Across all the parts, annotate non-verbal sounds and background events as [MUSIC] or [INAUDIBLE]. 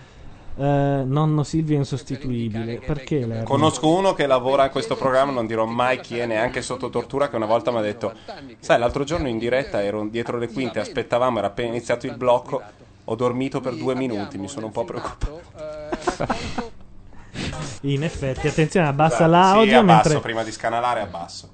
Eh, nonno Silvio è insostituibile. Perché lei? Conosco uno che lavora a questo programma, non dirò mai chi è, neanche sotto tortura, che una volta mi ha detto, sai, l'altro giorno in diretta ero dietro le quinte, aspettavamo, era appena iniziato il blocco, ho dormito per due minuti, mi sono un po' preoccupato. In effetti, attenzione, abbassa Sì, l'audio. abbasso, mentre... prima di scanalare abbasso.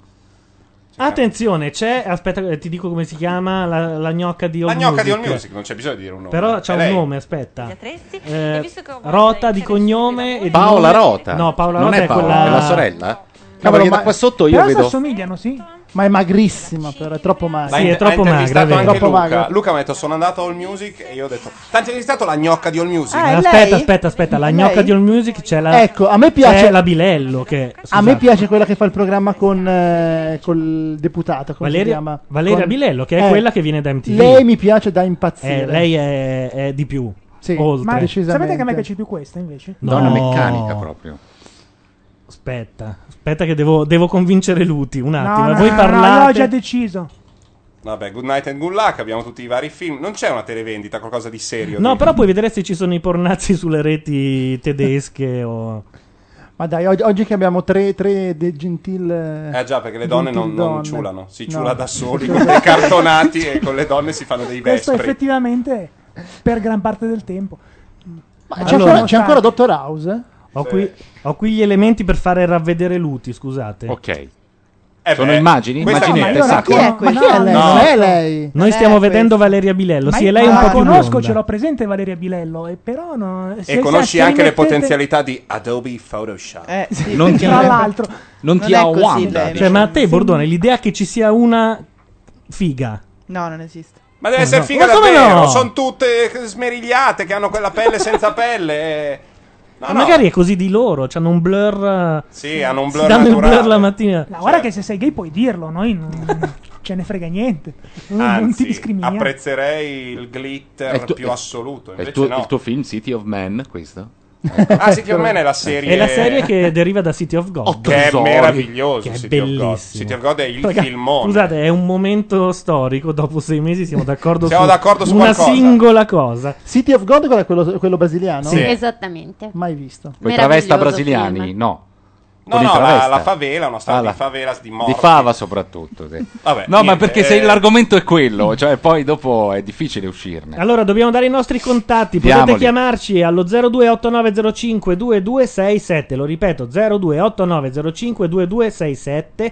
Attenzione, c'è. Aspetta, eh, ti dico come si chiama la, la gnocca di La Allmusic. gnocca di All Music, non c'è bisogno di dire un nome. Però c'ha È un lei. nome, aspetta. Eh, E visto che ho Rota molto di interesse cognome. per E di Paola nome- Rota. No, Paola non Rota è Paola, quella. è la sorella. No, Cavolo, perché da ma- qua sotto io però si vedo assomigliano sì Ma è magrissima, però è troppo L'ha magra. Sì, è in- troppo ha intervistato magra, è vero. anche Troppo Luca. magra. Luca mi ha detto sono andato a All Music e io ho detto tanto hai visitato la gnocca di All Music. Ah, è aspetta, lei? aspetta, aspetta. La Lei? gnocca di All Music c'è la. Ecco, a me c'è piace, la Bilello. Che, a me scusate. piace quella che fa il programma con eh, col deputato, come si Valeria, chiama? Valeria Con- Bilello, che è Eh, quella che viene da MTV. Lei mi piace da Eh, impazzire. lei è, è di più. Sì, Oltre. ma Decisamente. sapete che a me piace più questa invece No. donna meccanica proprio. Aspetta, aspetta, che devo, devo convincere Luti. Un No, attimo. no, Voi no, no, parlate. l'ho già deciso Vabbè, good night and good luck, abbiamo tutti i vari film. Non c'è una televendita, qualcosa di serio. No, di- però puoi vedere se ci sono i pornazzi sulle reti tedesche o... Ma dai, oggi, oggi che abbiamo tre, tre de gentil. Eh già, perché le donne non, non Gentil ciulano, si No. ciula [LAUGHS] [LAUGHS] da soli con dei cartonati e con le donne si fanno dei questo vespri. effettivamente per gran parte del tempo Ma Ma c'è, allora- ancora, c'è ancora Dottor House? eh? Ho qui, ho qui gli elementi per fare ravvedere Luti, scusate. Ok. Eh Sono beh, immagini? questa- Immaginette, ma io non sacco. Chi è Ma chi questa? è lei? No. Non è lei. Noi stiamo Eh, vedendo questo. Valeria Bilello. Ma sì, io- e lei è un ma po' la più conosco, bionda. ce l'ho presente Valeria Bilello, e però no, se- E se conosci ci anche le rimettete- potenzialità di Adobe Photoshop. Eh, sì, Non ti- Tra l'altro, Non Non ti è ha così Wanda. bene. Cioè, ma a te, Bordone, l'idea che ci sia una figa. No, non esiste. Ma deve essere figa Ma come davvero, no? sono tutte smerigliate che hanno quella pelle senza pelle. eh. No, Ma no. magari è così di loro, cioè hanno un blur... eh, Sì, hanno un si [LAUGHS] blur danno il naturale. blur la mattina. no, guarda che se sei gay puoi dirlo, noi [LAUGHS] non ce ne frega niente. Non- non ti Anzi, discriminiamo. apprezzerei il glitter È tu- più assoluto. È il Invece tuo, no. il tuo film City of Man, questo? Ah, City of Man è la serie. È la serie [LAUGHS] che deriva da City of God. Oh, Che è Tesori. meraviglioso. Che è City of God. bellissimo. City of God è il Raga- filmone. Scusate, è un momento storico. Dopo sei mesi siamo d'accordo Siamo su d'accordo su una qualcosa. singola cosa. City of God, quello, quello, quello brasiliano? Sì. Esattamente. Mai visto. Quei Meraviglioso travesta brasiliani? film. No. No, Con i no, la, travesta. la favela, una storia Ah, la- di favela di Di morti. fava soprattutto. sì. Vabbè, no, ma niente, perché eh, se l'argomento è quello, cioè poi dopo è difficile uscirne. Allora, dobbiamo dare i nostri contatti. Potete Diamoli. chiamarci allo 0289052267. Lo ripeto, 0289052267.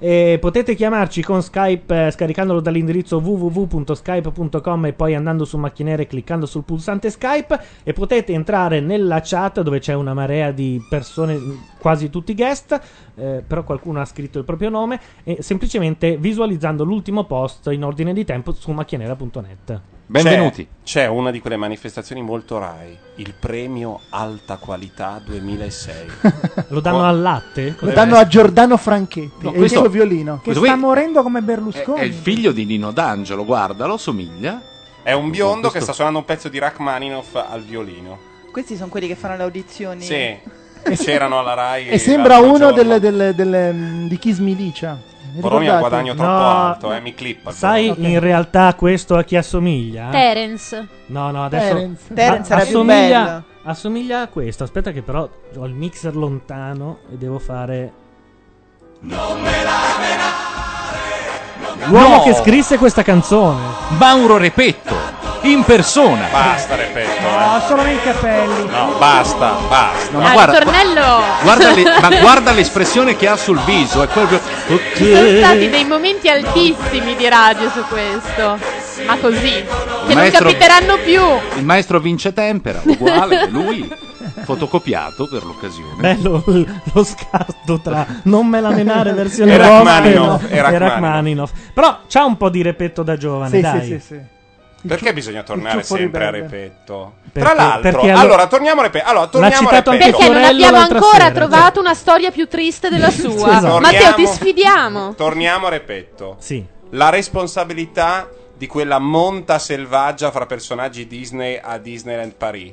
E potete chiamarci con Skype eh, scaricandolo dall'indirizzo www.skype.com e poi andando su macchinere e cliccando sul pulsante Skype e potete entrare nella chat dove c'è una marea di persone, quasi tutti guest, eh, però qualcuno ha scritto il proprio nome e semplicemente visualizzando l'ultimo post in ordine di tempo su macchinera.net. C'è, c'è una di quelle manifestazioni molto Rai, il premio Alta Qualità Eh, 2006. [LAUGHS] Lo danno al latte? Lo danno a Giordano Franchetti No, e questo- il suo violino. Questo qui- morendo come È il Berlusconi. figlio di Nino D'Angelo, guardalo, somiglia. È un biondo Questo- che sta suonando un pezzo di Rachmaninoff al violino. Questi sono quelli che fanno le audizioni. [LAUGHS] Sì, c'erano alla Rai. E sembra l'altro uno giorno. delle, delle- delle, mm, di Chi Smilicia. Boromir ha un guadagno Ricordate? troppo No. alto, eh, mi clippa. Sai però. in realtà questo a chi Eh? assomiglia? Terence. No, no, adesso Terence. Terence Ah, sarebbe assomiglia, bello. assomiglia a questo. Aspetta, che però ho il mixer lontano e devo fare. L'uomo No! che scrisse questa canzone. Mauro Repetto, in persona. Basta, ripeto. No, solo nei capelli. No, basta, basta. Ah, No, ma guarda, ritornello. guarda le- [LAUGHS] ma guarda l'espressione che ha sul viso, è proprio... Ci sono stati dei momenti altissimi di radio su questo. Ma così. Che maestro- non capiteranno più. Il maestro Vince Tempera, uguale, è lui, fotocopiato per l'occasione. Bello lo scarto tra non me la menare versione E rock Rachmaninoff, e- e Rachmaninoff. e Rachmaninoff. Però c'ha un po' di repetto da giovane, Sì, dai. sì, sì, sì. Perché bisogna tornare ciuffo sempre a ribelle. Repetto? Perché- Tra l'altro, perché allora, allo- torniamo a Repetto. Allora, L'ha torniamo a citato anche Repetto. Perché non Corello abbiamo l'altra ancora sera, trovato una storia più triste della sua. Esatto. Matteo, ti Torniamo- sfidiamo. Torniamo a Repetto. La responsabilità di quella monta selvaggia fra personaggi Disney a Disneyland Paris.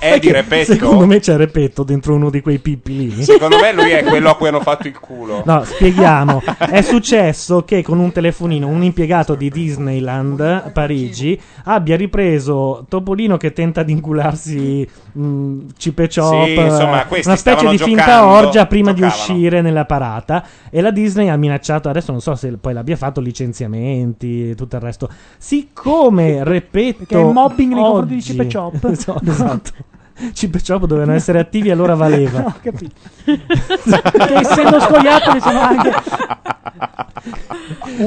È Sai di che Repetto? Secondo me c'è repetto dentro uno di quei pippi lì. Secondo me lui è quello a cui hanno fatto il culo. No, [LAUGHS] spieghiamo. È successo che con un telefonino un impiegato di Disneyland a Parigi abbia ripreso Topolino che tenta di incularsi mh, Cipe Chop, Sì, insomma, eh, questi una specie stavano di finta giocando, orgia prima di giocavano. uscire nella parata e la Disney ha minacciato, adesso non so se poi l'abbia fatto, licenziamenti e tutto il resto. Siccome, ripeto, Perché è mobbing nei confronti di oggi- Chip e Chop. Esatto, [LAUGHS] esatto. Chip e Chop dovevano essere attivi allora valeva. [LAUGHS] Ho capito. Perché essendo scoiattoli sono anche. [LAUGHS]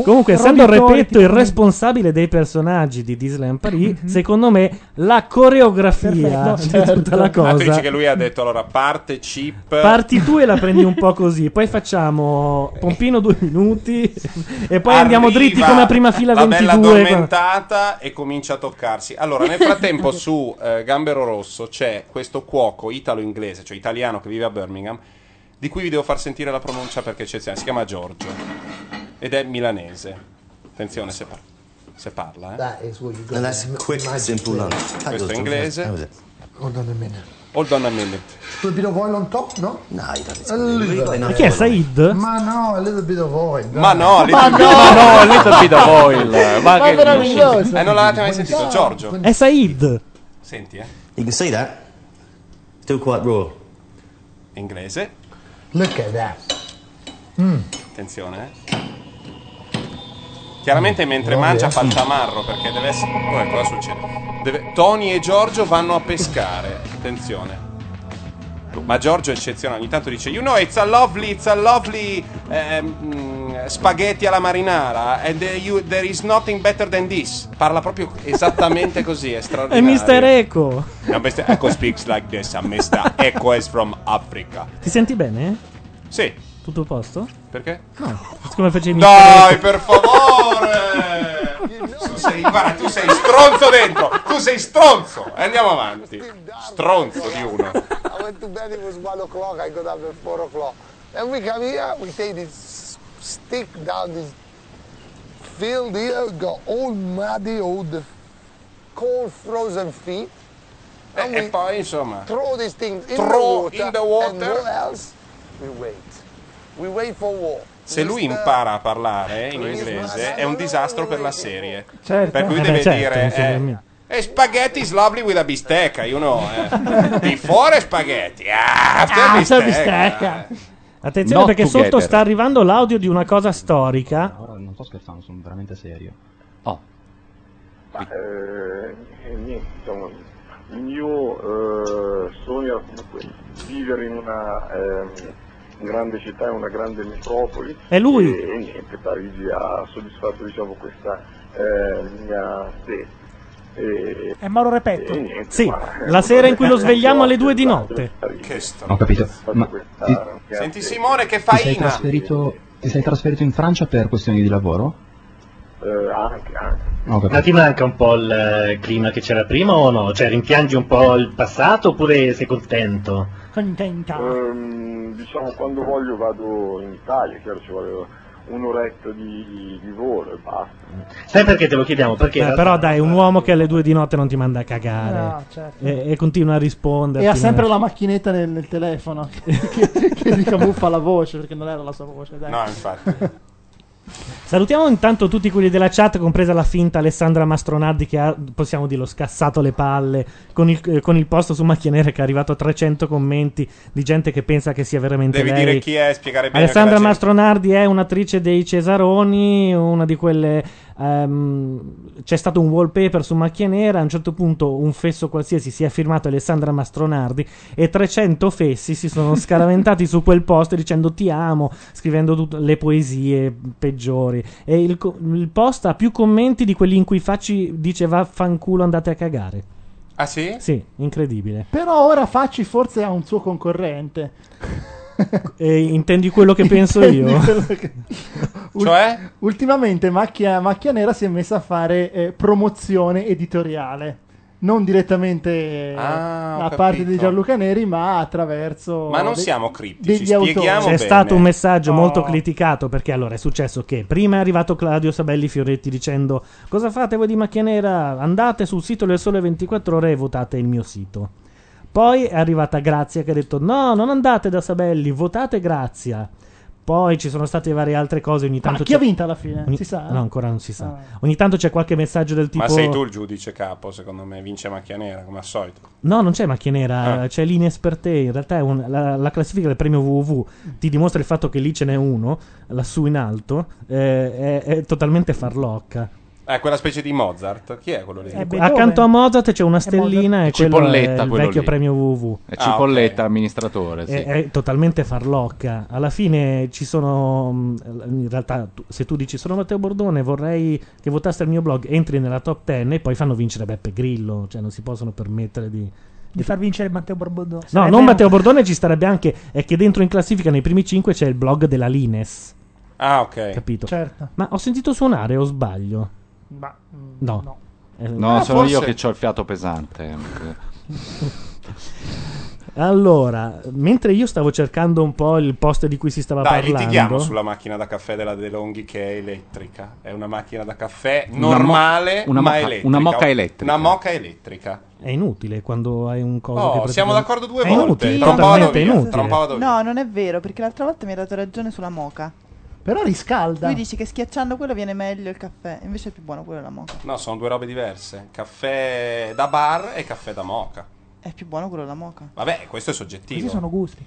Comunque, essendo Roditori, Repetto il tipo- responsabile dei personaggi di Disneyland Paris, Mhm. secondo me la coreografia Perfetto, [LAUGHS] certo. di eh, tutta la Ah, tu dici cosa. che lui ha detto allora parte chip Parti tu e la prendi un po' così, poi facciamo Pompino due minuti e poi andiamo Arriva dritti come a prima fila la bella 22. qua. [LAUGHS] addormentata e comincia a toccarsi. Allora, nel frattempo su eh, Gambero Rosso c'è questo cuoco italo-inglese, cioè italiano che vive a Birmingham, di cui vi devo far sentire la pronuncia perché è eccezionale. Si chiama Giorgio ed è milanese. Attenzione se, par- se parla. eh. And that's quick, simple lunch. Questo è eh, inglese. Hold on a minute. Hold on a minute. A little bit of oil on top, no? No, you don't need Ma chi è Said? Ma no, a little bit of oil. Ma no, a little Ma bit- no. ma no, a little bit of oil. [LAUGHS] Ma Ma che meraviglioso. dici? Eh, non l'avete mai sentito, Giorgio? È Said. Senti, eh. You can see that. Still quite raw. Inglese. Look at that. Attenzione. eh. Chiaramente mentre mangia fa il tamarro perché deve essere... Ora, cosa succede? Deve- Tony e Giorgio vanno a pescare. Attenzione. Ma Giorgio è eccezionale. Ogni tanto dice: You know, it's a lovely, it's a lovely ehm, mm, spaghetti alla marinara. And there, you- there is nothing better than this. Parla proprio esattamente così. È È straordinario. Mister Eco. No, Mr. Echo speaks like this. and Mr. Echo is from Africa. Ti senti bene? Sì. Tutto a posto? Perché? No. Come facevi Dai, per favore! Tu sei, guarda, tu sei stronzo dentro! Tu sei stronzo! E andiamo avanti. Stronzo di uno. I went to bed, it was 1 o'clock, I got up at 4 o'clock. Then we come here, we take this stick down this field here, got all muddy, all the cold frozen feet. And E poi, insomma, throw these things in Throw the water. in the water. And what else? We wait. We wait for war. se lui impara a parlare in inglese è un disastro per la serie. Certo. Per cui Eh beh, deve certo, dire... insomma, eh, "Eh, spaghetti is lovely with a bistecca, you know. Eh. Before spaghetti, after Ah, c'è bistecca. bistecca. cioè, eh. Attenzione Not perché together. sotto sta arrivando l'audio di una cosa storica. Ora non sto scherzando, sono veramente serio. Oh. Ma, eh, eh, niente, insomma, il mio eh, sogno era comunque vivere in una ehm, grande città, è una grande metropoli. È lui. E, e niente, Parigi ha soddisfatto diciamo, questa eh, mia sete. E, È Eh, Mauro Repetto. Sì, la sera in cui lo [LAUGHS] svegliamo alle due di notte. Che sto. Ho capito. Ma ti, Senti Simone che ti fa sei Ina. trasferito, ti sei trasferito in Francia per questioni di lavoro? eh, anche, anche. Ho capito. Ma ti manca un po' il eh, clima che c'era prima o no? Cioè rimpiangi un po' il passato oppure sei contento? Contenta. Ehm, diciamo quando voglio vado in Italia, chiaro ci vuole un'oretta di, di volo e basta. Sai perché te lo chiediamo? Perché in Eh, realtà- però dai, un uomo che alle due di notte non ti manda a cagare No, certo. e, e continua a rispondere. E ha sempre la macchinetta nel, nel telefono [LAUGHS] che, che gli camuffa la voce perché non era la sua voce. Dai. No, infatti. Salutiamo intanto tutti quelli della chat, compresa la finta Alessandra Mastronardi che ha, possiamo dirlo, scassato le palle con il, eh, con il post su Macchia Nera che è arrivato a 300 commenti di gente che pensa che sia veramente Devi lei. dire chi è, spiegare bene. Alessandra che la Mastronardi è un'attrice dei Cesaroni, una di quelle. ehm, c'è stato un wallpaper su macchia nera. A un certo punto, un fesso qualsiasi si è firmato Alessandra Mastronardi e 300 fessi si sono scaraventati su quel post dicendo ti amo, scrivendo tut- le poesie peggiori. E il, co- il post ha più commenti di quelli in cui Facci dice vaffanculo, andate a cagare. gente- Ah sì? Sì, incredibile. [LAUGHS] Però ora Facci forse ha un suo concorrente. E intendi quello che [LAUGHS] penso io? Ecco. Intendi quello che- [LAUGHS] Ul- Cioè? Ultimamente Macchia, Macchia Nera si è messa a fare eh, promozione editoriale. Non direttamente eh, Ah, ho da parte di capito. Gianluca Neri, ma attraverso. Ma non de- siamo criptici, degli autori. Oh. spieghiamo C'è stato un messaggio No. molto criticato perché allora è successo che prima è arrivato Claudio Sabelli Fioretti dicendo cosa fate voi di macchia nera? Andate sul sito del Sole 24 ore e votate il mio sito. Poi è arrivata Grazia che ha detto no, non andate da Sabelli, votate Grazia. Poi ci sono state varie altre cose ogni tanto. Ma chi ha c'è- vinto alla fine? ogni- Si sa? Ah. No, ancora non si sa. Ogni tanto c'è qualche messaggio del tipo Ma sei tu il giudice capo, secondo me, vince macchia nera come al solito. No, non c'è macchia Ah. nera, eh, c'è l'Ines per te. In realtà è un- la, la classifica del premio WW ti dimostra il fatto che lì ce n'è uno, lassù in alto, eh, è, è totalmente farlocca. È Eh, quella specie di Mozart. Chi è Eh, quello lì? Ecco, Accanto a Mozart c'è una stellina e quello è Cipolletta, il quello vecchio lì. premio Eh, WW. È Ah, Cipolletta, amministratore. sì. È, è totalmente farlocca. Alla fine ci sono. mh, In realtà, tu- se tu dici sono Matteo Bordone, vorrei che votaste il mio blog, entri nella top 10 e poi fanno vincere Beppe Grillo. Cioè, non si possono permettere di. Di far vincere Matteo Borbodò. No, Sarebbe non un- Matteo Bordone ci starebbe anche. È che dentro in classifica nei primi 5 c'è il blog della Lines. Ah, ok. Capito? Certo. Ma ho sentito suonare o sbaglio? Ma, mm, No. no. Eh, No, ah, sono forse- io che ho il fiato [LAUGHS] pesante. Allora, mentre io stavo cercando un po' il post di cui si stava Dai, parlando. litighiamo sulla macchina da caffè della DeLonghi che è elettrica. È una macchina da caffè Una mo- normale, una ma moca- elettrica. una moca elettrica. Una moca elettrica. È inutile quando hai un coso. Oh, che siamo praticamente- d'accordo due È volte. inutile, Tra un po' vado totalmente via, inutile. tra un po' vado via. No, non è vero, perché l'altra volta mi hai dato ragione sulla moca. Però riscalda. Lui dice che schiacciando quello viene meglio il caffè, invece è più buono quello della moca. No, sono due robe diverse. Caffè da bar e caffè da moca. È più buono quello della moca. Vabbè, questo è soggettivo. Questi sono gusti.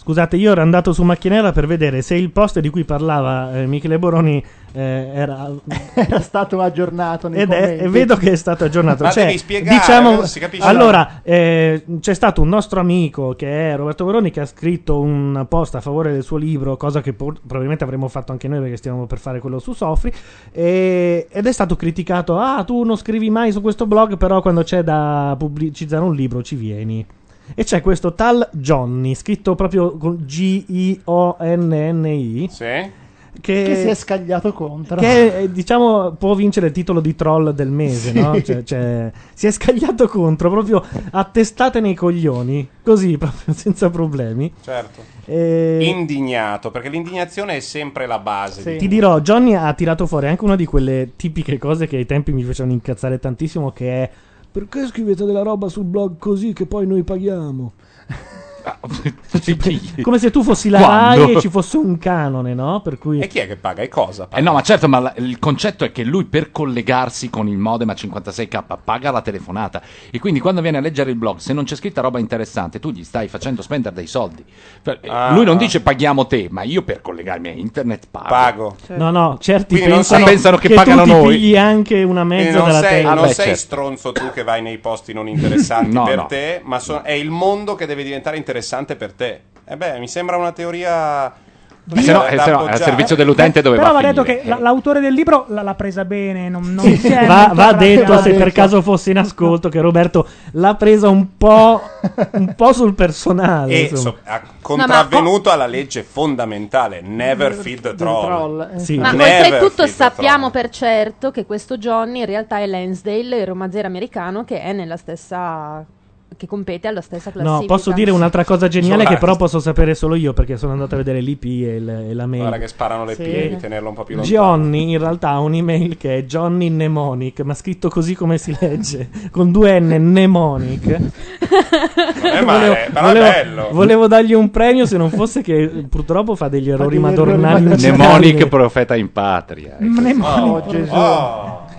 Scusate, io ero andato su Macchinera per vedere se il post di cui parlava eh, Michele Boroni eh, era. [LAUGHS] Era stato aggiornato nei Ed è- commenti. e vedo che è stato aggiornato. Ma Cioè, devi spiegare, diciamo, non si capisce allora, eh, c'è stato un nostro amico che è Roberto Veroni che ha scritto un post a favore del suo libro, cosa che po- probabilmente avremmo fatto anche noi perché stiamo per fare quello su Sofri. e- ed è stato criticato: Ah, tu non scrivi mai su questo blog, però quando c'è da pubblicizzare un libro ci vieni. E c'è questo tal Johnny, scritto proprio con G-I-O-N-N-I. Che, Che si è scagliato contro. eh, che eh, diciamo può vincere il titolo di troll del mese, Sì. no? Cioè, cioè, si è scagliato contro proprio a testate nei coglioni, così [LAUGHS] proprio senza problemi. Eh, Certo. E- Indignato, perché l'indignazione è sempre la base. di Ti tutto. dirò, Johnny ha tirato fuori anche una di quelle tipiche cose che ai tempi mi facevano incazzare tantissimo, che è perché scrivete della roba sul blog così che poi noi paghiamo? Come se tu fossi la Quando? RAI e ci fosse un canone, no? Per cui... E chi è che paga e cosa? Eh no, ma certo, ma la- il concetto è che lui per collegarsi con il modem a 56k paga la telefonata e quindi quando viene a leggere il blog, se non c'è scritta roba interessante, tu gli stai facendo spendere dei soldi. Per- eh, Ah. lui non dice paghiamo te, ma io per collegarmi a internet pago. Pago. No, no, certi Quindi non pensano, sei- pensano che che pagano tu ti noi. certo. pigli anche una Quindi mezza non dalla sei, testa. Ah, certo. non sei stronzo tu che vai nei posti non interessanti [LAUGHS] No, per no. te, ma so- è il mondo che deve diventare interessante per te. Eh beh, mi sembra una teoria. Eh, se no- eh, da se no, è al appoggiare. servizio Eh, dell'utente dove Però va va a detto finire. che la- l'autore del libro l'ha, l'ha presa bene, non, non si è Va, molto va detto, arrabbiato. se per caso fosse in ascolto, che Roberto l'ha presa un po', un po' sul personale. E insomma. so- ha contravvenuto alla legge fondamentale Never feed the troll, troll, eh. Sì. Ma Never oltretutto feed the sappiamo per certo che questo Johnny in realtà è Lansdale, il romanziere americano, che è nella stessa. che compete alla stessa classifica. No, posso dire un'altra cosa geniale Sono che là. però posso sapere solo io perché sono andato a vedere l'IP e, il- e la mail. Guarda che sparano le Sì. pie, devi tenerlo un po' più lontano. Johnny in realtà ha un'email che è Johnny Mnemonic, ma scritto così come si legge, con due N, Mnemonic. Non è male, però volevo, è bello. volevo dargli un premio se non fosse che purtroppo fa degli errori degli madornali. errori inaccettabili. Mnemonic profeta in patria. Mnemonico.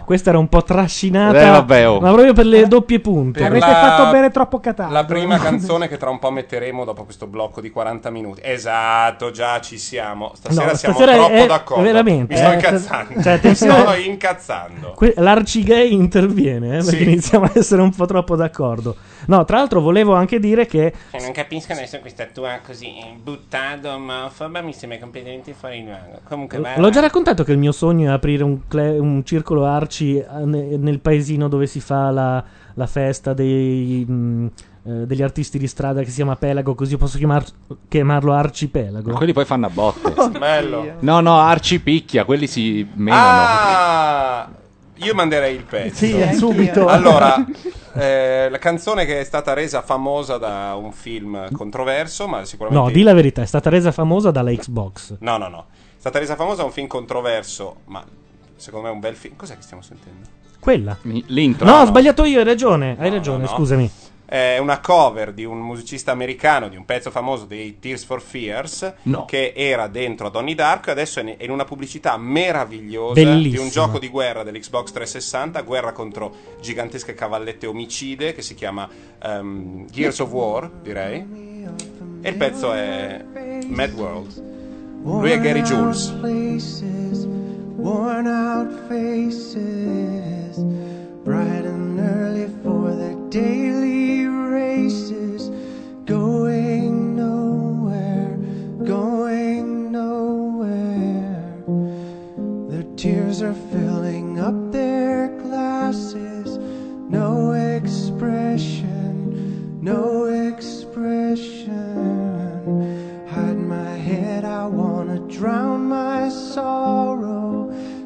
Questa era un po' trascinata, Eh, vabbè, oh. ma proprio per le doppie punte. Per Avete Eh, la- fatto bere troppo catale. [LAUGHS] La prima canzone che tra un po' metteremo dopo questo blocco di 40 minuti. Esatto, già ci siamo. Stasera No, siamo stasera troppo è- d'accordo. veramente. Mi sto Eh, incazzando. cioè, Mi attenzione. sto incazzando. Que- L'arcigay interviene eh, perché Sì. iniziamo ad essere un po' troppo d'accordo. No, tra l'altro, volevo anche dire che Cioè, non capisco adesso questa tua così eh, buttata omofoba mi sembra completamente fuori luogo. Comunque, va. L'ho già raccontato che il mio sogno è aprire un, cle- un circolo arci eh, ne- nel paesino dove si fa la, la festa dei, mh, eh, degli artisti di strada che si chiama Pelago, così io posso chiamar- chiamarlo Arcipelago. Ma Quelli poi fanno a botte. Oh, Bello. No, no, Arci picchia, quelli si menano. Ah, io manderei il pezzo. Sì, eh, subito. Allora, eh, la canzone che è stata resa famosa da un film controverso, ma sicuramente... No, di la verità, è stata resa famosa dalla Xbox. No, no, no. È stata resa famosa da un film controverso, ma secondo me è un bel film. Cos'è che stiamo sentendo? Quella. L'intro. No, ho sbagliato io, hai ragione, hai ragione, Ah, no. scusami. È una cover di un musicista americano di un pezzo famoso dei Tears for Fears No. che era dentro a Donnie Darko e adesso è ne- è in una pubblicità meravigliosa di Bellissima. un gioco di guerra dell'Xbox 360, guerra contro gigantesche cavallette omicide che si chiama ehm, Gears of War, direi. E il pezzo è Mad World. Lui è Gary Jules. places, worn out faces, bright and early for the daily races, going nowhere, going nowhere. Their tears are filling up their glasses, no expression, no expression. Hide my head, I wanna drown my sorrow.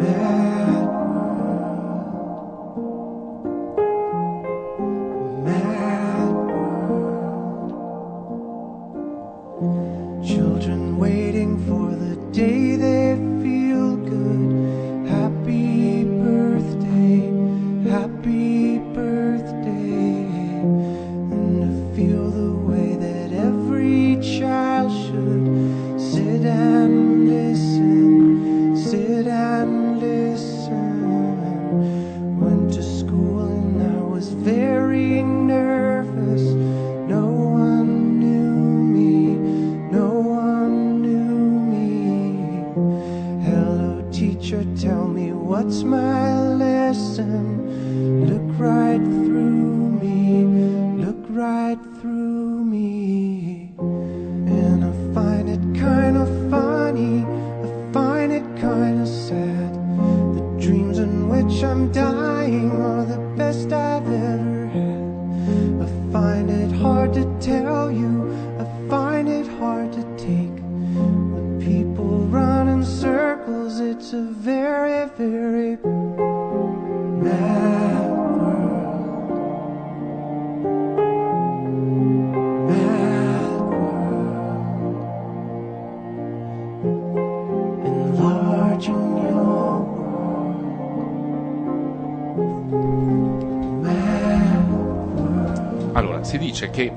mad world. Mad world. Children waiting for the day they feel good. Happy birthday, happy birthday and to feel the way that every child should sit and listen, sit and listen. Went to school and I was very nervous. No one knew me, no one knew me. Hello, teacher, tell me what's my lesson. Look right through me, look right through me. And I find it kind of funny, I find it kind of sad. The dreams in which I'm dying are the best I've ever had. I find it hard to tell you, I find it hard to take. When people run in circles, it's a very, very mad enlarging your Allora, si dice che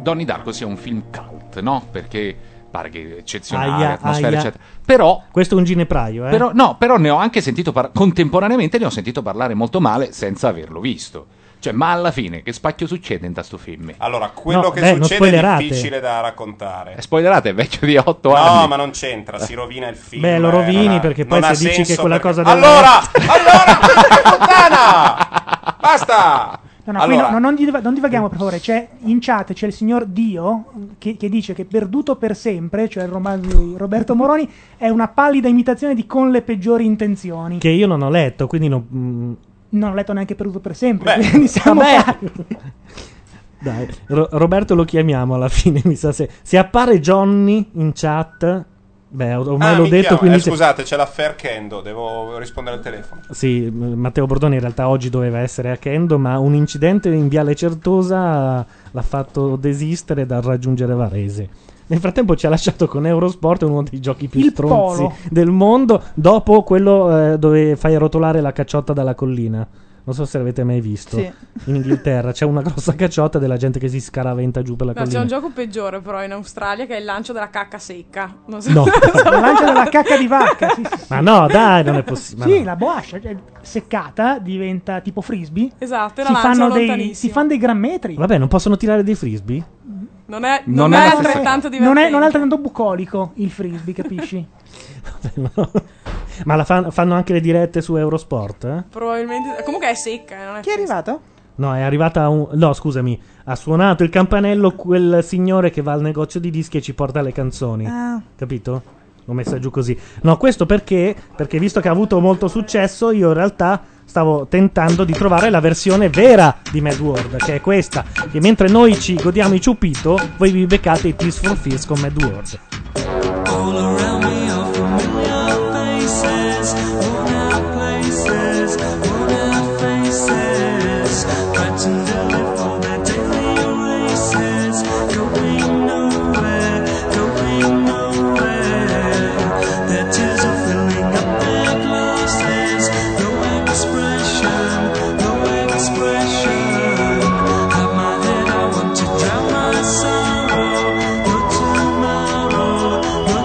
Donnie Darko sia un film cult, no? Perché pare che eccezionale, Aia, atmosfera, aia. eccetera. Però. Questo è un ginepraio, eh? Però, no, però ne ho anche sentito par- contemporaneamente ne ho sentito parlare molto male senza averlo visto. Cioè, ma alla fine che spacchio succede in sto film? Allora, quello No, che beh, non succede è spoilerate. difficile da raccontare. È spoilerate, è vecchio di 8 No, anni. ma non c'entra, si rovina il film. Beh, lo eh, rovini non ha- perché non poi ha se dici senso che quella cosa perché- della- Allora, allora, puttana! Basta! No, no, allora, qui no, no, non, div- non divaghiamo per favore. C'è in chat c'è il signor Dio che, che dice che Perduto per sempre, cioè il romanzo di Roberto Moroni, è una pallida imitazione di Con le peggiori intenzioni. Che io non ho letto, quindi non. mm, Non ho letto neanche Perduto per sempre. quindi siamo pari. Dai, Ro- Roberto lo chiamiamo alla [LAUGHS] fine, mi sa se, se appare Johnny in chat. Beh, or- ormai Ah, l'ho mi detto, chiama- quindi eh, se- scusate, c'è l'affair Kendo, devo rispondere al telefono. Sì, m- Matteo Bordone in realtà oggi doveva essere a Kendo, ma un incidente in Viale Certosa l'ha fatto desistere dal raggiungere Varese. Nel frattempo ci ha lasciato con Eurosport uno dei giochi più Il stronzi polo. del mondo, dopo quello eh, dove fai rotolare la cacciotta dalla collina. Non so se l'avete mai visto. Sì. In Inghilterra c'è [LAUGHS] una grossa cacciotta della gente che si scaraventa giù per la No, c'è collina. un gioco peggiore però in Australia che è il lancio della cacca secca. Non so. No. Il lancio della [LAUGHS] cacca di vacca. Sì, sì, sì. Ma [LAUGHS] no, dai, non è possibile. ma Sì, no. la boascia cioè, seccata diventa tipo frisbee. Esatto, e la si lanciano fanno, dei, lontanissimo. si fanno dei gran metri. Vabbè, non possono tirare dei frisbee? [LAUGHS] Non è, Non Eh, non è è la stessa altrettanto divertente. Eh, Non è, non è altrettanto bucolico il frisbee, capisci? Ma la fan- fanno anche le dirette su Eurosport? eh? Probabilmente. Comunque è secca. eh, Non è Chi è arrivato? No, è arrivata un... No, scusami, ha suonato il campanello quel signore che va al negozio di dischi e ci porta le canzoni. Ah. Capito? L'ho messa giù così. No, questo perché? Perché visto che ha avuto molto successo, io in realtà stavo tentando di trovare la versione vera di Mad World, che è questa. Che mentre noi ci godiamo i ciupito, voi vi beccate i Tears for Fears con Mad World. All around me are familiar faces, worn out places, worn out faces, fighting to live for their daily races, going nowhere, going nowhere. Their tears are filling up their glasses, no expression, no expression. Have my head, I want to drown my sorrow, no tomorrow, no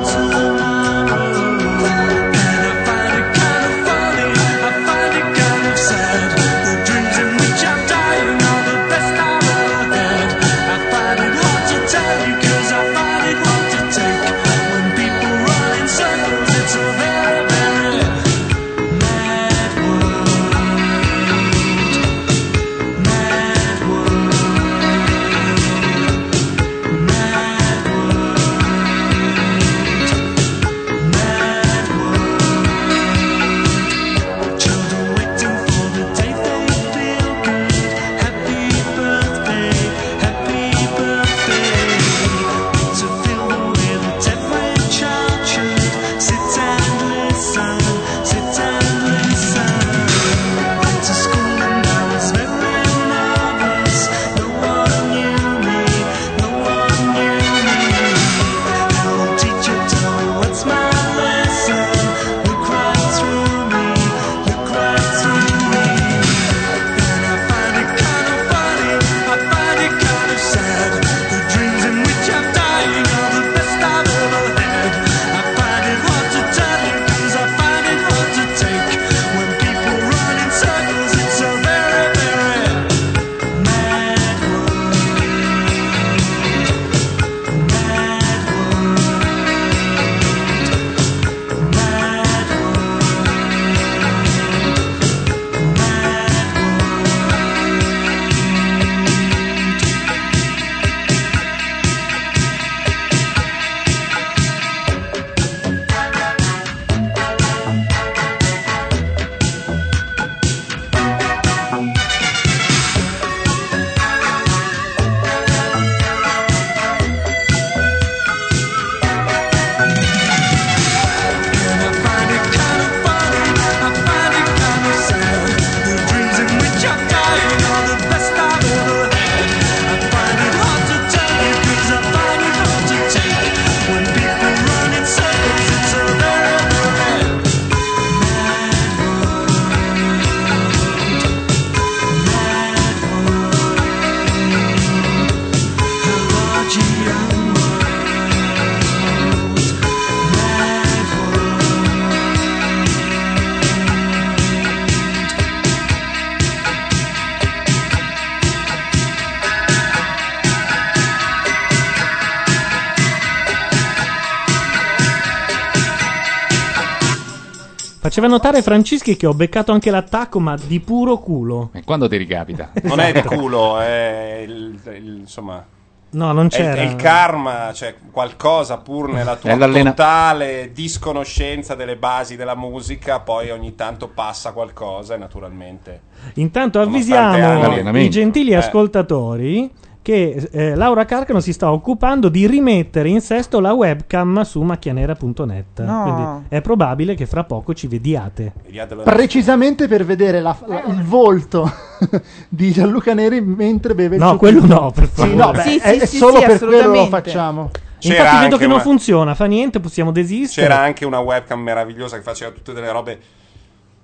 Faceva notare Francischi che ho beccato anche l'attacco, ma di puro culo. E quando [LAUGHS] ti ricapita? Non è il culo, è il, il- insomma. Esatto. No, non è il- c'era. È, il karma, cioè qualcosa pur nella tua È l'allena- totale disconoscenza delle basi della musica, poi ogni tanto passa qualcosa e naturalmente. Intanto Nonostante anni. avvisiamo i gentili Eh. ascoltatori che eh, Laura Carcano si sta occupando di rimettere in sesto la webcam su macchianera.net. No. Quindi è probabile che fra poco ci vediate. [LAUGHS] Precisamente per vedere la- la- il volto [LAUGHS] di Gianluca Neri mentre beve il No, suo quello titolo. no, per favore. Sì, no, beh, Sì, è, sì, è sì, solo sì, per quello lo assolutamente. facciamo. C'era Infatti vedo anche che non una- funziona, fa niente, possiamo desistere. C'era anche una webcam meravigliosa che faceva tutte delle robe.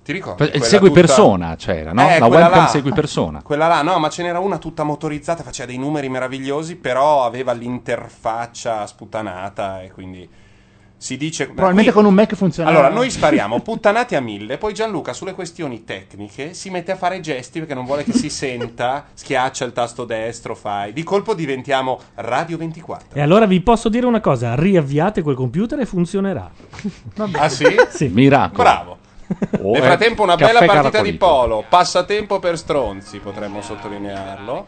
Ti ricordi? Il Quella segui tutta- persona c'era, no? Eh, La quella webcam là. segui persona. Quella là, no, ma ce n'era una tutta motorizzata, faceva dei numeri meravigliosi, però aveva l'interfaccia sputanata e quindi si dice... Probabilmente Qui- con un Mac funziona. Allora, noi spariamo puttanati a mille, poi Gianluca sulle questioni tecniche si mette a fare gesti perché non vuole che si senta, schiaccia il tasto destro, fai. Di colpo diventiamo Radio 24. E allora vi posso dire una cosa, riavviate quel computer e funzionerà. Ah sì? Miracolo. Bravo. Oh, Nel eh, frattempo una caffè bella partita caracolito. di polo, passatempo per stronzi, potremmo sottolinearlo.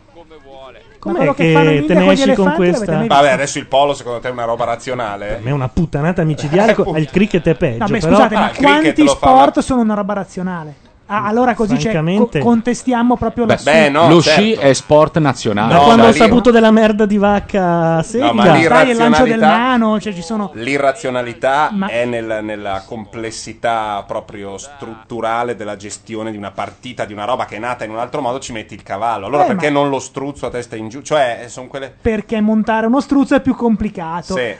Com'è quello che che, fanno in India te con gli ne esci con elefanti l'avete questa? mai Vabbè, adesso il polo secondo te è una roba razionale? Per me è una puttanata [LAUGHS] micidiale, co- il cricket è peggio. No, beh, però- scusate, ma Ah, il cricket quanti lo fa sport sono una roba razionale? Ah, allora così cioè, co- Francamente- contestiamo proprio la Beh, certo. lo sci certo. è sport nazionale. Da quando ho Dai, saputo della merda di vacca secca, ma lì- Dai, il lancio del razionalità- nano, cioè ci sono L'irrazionalità Ma- è nel- nella complessità proprio strutturale della gestione di una partita, di una roba che è nata in un altro modo, ci metti il cavallo. Allora Eh, perché ma- non lo struzzo a testa in giù? Cioè, sono quelle... perché montare uno struzzo è più Esatto. complicato. Mm, Sì.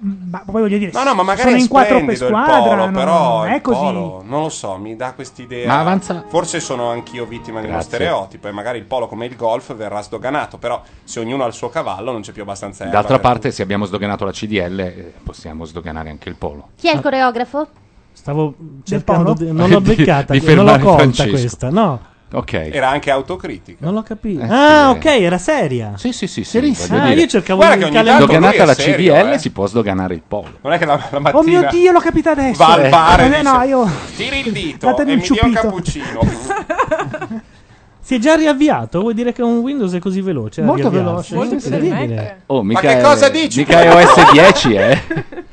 Ma poi voglio dire, No, no, ma magari sono è in quattro per splendido il squadra, polo, non- però non è il così. polo, non lo so, mi dà quest'idea. Ma avanza- Forse sono anch'io vittima di uno Grazie. stereotipo e magari il polo come il golf verrà sdoganato, però se ognuno ha il suo cavallo non c'è più abbastanza erba Eh, D'altra per parte, se abbiamo sdoganato la CDL, eh, possiamo sdoganare anche il polo. Chi è il coreografo? Stavo cercando, polo? di- non l'ho [LAUGHS] Di- beccata, di non l'ho fermare colta Francesco. questa, no. Ok. Eh Era anche autocritica. Non l'ho capito. Eh, ah, ok, era seria. Sì, sì, sì, sì, Serissima. voglio Ah, dire. io cercavo Guarda che un ogni calendario. tanto lui Sdoganata è la serio, CDL, eh. si può sdoganare il polo. Non è che la, la mattina... Oh mio Dio, l'ho capito adesso. Va al bar e Eh, no, dice- io Tiri il dito Datemi e un mi dia un ciupito. cappuccino. Si è già riavviato? Vuol dire che un Windows è così veloce? da Molto riavviarsi? veloce, Molto È più del incredibile. Oh, Ma mica che è- cosa dici? Mica è OS [LAUGHS] 10, eh?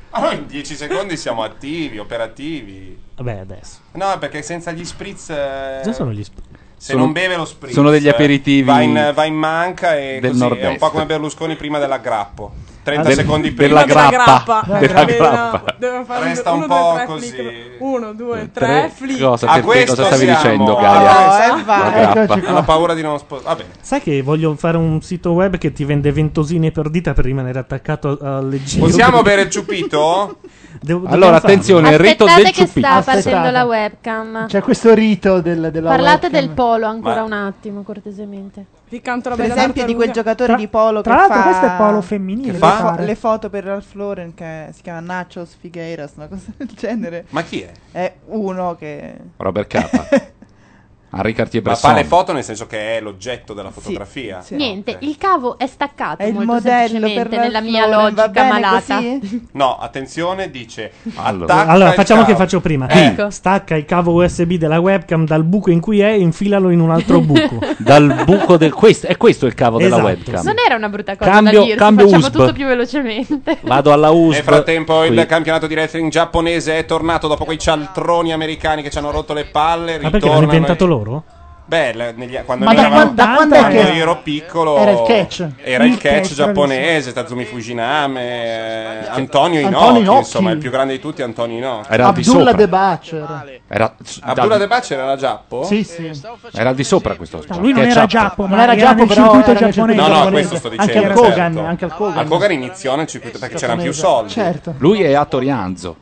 Allora, in 10 secondi siamo attivi, operativi. Vabbè, adesso. No, perché senza gli spritz. eh, Cosa sono gli spritz? Se Sono- non beve lo spritz. eh, sono degli aperitivi Va in, va in manca e del così. È un nord-est. po' come Berlusconi prima dell'aggrappo. 30 Del- secondi prima della Della grappa. grappa. Della Eh, grappa. no, Devo fare Resta un, un uno, po' due, tre così. flick. Uno, due, Tre- tre, flick. cosa, A per te, questo cosa stavi siamo. dicendo, Ah, Gaia? esatto. La Eccoci grappa. Hanno paura di non sposare. Vabbè. Sai che voglio fare un sito web che ti vende ventosine per dita per rimanere attaccato a- alle giro. Possiamo bere il ciupito? Devo- dobbiamo Allora, farlo. attenzione, il rito Aspettate del che ciupito. sta Aspettate. partendo la webcam. C'è questo rito del, della Parlate webcam. del polo ancora Ma- un attimo, cortesemente. Vi canto Per esempio di quel giocatore Tra- di polo tra che l'altro fa questo è polo femminile, le, Che fa? mi pare. le foto per Ralph Lauren che si chiama Nachos Figueiras, una cosa del genere. Ma chi è? È uno che Robert [LAUGHS] K. Ma Henri fa Cartier-Bresson. le foto nel senso che è l'oggetto della fotografia. Niente, il cavo è staccato È il molto modello semplicemente per nella la mia Flora, va logica bene malata. No, attenzione, dice. Allora, attacca il facciamo che cavo. faccio prima. Eh. Ecco. Stacca il cavo USB della webcam dal buco in cui è e infilalo in un [LAUGHS] altro buco. Dal buco del questo, è questo il cavo della Esatto. webcam. Non era una brutta cosa Cambio- da dirsi, cambio facciamo USB. tutto più velocemente. Vado alla USB. Nel frattempo il Qui. campionato di wrestling giapponese è tornato dopo quei cialtroni americani che ci hanno rotto le palle. Ma perché l'hanno ritornano e- inventato loro? Beh, le- negli- quando, Ma noi da eravamo- quando- da quando è quando che- io ero piccolo Era il catch. era il Il catch catch, giapponese, Tazumi Fujiname, eh, Antonio Antonio Inoki, Inoki. insomma, il più grande di tutti è Antonio Inoki. Era di Abdullah sopra. De Bacer. Era, Abdullah De Bacer era la Giappo? Sì, sì. Era al di sopra questo. No, lui non era Giappo, Non era era Giappo, nel però circuito era nel circuito giapponese. No, no, giapponese. questo sto dicendo. Anche al Kogan, certo. anche al Kogan. Al Kogan iniziò nel circuito perché c'erano eh, più soldi. Certo. Lui è Attorianzo.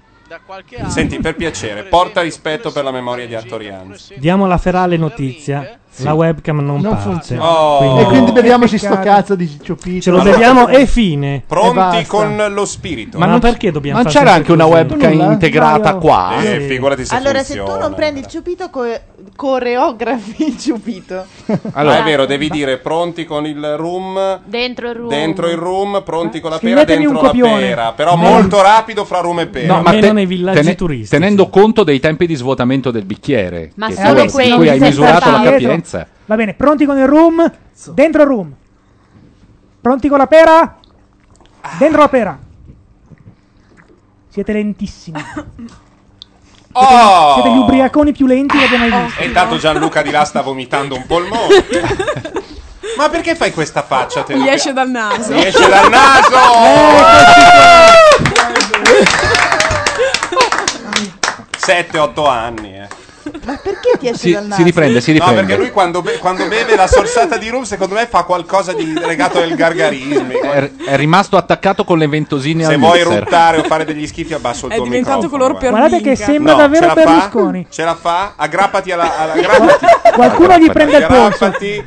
Senti, per piacere, porta rispetto per la memoria di Attorianzo. Diamo la ferale notizia. Sì. La webcam non, Non parte. funziona. E quindi beviamoci sto cazzo di ciupito. Ce lo beviamo e fine. E basta. Pronti con lo spirito. Ma, perché dobbiamo non far c'era sempre anche una così? eh? webcam Nulla? integrata No, io- qua? Eh, figurati se allora, se tu funziona. non prendi il ciupito, co- coreografi il ciupito. Ah, è vero, devi dire pronti con il room. Dentro il room. Dentro il room, pronti con la pera, Scrivetemi dentro un la copione. pera. Però No. molto rapido fra room e pera. te- tene- Tenendo conto dei tempi di svuotamento del bicchiere, Ma che solo tu- quelli cui hai senza misurato la farlo. capienza. Va bene, pronti con il room? Dentro il room. Pronti con la pera? Dentro la pera. Siete lentissimi. Oh! Ah. Siete gli ubriaconi più lenti che abbia mai visto. E intanto Gianluca di là sta vomitando un polmone. Ma perché fai questa faccia? Te Gli esce dal naso. Gli esce dal naso! Eh, Sette, otto anni. eh. Ma perché ti esce Si- dal naso? si riprende, si riprende. No, perché lui quando, be- quando beve la sorsata di rum, secondo me fa qualcosa di legato al [LAUGHS] gargarismo. È, è rimasto attaccato con le ventosine Se al vuoi mixer. ruttare o fare degli schifi, abbasso il È tuo diventato microfono. color guarda. Guardate che sembra No, davvero ce la fa? Berlusconi. Ce la fa? Aggrappati alla. alla aggrappati. Qualcuno gli prende il polso. Aggrappati.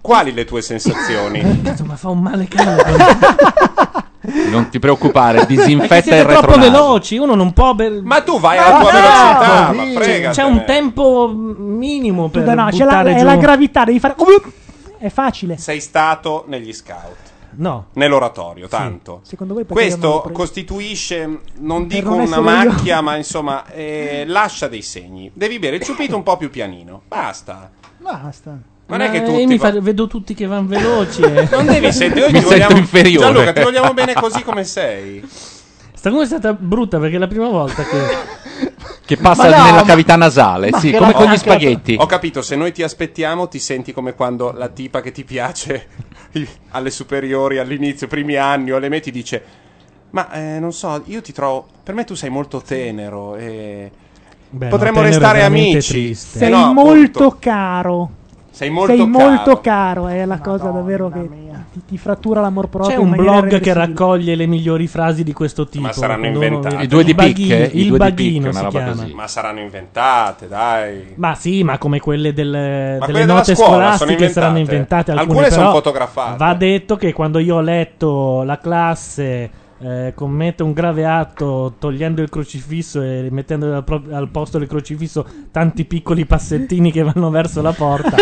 Quali le tue sensazioni? Cazzo, ma fa un male cane. [LAUGHS] Non ti preoccupare, Perché disinfetta siete il troppo retronaso. veloci, uno non può. Ma tu vai alla Ah, tua velocità, ma prega. C'è fregatene. eh. un tempo minimo per No, no, c'è la, buttare è giù. la gravità, devi fare. [LAUGHS] È facile. Sei stato negli scout. No. Nell'oratorio, tanto. Secondo voi perché abbiamo Questo preso? costituisce, non dico non una essere macchia, ma insomma, eh, lascia dei segni. Devi bere il ciupito un po' più pianino. Basta. Basta. Non è che Ma- tutti eh, mi fa- fa- vedo tutti che vanno [LAUGHS] veloci. eh. Non devi sentire, noi Mi ti sento vogliamo... inferiore. Gianluca, ti vogliamo bene così come sei. Sta come è stata brutta perché è la prima volta che. Che passa Ma no, nella ma- cavità nasale, ma sì, che come ra- con gli anche la- spaghetti. Ho capito, se noi ti aspettiamo ti senti come quando la tipa che ti piace [LAUGHS] alle superiori, all'inizio, primi anni o alle me ti dice "Ma eh, non so, io ti trovo, per me tu sei molto tenero e Beh, potremmo no, tenero è restare veramente amici". triste. Eh Sei no, molto appunto. caro. Sei molto Sei caro. molto caro, è la cosa davvero che ti, ti frattura l'amor proprio. C'è in un maniera blog che irreversibile. raccoglie le migliori frasi di questo tipo. Ma saranno Quando uno inventate. viene- il eh? baghino, eh? il baghino si chiama. Ma saranno inventate, dai. Ma sì, ma come quelle del- delle quelle della note scuola sono scolastiche inventate. saranno inventate. Alcune, Alcune sono però, fotografate. Va detto che quando io ho letto la classe eh, commette un grave atto togliendo il crocifisso e mettendo al, pro- al posto del crocifisso tanti piccoli passettini che vanno verso la [LAUGHS] porta,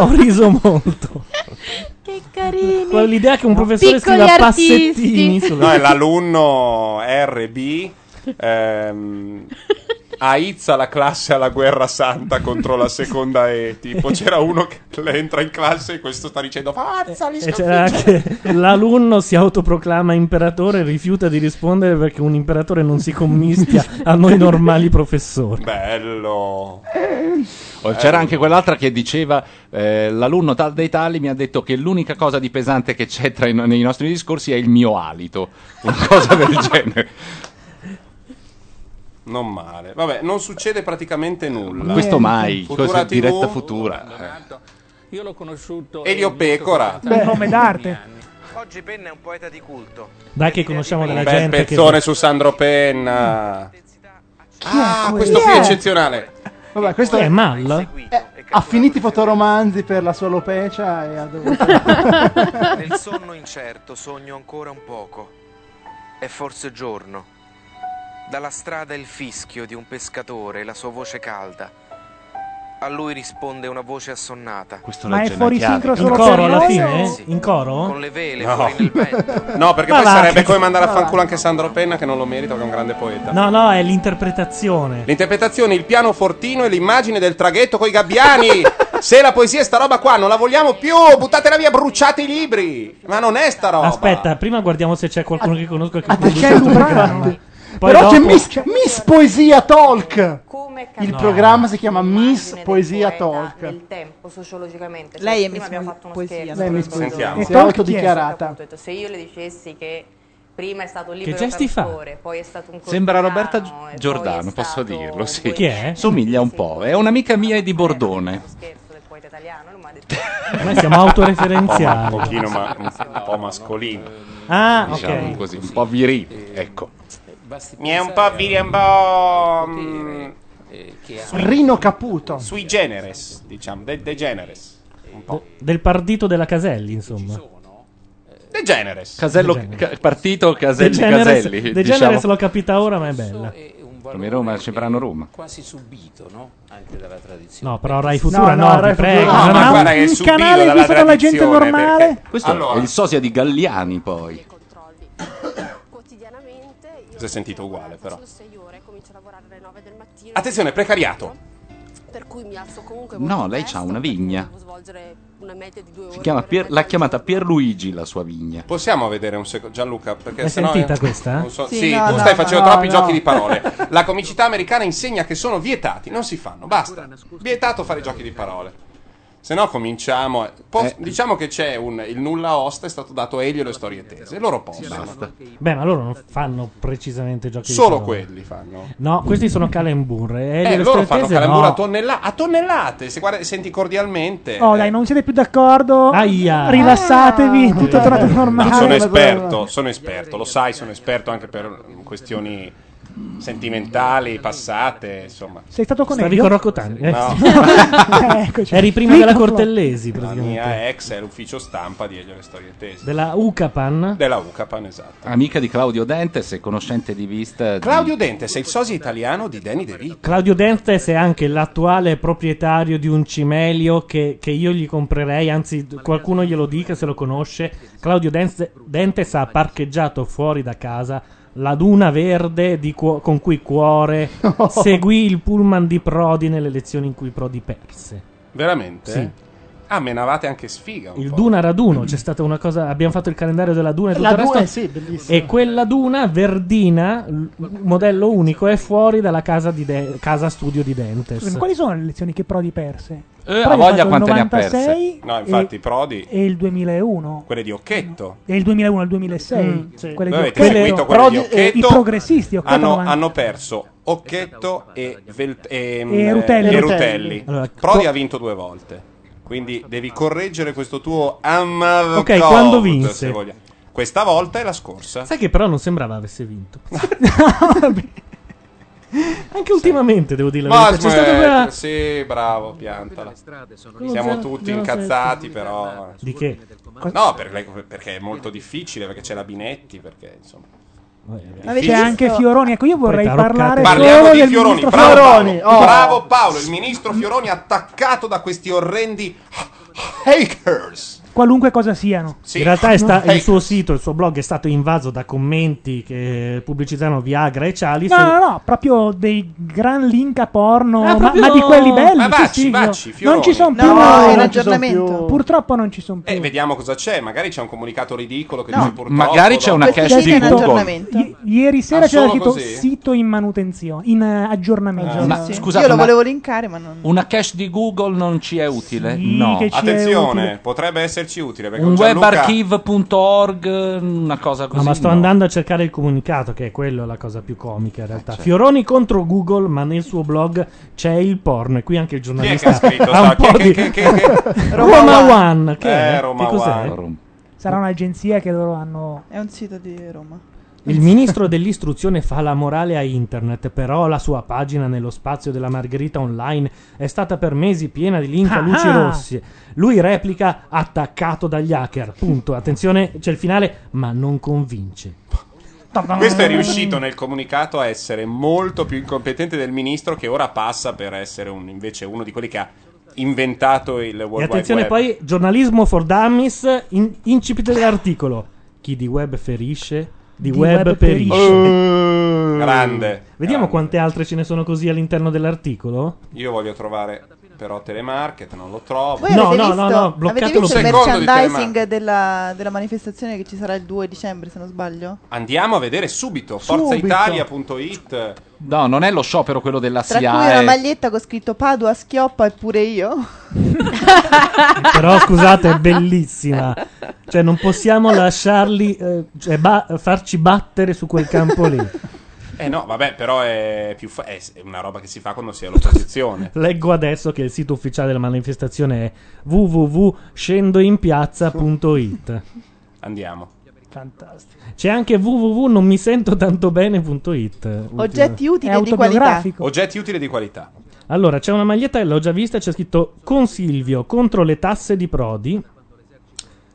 ho riso molto. Che carini. Con l'idea che un professore Piccoli scriva artisti. passettini sulla- No, [LAUGHS] è l'alunno RB. Ehm, [LAUGHS] aizza la classe alla guerra santa contro la seconda E. Tipo, c'era uno che le entra in classe e questo sta dicendo: Forza, li E c'era sconfiggiamo!" anche [LAUGHS] l'alunno si autoproclama imperatore e rifiuta di rispondere perché un imperatore non si commischia a noi normali professori. Bello. Oh, C'era anche quell'altra che diceva: eh, L'alunno tal dei tali mi ha detto che l'unica cosa di pesante che c'è tra i, nei nostri discorsi è il mio alito. Una cosa del [LAUGHS] genere. Non male. Eh, Vabbè, non succede praticamente nulla. Eh, Questo mai, Futura cosa- TV, diretta futura. Io l'ho conosciuto. Elio Pecora. Beh, nome d'arte. Oggi Penna è un poeta di culto. Dai che conosciamo Un della bel gente che pezzone su Sandro Penna. Ah, questo Chi qui è è? eccezionale. Vabbè, questo Chi è, è Mal? Eh, ha finito i fotoromanzi per la sua alopecia e ha dovuto... [LAUGHS] Nel sonno incerto sogno ancora un poco. È forse giorno. Dalla strada il fischio di un pescatore, la sua voce calda. A lui risponde una voce assonnata. Questo Ma è fuori sincro solo coro per alla noi fine? o- In coro? Con le vele No. fuori nel vento. No, perché Ma poi va, sarebbe che- come mandare a ma fanculo anche Sandro Penna, che non lo merita, che è un grande poeta. No, no, è l'interpretazione. L'interpretazione, il piano fortino e l'immagine del traghetto [LAUGHS] coi gabbiani. Se la poesia è sta roba qua, non la vogliamo più, buttatela via, bruciate i libri. Ma non è sta roba. Aspetta, prima guardiamo se c'è qualcuno che conosco che Ah, produce perché questo tu- programma. Poi Però c'è dopo- Miss, Miss Poesia Talk! Il No. programma si chiama Miss Poesia Talk. nel tempo sociologicamente Lei è prima Miss abbiamo Poe- fatto uno Poesia, scherzo Lei è Miss sul Poesia. Sandro E Penna. Talk chi è? Appunto, ho detto, se io le dicessi che prima è stato un libero gesti fa? cantore poi è stato un Sembra cortesano, Roberta Gi- Giordano, posso dirlo. Sì. Chi è? Somiglia un po'. È un'amica mia e di Bordone. scherzo del poeta italiano lui mi ha detto [LAUGHS] Noi siamo autoreferenziali. Un po' ma- un pochino, ma- un po' mascolino. Ah, Diciamo ok. così, un po' virili. Ecco. Mi è un po' vire un po'. mm, eh, che ha- Rino Caputo. Sui generis, diciamo, de, de generis. Un po'. Del partito della Caselli, insomma. De generis. Casello, De Generis. ca- partito Caselli De Generis- Caselli. De diciamo. Generis l'ho capita ora, ma è bella. Come Roma, ci faranno Roma. quasi subito, no? Anche dalla tradizione. No, però Rai Futura no, vi Rai Futura prego. no, non ma ha- guarda che è subito canale dalla visto dalla gente tradizione, normale? perché- Questo Allora. è il sosia di Galliani, poi. Ecco, Si è sentito uguale, però. Attenzione, precariato. Per cui mi alzo comunque No, lei ha una vigna. svolgere una media di due ore. Si chiama Pier- l'ha chiamata Pierluigi la sua vigna. Possiamo vedere un secondo, Gianluca? Perché L'hai sennò sentita questa? non so- Sì, Sì, no, tu no, stai no, facendo no, troppi no. giochi di [LAUGHS] parole. La comicità americana insegna che sono vietati, non si fanno, basta. Vietato fare giochi di parole. Se no cominciamo. a- po- Eh. Diciamo che c'è un. Il nulla osta è stato dato a Elio e le storie tese. Loro possono. Beh, ma loro non fanno precisamente giochi di Solo parole. quelli fanno. No, questi sono calemburre. Eh, le loro fanno storietese calambura no. a, tonnella- a tonnellate. Se guarda- senti cordialmente. Oh, dai, non siete più d'accordo? Aia. Ah. Rilassatevi, tutto è tornato normale. No, Eh, sono esperto, sono esperto, lo sai, sono esperto anche per questioni sentimentali, passate, insomma. Sei stato con Stavi Elio? Ecco, con Rocco Tani, eh. [LAUGHS] No. Eh, eccoci. Eri prima della Cortellesi, La praticamente. mia ex è l'ufficio stampa di Elio e le storie tese. Della Ucapan. Della Ucapan, esatto. Amica di Claudio Dentes e conoscente di vista. Claudio Dentes è il sosia italiano di Danny De Vito. Claudio Dentes è anche l'attuale proprietario di un cimelio che, che io gli comprerei, anzi qualcuno glielo dica se lo conosce. Claudio Dens- Dentes ha parcheggiato fuori da casa la duna verde di Cuo- con cui [LAUGHS] Cuore seguì il pullman di Prodi nelle elezioni in cui Prodi perse. Veramente? Sì. Ah, menavate anche sfiga un Il po'. Duna Raduno, c'è stata una cosa, abbiamo fatto il calendario della Duna e tutto La il due- resto. eh sì, bellissimo. E quella Duna verdina, l- modello unico, è fuori dalla casa, di De- casa studio di Dentes. Scusami, quali sono le lezioni che Prodi perse? Eh, Prodi ha voglia ha fatto il quante ne ha 96 perse. No, infatti, Prodi... E il 2001. Quelle di Occhetto. E il 2001 e il 2006. Mm, sì. Quelle Voi di avete Occhetto. seguito quelle di Occhetto. eh, I progressisti, Occhetto hanno, 90. hanno perso Occhetto e, Vel- e, E Rutelli. e Rutelli. Allora, Prodi ha vinto due volte. Quindi devi correggere questo tuo ammav- Ok, code, quando vinse? se voglia. Questa volta è la scorsa. Sai che però non sembrava avesse [LAUGHS] vinto. Anche ultimamente, devo dire la Ma verità. C'è stata smetti- quella- Sì, bravo, piantala. libere. Siamo Cosa? tutti Non lo incazzati, però. eh. Di che? No, per- perché è molto difficile, perché c'è la Binetti, perché insomma. Avete C'è anche Fioroni, ecco io vorrei parlare Parliamo solo di del Fioroni. ministro Bravo Fioroni. Paolo. Oh. Bravo Paolo, il ministro Fioroni attaccato da questi orrendi hackers. Qualunque cosa siano. In realtà è sta- No. il suo sito, il suo blog è stato invaso da commenti che pubblicizzano Viagra e Cialis. No, no, no, proprio dei gran link a porno, Ah, ma, proprio- ma di quelli belli. Ma sì, baci, sì, baci, no. Fioroni. Non ci sono No, più. è non ci ragionamento. son più. Purtroppo non ci sono più. E Eh, vediamo cosa c'è. Magari c'è un comunicato ridicolo che No. dice purtroppo. Magari c'è una dopo- cache Questo di sito è in Google. aggiornamento. I- ieri sera Ah, c'era solo scritto così? sito in manutenzione, in eh, aggiornamento. Ah, ma Sì. scusate, Io lo ma- volevo linkare, ma non. Una cache di Google non ci è utile? Sì, no. che ci è Attenzione, potrebbe esserci utile perché Un Gianluca- webarchive.org, una cosa No, così. ma sto no. andando a cercare il comunicato, che è quello la cosa più comica in Eh, realtà. certo. Fioroni contro Google, ma nel suo blog c'è il porno. E qui anche il Chi è che giornalista [LAUGHS] ha scritto? ha un sta- chi è po' che- di... che- [LAUGHS] che- che- Roma One, che è? Eh, Roma Che cos'è? One. Sarà un'agenzia che loro hanno. È un sito di Roma. Eh, Il ministro dell'istruzione fa la morale a internet, però la sua pagina nello spazio della Margherita Online è stata per mesi piena di link a luci Ah. rosse. Lui replica attaccato dagli hacker. Punto. Attenzione, c'è il finale, ma non convince. Questo è riuscito nel comunicato a essere molto più incompetente del ministro che ora passa per essere un- invece uno di quelli che ha inventato il World E attenzione Wide Web. poi, giornalismo for dummies, in- incipit dell'articolo. Chi di web ferisce, di, Di web, web perisce. perisce. Oh. Grande, Vediamo quante altre ce ne sono così all'interno dell'articolo. Io voglio trovare però telemarket, non lo trovo. Voi avete visto, avete visto il Secondo di telemarket. merchandising della, della manifestazione che ci sarà il 2 dicembre, se non sbaglio? Andiamo a vedere subito forzaitalia.it. No, non è lo sciopero quello della Tra CIA. cui una eh. maglietta con scritto Padua schioppa e pure io. Però scusate, è bellissima. Cioè, non possiamo lasciarli, eh, cioè, ba- farci battere su quel campo lì. Eh no, vabbè, però è, più fa- è è una roba che si fa quando si è all'opposizione. Leggo adesso che il sito ufficiale della manifestazione è www.scendoinpiazza.it. Andiamo. Fantastico. C'è anche www.nonmisentotantobene.it. Oggetti Ultima- utili di qualità. Oggetti utili di qualità. Allora, c'è una maglietta, l'ho già vista, c'è scritto Con Silvio contro le tasse di Prodi.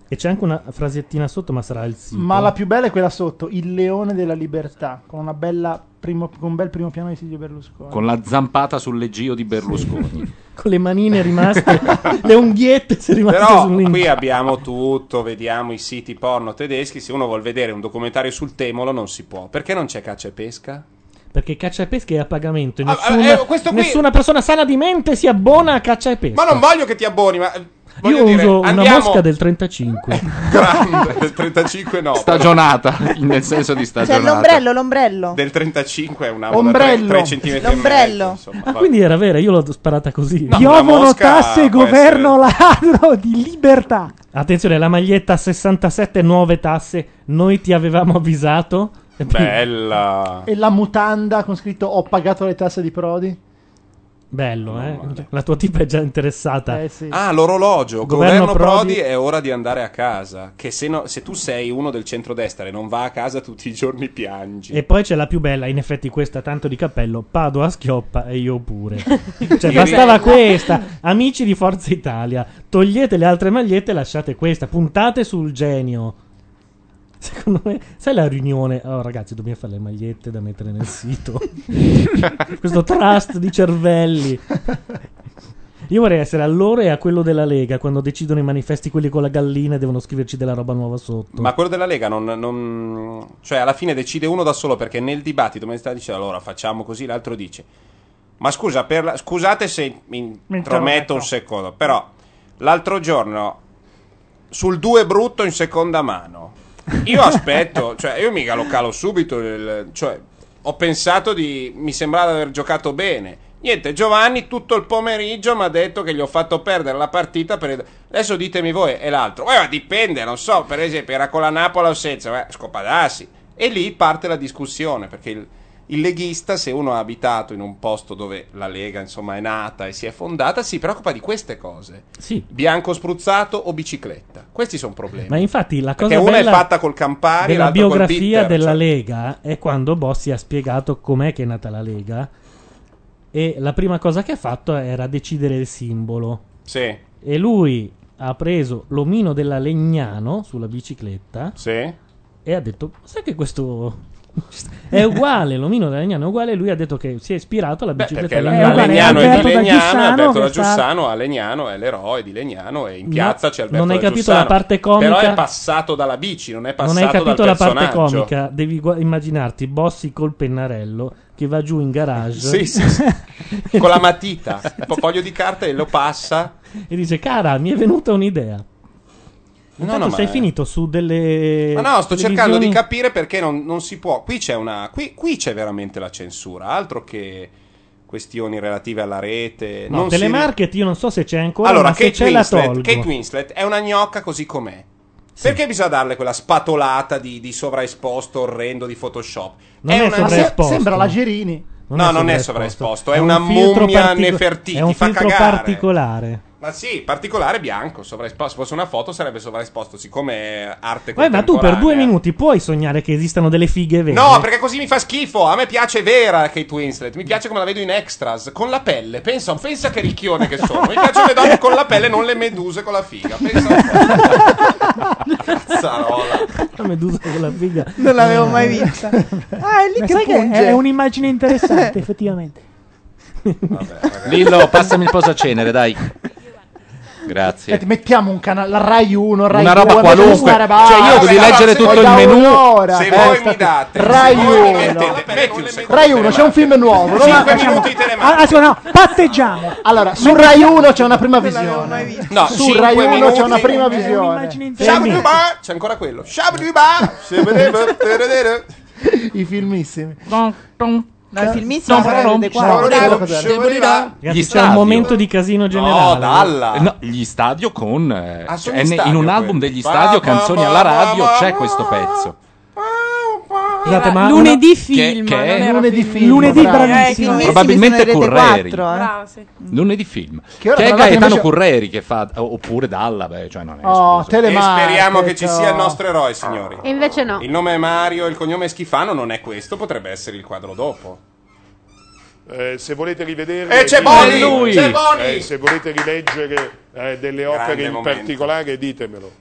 E c'è anche una frasettina sotto, ma sarà il sito. Ma la più bella è quella sotto, il leone della libertà, con, una bella primo- con un bel primo piano di Silvio Berlusconi. Con la zampata sul leggio di Berlusconi. Con le manine rimaste, [LAUGHS] le unghiette se rimaste Però sul link. qui abbiamo tutto, vediamo i siti porno tedeschi. Se uno vuol vedere un documentario sul Temolo, non si può. Perché non c'è caccia e pesca? Perché caccia e pesca è a pagamento. e ah, Nessuna, eh, questo qui- nessuna persona sana di mente si abbona a caccia e pesca. Ma non voglio che ti [LAUGHS] abboni, ma. [LAUGHS] eh, voglio Io dire, uso una andiamo Eh, mosca del [LAUGHS] 35. grande, del 35 no. Cioè, Stagionata, nel senso di C'è stagionata. l'ombrello, l'ombrello. Del 35 è una Ombrello. 3 cm. L'ombrello. Ah, quindi era vera, io l'ho sparata così. No, Piovono una mosca tasse, può governo ladro di libertà. Attenzione, la maglietta 67 nuove tasse. Noi ti avevamo avvisato. E poi- Bella. E la mutanda con scritto ho pagato le tasse di Prodi. Bello, eh. La tua tipa è già interessata. Ah, l'orologio. Governo Governo, Prodi. Prodi. è ora di andare a casa. Che se, no- se tu sei uno del centrodestra e non va a casa tutti i giorni piangi. E poi c'è la più bella, in effetti questa tanto di cappello, Padova schioppa e io pure. cioè Direi- bastava questa. Amici di Forza Italia, togliete le altre magliette e lasciate questa, puntate sul genio. Secondo me, sai la riunione? Oh ragazzi, dobbiamo fare le magliette da mettere nel sito. Questo trust di cervelli. Io vorrei essere a loro e a quello della Lega quando decidono i manifesti quelli con la gallina e devono scriverci della roba nuova sotto. Ma quello della Lega non, non- Cioè, alla fine decide uno da solo perché nel dibattito Mentalità dice allora facciamo così, l'altro dice. Ma scusa, per la- scusate se mi intrometto un secondo, però l'altro giorno sul 2 brutto in seconda mano. Io aspetto, cioè io mica lo calo subito, il- cioè ho pensato di mi sembrava di aver giocato bene. Niente, Giovanni tutto il pomeriggio mi ha detto che gli ho fatto perdere la partita per il- Adesso ditemi voi e l'altro. "Eh, ma dipende, non so, per esempio era con la Napoli o senza, eh, scopadassi. E lì parte la discussione, perché il, il leghista, se uno ha abitato in un posto dove la Lega, insomma, è nata e si è fondata, si preoccupa di queste cose. Sì. Bianco spruzzato o bicicletta. Questi sono problemi. Ma infatti la cosa Perché una è bella fatta col Campari, della l'altra col biografia Bitter. della cioè, Lega è quando Bossi ha spiegato com'è che è nata la Lega e la prima cosa che ha fatto era decidere il simbolo Sì. e lui ha preso l'omino della Legnano sulla bicicletta e ha detto sai che questo è uguale l'omino della Legnano è uguale lui ha detto che si è ispirato alla Beh, bicicletta perché la, Legnano. la Legnano è di Alberto da Legnano, Giussano, Alberto da che sta- Giussano, a Legnano è l'eroe di Legnano e in No, piazza c'è Alberto non hai da capito Giussano. la parte comica- Però è passato dalla bici, non è passato non hai capito dal la parte personaggio. comica devi gua- immaginarti Bossi col pennarello che va giù in garage Sì, sì, sì. con la matita, un po' foglio di carta e lo passa. [LAUGHS] e dice cara mi è venuta un'idea Intanto no, ma sei è- finito su delle Ma no, sto cercando di televisioni- capire perché non, non si può. Qui c'è una. Qui, qui c'è veramente la censura, altro che questioni relative alla rete. No, non si- telemarket io non so se c'è ancora allora, ma se Kate, c'è la Winslet, tolgo Kate Winslet è una gnocca così com'è. Perché bisogna darle quella spatolata di, di sovraesposto orrendo di Photoshop? Non è una- Ma se- sovraesposto. sembra la Gerini. no, non è sovraesposto, è una mummia Nefertiti, è un fa filtro cagare. particolare Ma sì, particolare bianco, sovraesposto. Se fosse una foto sarebbe sovraesposto, siccome è arte Vabbè, ma tu contemporanea. per due minuti puoi sognare che esistano delle fighe vere [LAUGHS] No, perché così mi fa schifo. A me piace vera Kate Winslet. Mi piace come la vedo in extras. Con la pelle. Pensa, pensa che ricchione che sono. Mi piacciono le donne con la pelle, non le meduse con la figa. Pensa un po'. [LAUGHS] Cazzarola. la medusa con la figa Eh. Non l'avevo mai vista. [LAUGHS] Ah, è lì Ma che sai che punge. è un'immagine [LAUGHS] interessante, effettivamente. Lillo, passami il posacenere, dai. Grazie. Senti, Eh, mettiamo un canale, la Rai 1, Rai Una 2, roba qualunque. Cioè, io devi leggere tutto il menù. Se eh, voi mi state- date, Rai se voi mi 1. mettete- metti un secondo. Rai 1, c'è un film nuovo. non la- 5 minuti te ne Ah, ah, sì, no, patteggiamo. Allora, su Rai 1 c'è una prima visione. No, su cinque Rai 1 minuti. c'è una prima È visione. Shabruba! C'è ancora quello. Shabruba! Se [LAUGHS] vedete- vedete- I filmissimi. No, i filmissimi sarebbero adeguati. Ragazzi, c'è un momento di casino generale Eh, no, gli stadio con. eh, Ah, sono gli cioè, ne- in stadio un quelli. album degli stadio, canzoni alla radio, c'è questo pezzo. Scusate, ma lunedì una- film, Che- che non è? era Lunedì film. film, Lunedì, bravo. bravissimo. Eh, i film Probabilmente sono in Rete Curreri. 4, eh. Bravo, sì. Lunedì film. Che Che, ora, è tra l'altro, Gaetano invece- Curreri che fa, o- oppure Dalla, beh, cioè non è. Oh, E Telemar. speriamo che ci oh. sia il nostro eroe, signori. E invece no. Il nome è Mario, il cognome è Schifano, non è questo, potrebbe essere il quadro dopo. Eh, se volete rivedere E c'è eh, Boni! eh, Lui! C'è Boni! eh, se volete rileggere eh, delle opere in momento. particolare ditemelo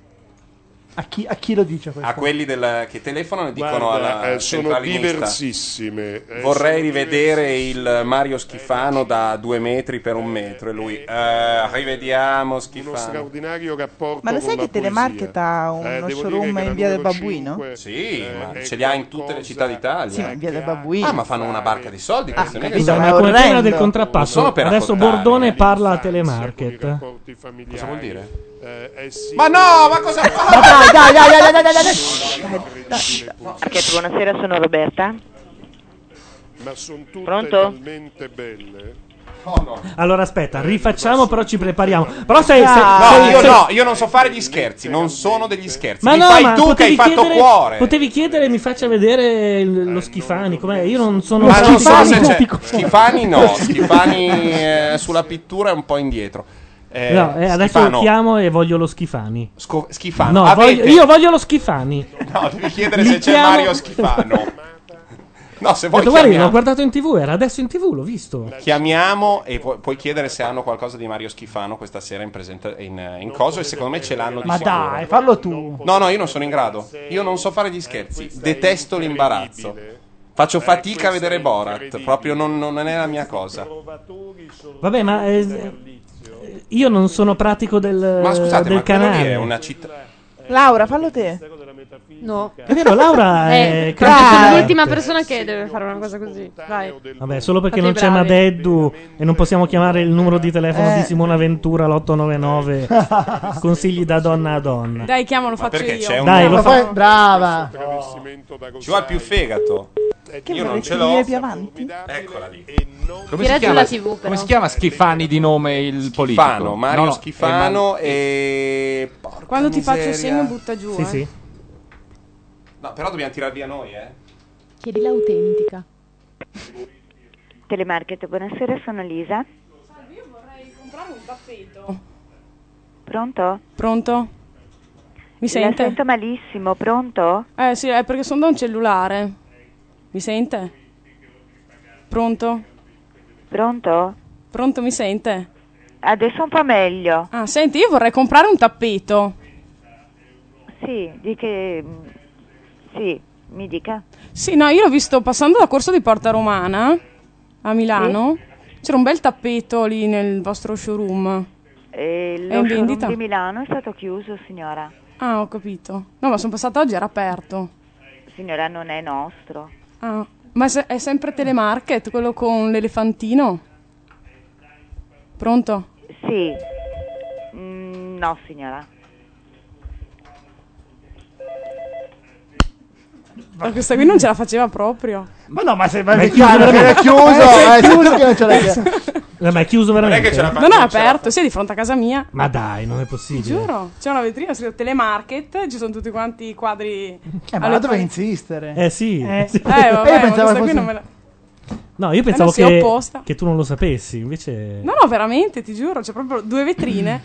A chi, a chi lo dice questo? A quelli del- che telefonano e dicono Guarda, alla eh, sono centralinista. diversissime Eh, Vorrei sono rivedere il Mario Schifano da due metri per un metro e lui, eh, rivediamo uno Schifano. straordinario rapporto Ma lo con sai la che Telemarket poesia. ha uno Eh, devo dire showroom che la in via del numero Babuino? cinque, Sì, eh, ma è ce li ha in tutte le città d'Italia. Sì, ma in via del Babuino. Ah, ma fanno una barca di soldi. questi, non è che Scusa, sono- ma come prima del contrappasso, Sono per adesso raccontare. Bordone parla a telemarket. rapporti familiari. Cosa vuol dire? Eh, eh sì. Ma no, ma Eh, cosa Ma Eh, dai, dai, dai, dai, dai, dai, dai, dai. Incredibile poesia. Market, buonasera, sono Roberta. Ma sono tutte Pronto? talmente belle. Allora aspetta, rifacciamo, però ci prepariamo. Però sei. sei- Ah. No, sei- io sei- no, io non so fare gli scherzi, non sono degli scherzi. Ma Li no, fai ma tu che hai potevi fatto chiedere, cuore. Potevi chiedere, mi faccia vedere il- lo Schifani. Com'è? Io Eh, non sono. Ma non so se Schifani. c'è. [LAUGHS] Schifani no, Schifani eh, sulla pittura è un po' indietro. Eh, No, eh, adesso Schifano, lo chiamo e voglio lo Schifani. Sco- Schifano, No, avete- voglio- io voglio lo Schifani. No, devi chiedere Li se c'è chiamo- Certo, [LAUGHS] Mario Schifano. No, se Ho vuoi detto, guarda, l'ho chiamiamo, guardato in tv, era adesso in tv, l'ho visto. chiamiamo e pu- puoi chiedere se hanno qualcosa di Mario Schifano questa sera in, presenta- in, in coso e secondo me ce l'hanno di Ma sicuro. dai, fallo tu. No, no, io non sono in grado. Io non so fare gli scherzi. Detesto l'imbarazzo. Faccio fatica a vedere Borat. Proprio non, non è la mia cosa. Vabbè, ma eh, io non sono pratico del, Ma scusate, Eh, del ma quella lì canale. è una città. Laura, fallo te. No. È vero, [LAUGHS] [LAUGHS] Laura è Eh, cresciuta- sono l'ultima persona che deve fare una cosa così. Vai. Vabbè, solo perché Fate non i c'è bravi. Madeddu e non possiamo chiamare il numero di telefono Eh. di Simona Ventura [LAUGHS] l'899. Consigli da donna a donna. Dai, chiamalo, faccio perché io. c'è un- Dai, lo Ma fa. poi- brava. Ci vuole più fegato. Eh, Io non ce l'ho. più avanti? Eccola lì. Tira Come si, giù chiama, la TV, come però. si chiama Schifani di nome il politico? Schifano, Mario No, no, Schifano è e... porca Quando ti faccio il miseria. segno, butta giù. eh. No, però dobbiamo tirar via noi, eh. Chiedi l'autentica. Telemarket, buonasera, sono Lisa. Io vorrei comprare un tappeto. Pronto? Pronto? Mi La sente? sento malissimo, pronto? Eh sì, è perché sono da un cellulare. Mi sente? Pronto? Pronto? Pronto, mi sente? Adesso un po' meglio. Ah, senti, io vorrei comprare un tappeto. Sì, di che... Sì, mi dica. Sì, no, io l'ho visto passando da Corso di Porta Romana a Milano. C'era un bel tappeto lì nel vostro showroom. Eh, lo È showroom in vendita? di Milano è stato chiuso, signora. Ah, ho capito. No, ma sono passata oggi, era aperto. Signora, non è nostro. Ah, ma se- è sempre telemarket, quello con l'elefantino? Pronto? Sì. Mm, no, signora. Ma questa qui non ce la faceva proprio. Ma no, ma se Ma è chiuso veramente. chiuso, eh. è chiuso che non [LAUGHS] ce l'hai. Eh, Ma è chiuso veramente. Non è aperto, sì, è di fronte a casa mia. Ma dai, non è Ti possibile. giuro, c'è una vetrina scritto telemarket, ci sono tutti quanti i quadri. Eh, ma alle là dove quali- insistere? Eh [LAUGHS] sì. [LAUGHS] Eh, Sì. eh, vabbè, Io ma pensavo questa qui fosse- Eh, non me la... No, io Eh, pensavo no, sì, che, opposta. che tu non lo sapessi. Invece. No, no, veramente, ti giuro, c'è proprio due vetrine.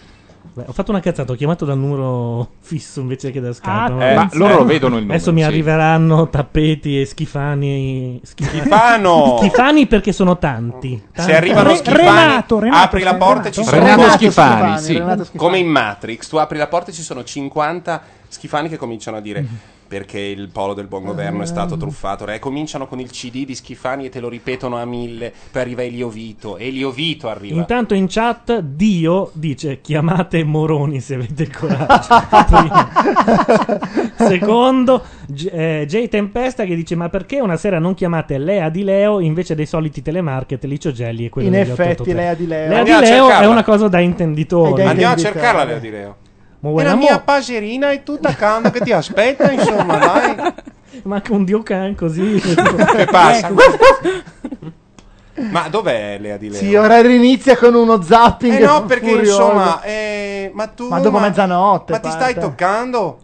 Beh, ho fatto una cazzata, ho chiamato dal numero fisso invece che da Skype. Eh, ma loro lo vedono il numero, Adesso mi sì. arriveranno tappeti e schifani. Schifani, Schifano! Schifani perché sono tanti. Se arrivano schifani, apri la porta e ci sono Renato Schifani, Schifani, sì. Renato Schifani. Come in Matrix, tu apri la porta e ci sono 50 schifani che cominciano a dire [LAUGHS] perché il polo del buon governo è Eh. stato truffato. E cominciano con il CD di schifani e te lo ripetono a mille. Poi arriva Elio Vito. Elio Vito arriva. Intanto in chat Dio dice chiamate Moroni se avete il coraggio. [LAUGHS] Primo. Secondo J- eh, Jay Tempesta che dice ma perché una sera non chiamate Lea di Leo invece dei soliti telemarket Licio Gelli e quello In degli effetti, 883? Lea di Leo. Lea Andiamo di a Leo è cercarla. una cosa da intenditori. Andiamo a cercarla, Leo Di Leo. Ma E buon la amore. mia paserina è tutta calma che ti aspetta, [LAUGHS] insomma, dai. [LAUGHS] [LAUGHS] Ma anche un Dio can così. [LAUGHS] Ecco. Che passa? Ecco. [LAUGHS] Ma dov'è Lea di Leo? Sì, ora rinizia con uno zapping. Eh no, perché furioso. insomma, eh, ma tu. Ma dopo mezzanotte Ma ti [LAUGHS] parte. stai toccando?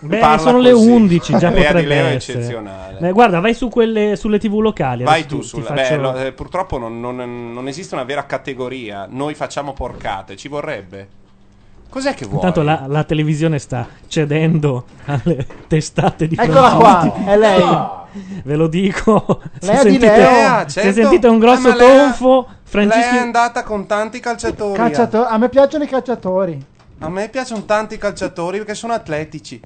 Beh, Parla sono le così. 11, già [LAUGHS] Lea di potrebbe Leo è essere. eccezionale. Beh, guarda, vai su quelle, sulle tv locali. Vai adesso ti- tu ti sulla. faccio- Beh, lo- eh, purtroppo non, non- non esiste una vera categoria. Noi facciamo porcate, ci vorrebbe. Cos'è che vuoi? Intanto la, la televisione sta cedendo alle testate di Eccola Francetti. qua, è lei. No. Ve lo dico. Lea se di sentite, Leo. se Certo. sentite un grosso Ah, ma Lea- tonfo, Lei è Franceschi... andata con tanti calciatori. ah. Cacciato- a me piacciono i cacciatori. A me piacciono tanti calciatori perché sono atletici.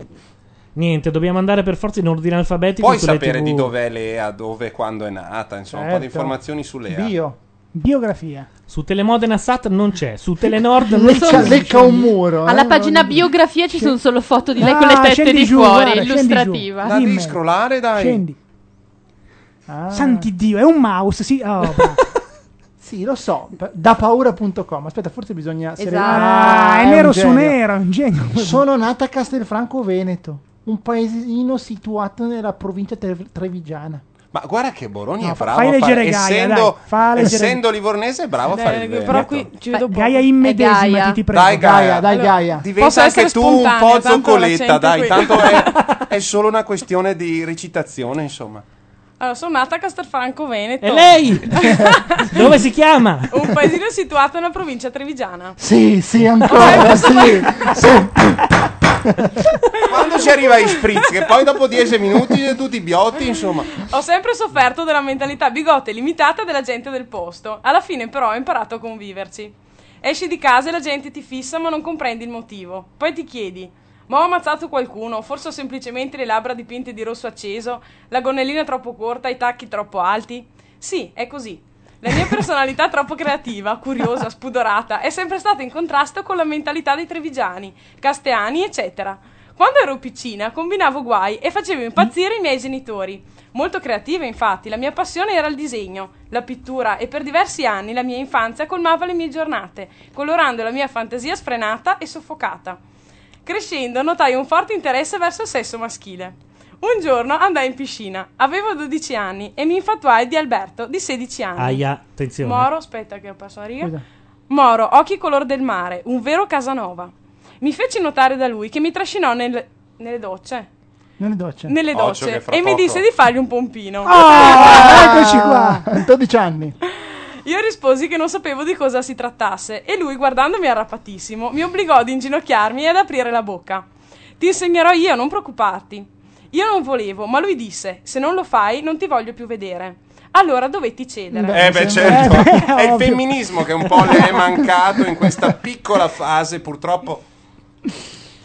Niente, dobbiamo andare per forza in ordine alfabetico Puoi sulle sapere TV. di dov'è Lea, dove, quando è nata, insomma, un po' di Certo. informazioni su Lea. Biografia. Su Telemodena Sat non c'è, su Telenord non Lecca- c'è. lecca un muro, Alla pagina biografia ci sono solo foto di lei con le Ah, teste scendi di giù, fuori, guarda, scendi illustrativa. giù. Dai, Dimmi. scrollare, dai. Scendi. Santi Dio, è un mouse, sì. oh, bravo. Sì, lo so, p- da paura.com. Aspetta, forse bisogna Esatto. selezionare- Ah, è un nero su genio. nero, è un genio. Sono nata a Castelfranco Veneto, un paesino situato nella provincia tre- trevigiana. Ma guarda che Boroni No, è fa- bravo. fai a fare- leggere Gaia, essendo, dai, fa leggere- essendo livornese, è bravo a Eh, fare il Veneto. ecco. ci vedo Gaia immedesimati, Gaia. ti prego. Dai, Gaia. dai, Allora, Gaia. Diventa Posso anche essere tu un spontanea, po' tanto la gente zoccoletta, dai. qui- Tanto è, [LAUGHS] è solo una questione di recitazione, insomma. Allora, sono nata a Castelfranco Veneto. E lei? Dove si chiama? Un paesino situato nella provincia trevigiana. Sì, sì, ancora. sì, sì. Quando ci arriva in spritz, che poi dopo 10 minuti tutti bioti, insomma. Ho sempre sofferto della mentalità bigotta e limitata della gente del posto. Alla fine, però, ho imparato a conviverci. Esci di casa e la gente ti fissa, ma non comprendi il motivo. Poi ti chiedi: ma ho ammazzato qualcuno? Forse ho semplicemente le labbra dipinte di rosso acceso, la gonnellina troppo corta, i tacchi troppo alti? Sì, è così. La mia personalità [LAUGHS] troppo creativa, curiosa, spudorata è sempre stata in contrasto con la mentalità dei trevigiani, casteani, eccetera. Quando ero piccina combinavo guai e facevo impazzire i miei genitori. Molto creativa, infatti, la mia passione era il disegno, la pittura e per diversi anni la mia infanzia colmava le mie giornate, colorando la mia fantasia sfrenata e soffocata. Crescendo notai un forte interesse verso il sesso maschile. Un giorno andai in piscina, avevo 12 anni e mi infatuai di Alberto, di 16 anni. Aia, attenzione. Moro, aspetta che ho perso una riga. Moro, occhi color del mare, un vero Casanova. Mi feci notare da lui che mi trascinò nel- nelle docce. Nelle docce. Oh, Nelle docce e mi disse di fargli un pompino. [LAUGHS] Ah, eccoci qua. 12 anni. Io risposi che non sapevo di cosa si trattasse e lui, guardandomi arrapatissimo, mi obbligò ad inginocchiarmi e ad aprire la bocca. Ti insegnerò io, non preoccuparti. Io non volevo, ma lui disse: Se non lo fai, non ti voglio più vedere. Allora dovetti cedere. Eh beh, certo. Eh, È il femminismo che un po' le è mancato in questa piccola fase, purtroppo.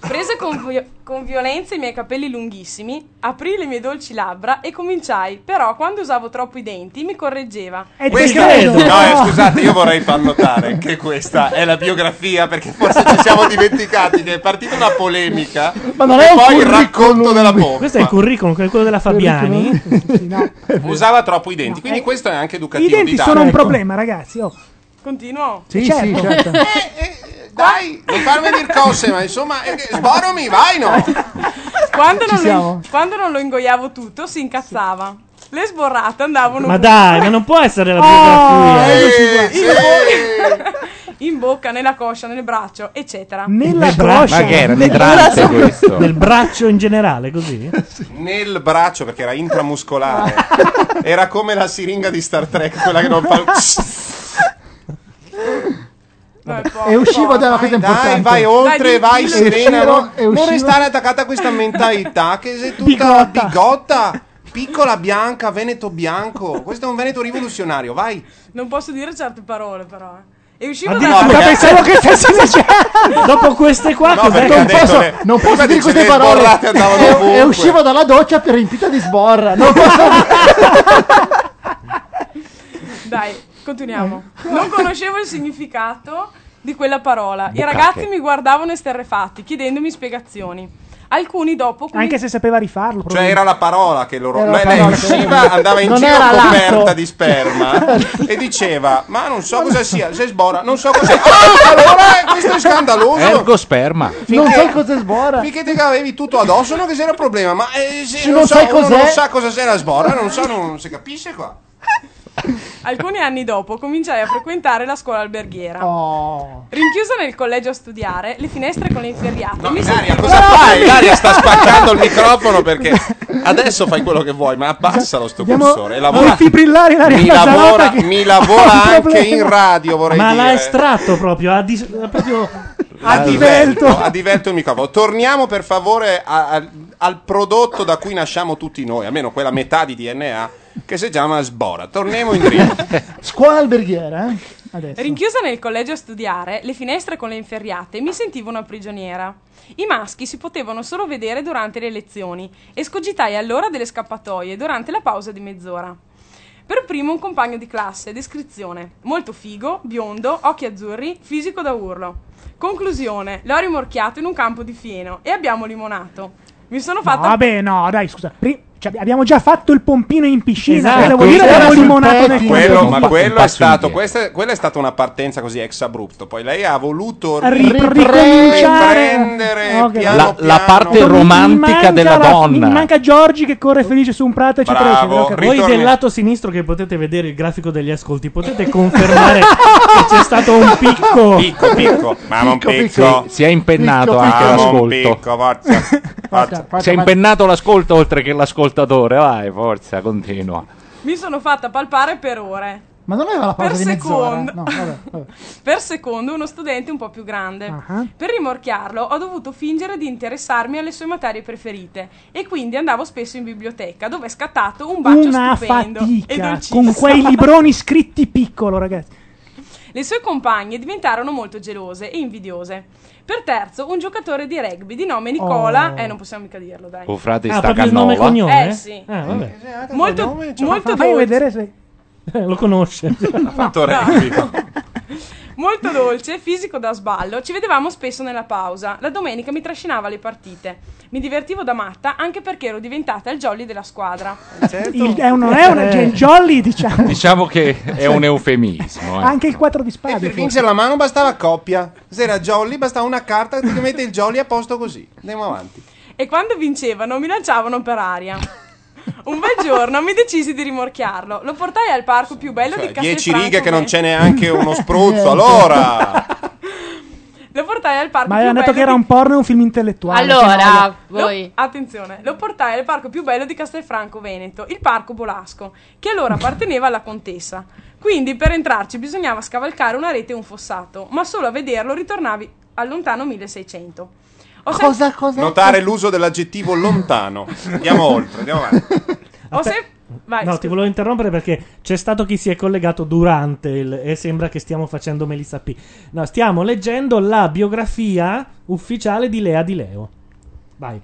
Prese con, vi- con violenza i miei capelli lunghissimi, aprì le mie dolci labbra e cominciai. Però, quando usavo troppo i denti, mi correggeva. No, eh, scusate, io vorrei far notare che questa è la biografia perché forse ci siamo dimenticati che è partita una polemica Ma non e è un poi il curriculum. racconto della bomba. Questo è il curriculum, quello della Fabiani. Usava troppo i denti, quindi questo è anche educativo I denti didattico. sono un problema, ragazzi. Oh. Continuo. Sì, Certo. sì, certo. Eh, eh, dai, non farmi dir cose, ma insomma, eh, sboromi, vai no. Quando Ci non, lo, siamo? quando non lo ingoiavo tutto, si incazzava. Le sborrate andavano. Ma bu- dai, ma non può essere la biografia. eh, in, bo- [LAUGHS] in bocca, nella coscia, nel braccio, eccetera. Nel bra- Nel braccio in generale, [LAUGHS] così? Nel braccio, perché era intramuscolare. Era come la siringa di Star Trek, quella che non fa... E uscivo da una cosa importante. Dai, vai oltre, vai serena. non- E non uscivo- restare attaccata a questa mentalità che sei tutta bigotta. piccola bianca, Veneto bianco. Questo è un Veneto rivoluzionario, vai. Non posso dire certe parole, però. eh. E uscivo Addirittura da. pensavo che stessi [LAUGHS] Dopo queste qua, No, cos'è? perché ha detto le- Non prima posso dire dice queste le parole. sborrate andavano E, ovunque. e uscivo dalla doccia per riempita di [LAUGHS] sborra. Non posso [LAUGHS] Dai, continuiamo. Eh. Non conoscevo il significato di quella parola. I Bucacche. ragazzi mi guardavano esterrefatti, chiedendomi spiegazioni. Alcuni dopo. Anche se sapeva rifarlo. Cioè era la parola che loro... Era la Lei, lei parola. usciva, andava in Non giro era coperta lato. di sperma e diceva, ma non so cosa sia, se sbora, non so cosa... Ah, allora eh, questo è scandaloso. Ergo sperma. Non so cosa sbora. Finché te avevi tutto addosso non che c'era problema, ma eh, se Se non, non so, sai uno cos'è- non sa cosa sia la sbora, non so, non, non si capisce qua. [LAUGHS] Alcuni anni dopo cominciai a frequentare la scuola alberghiera. Oh. Rinchiusa nel collegio a studiare, le finestre con le inferriate mi Daria, [LAUGHS] cosa fai? Daria sta spaccando il microfono perché adesso fai quello che vuoi, ma abbassalo sto Andiamo- cursore. e vuoi Lavora, fibrillare l'aria mi Mazzalotta lavora, che- mi [LAUGHS] [LAUGHS] lavora Ho un anche problema. in radio, vorrei Ma l'ha dire. estratto proprio, ha dis- ha proprio Ha divelto. ha divelto il microfono. Torniamo per favore a- al- al prodotto da cui nasciamo tutti noi, almeno quella metà di DNA che si chiama Sbora. Torniamo indietro. Scuola alberghiera, eh? Adesso. Rinchiusa nel collegio a studiare, le finestre con le inferriate, mi sentivo una prigioniera. I maschi si potevano solo vedere durante le lezioni e scogitai allora delle scappatoie durante la pausa di mezz'ora. Per primo un compagno di classe, descrizione. Molto figo, biondo, occhi azzurri, fisico da urlo. Conclusione, l'ho rimorchiato in un campo di fieno e abbiamo limonato. Mi sono fatta... Vabbè, no, dai, scusa. Pri- cioè, abbiamo già fatto il pompino in piscina. Esatto, cosa vuol dire quello abbiamo sul limonato nel Quello, campo? ma fatto un quello è passo stato, indietro. questa, quella è stata una partenza così ex abrupto. Poi lei ha voluto riprendere Ok. piano La- la piano. parte Mi- mi romantica manca della la- donna. Mi manca Giorgi che corre felice su un prato, eccetera. eccetera. Ho capito. Voi del lato sinistro che potete vedere il grafico degli ascolti, potete [LAUGHS] confermare che c'è stato un picco. Picco, picco, ma non picco. Sì, si è impennato Picco, anche picco. l'ascolto. Picco, forza. Si è impennato l'ascolto oltre che l'ascoltatore. Vai, forza, continua. Mi sono fatta palpare per ore. Ma non aveva la pausa Per Eh, di mezz'ora? secondo. No, vabbè, vabbè. [LAUGHS] Per secondo uno studente un po' più grande. Per rimorchiarlo ho dovuto fingere di interessarmi alle sue materie preferite e quindi andavo spesso in biblioteca dove è scattato un bacio Una stupendo e fatica dolcissimo. con quei libroni scritti piccolo, ragazzi. Le sue compagne diventarono molto gelose e invidiose. Per terzo un giocatore di rugby di nome Nicola, Oh. eh non possiamo mica dirlo dai. Oh, frate, Ah, sta proprio il nome e Cannova. cognome? Eh, sì. Ah, vabbè. Ah, Molto, molto Fai dolce. vedere se. Eh, [LAUGHS] Lo [LAUGHS] conosce. fatto Molto dolce, fisico da sballo, ci vedevamo spesso nella pausa. La domenica mi trascinava alle partite. Mi divertivo da matta anche perché ero diventata il jolly della squadra. Certo. Il, è un, non [LAUGHS] è un, Eh. cioè, il jolly, diciamo. [LAUGHS] Diciamo che è un eufemismo. eh. Anche il 4 di E spade. per vincere la mano bastava coppia. Se era Jolly bastava una carta che mette il Jolly a posto così. Andiamo avanti. E quando vincevano mi lanciavano per aria. Un bel giorno mi decisi di rimorchiarlo. Lo portai al parco più bello di Castelfranco. Cioè, Dieci righe che non Veneto. c'è neanche uno [LAUGHS] spruzzo. Niente. allora, Lo portai al parco Ma più avevano detto bello che era di- un porno e un film intellettuale. Allora, che noia. Lo- attenzione, lo portai al parco più bello di Castelfranco Veneto, il parco Bolasco, che allora apparteneva alla contessa. Quindi per entrarci bisognava scavalcare una rete e un fossato, ma solo a vederlo ritornavi a lontano 1600. Ho sem- notare l'uso dell'aggettivo lontano. [LAUGHS] Andiamo oltre, andiamo avanti. ho sem- vai, No, ti volevo interrompere perché c'è stato chi si è collegato durante il, e sembra che stiamo facendo Melissa P. No, stiamo leggendo la biografia ufficiale di Lea Di Leo. Vai.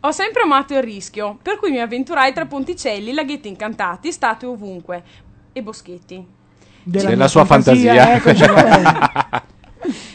Ho sempre amato il rischio, per cui mi avventurai tra ponticelli, laghetti incantati, statue ovunque e boschetti. Della Della mia sua fantasia, [LAUGHS] fantasia.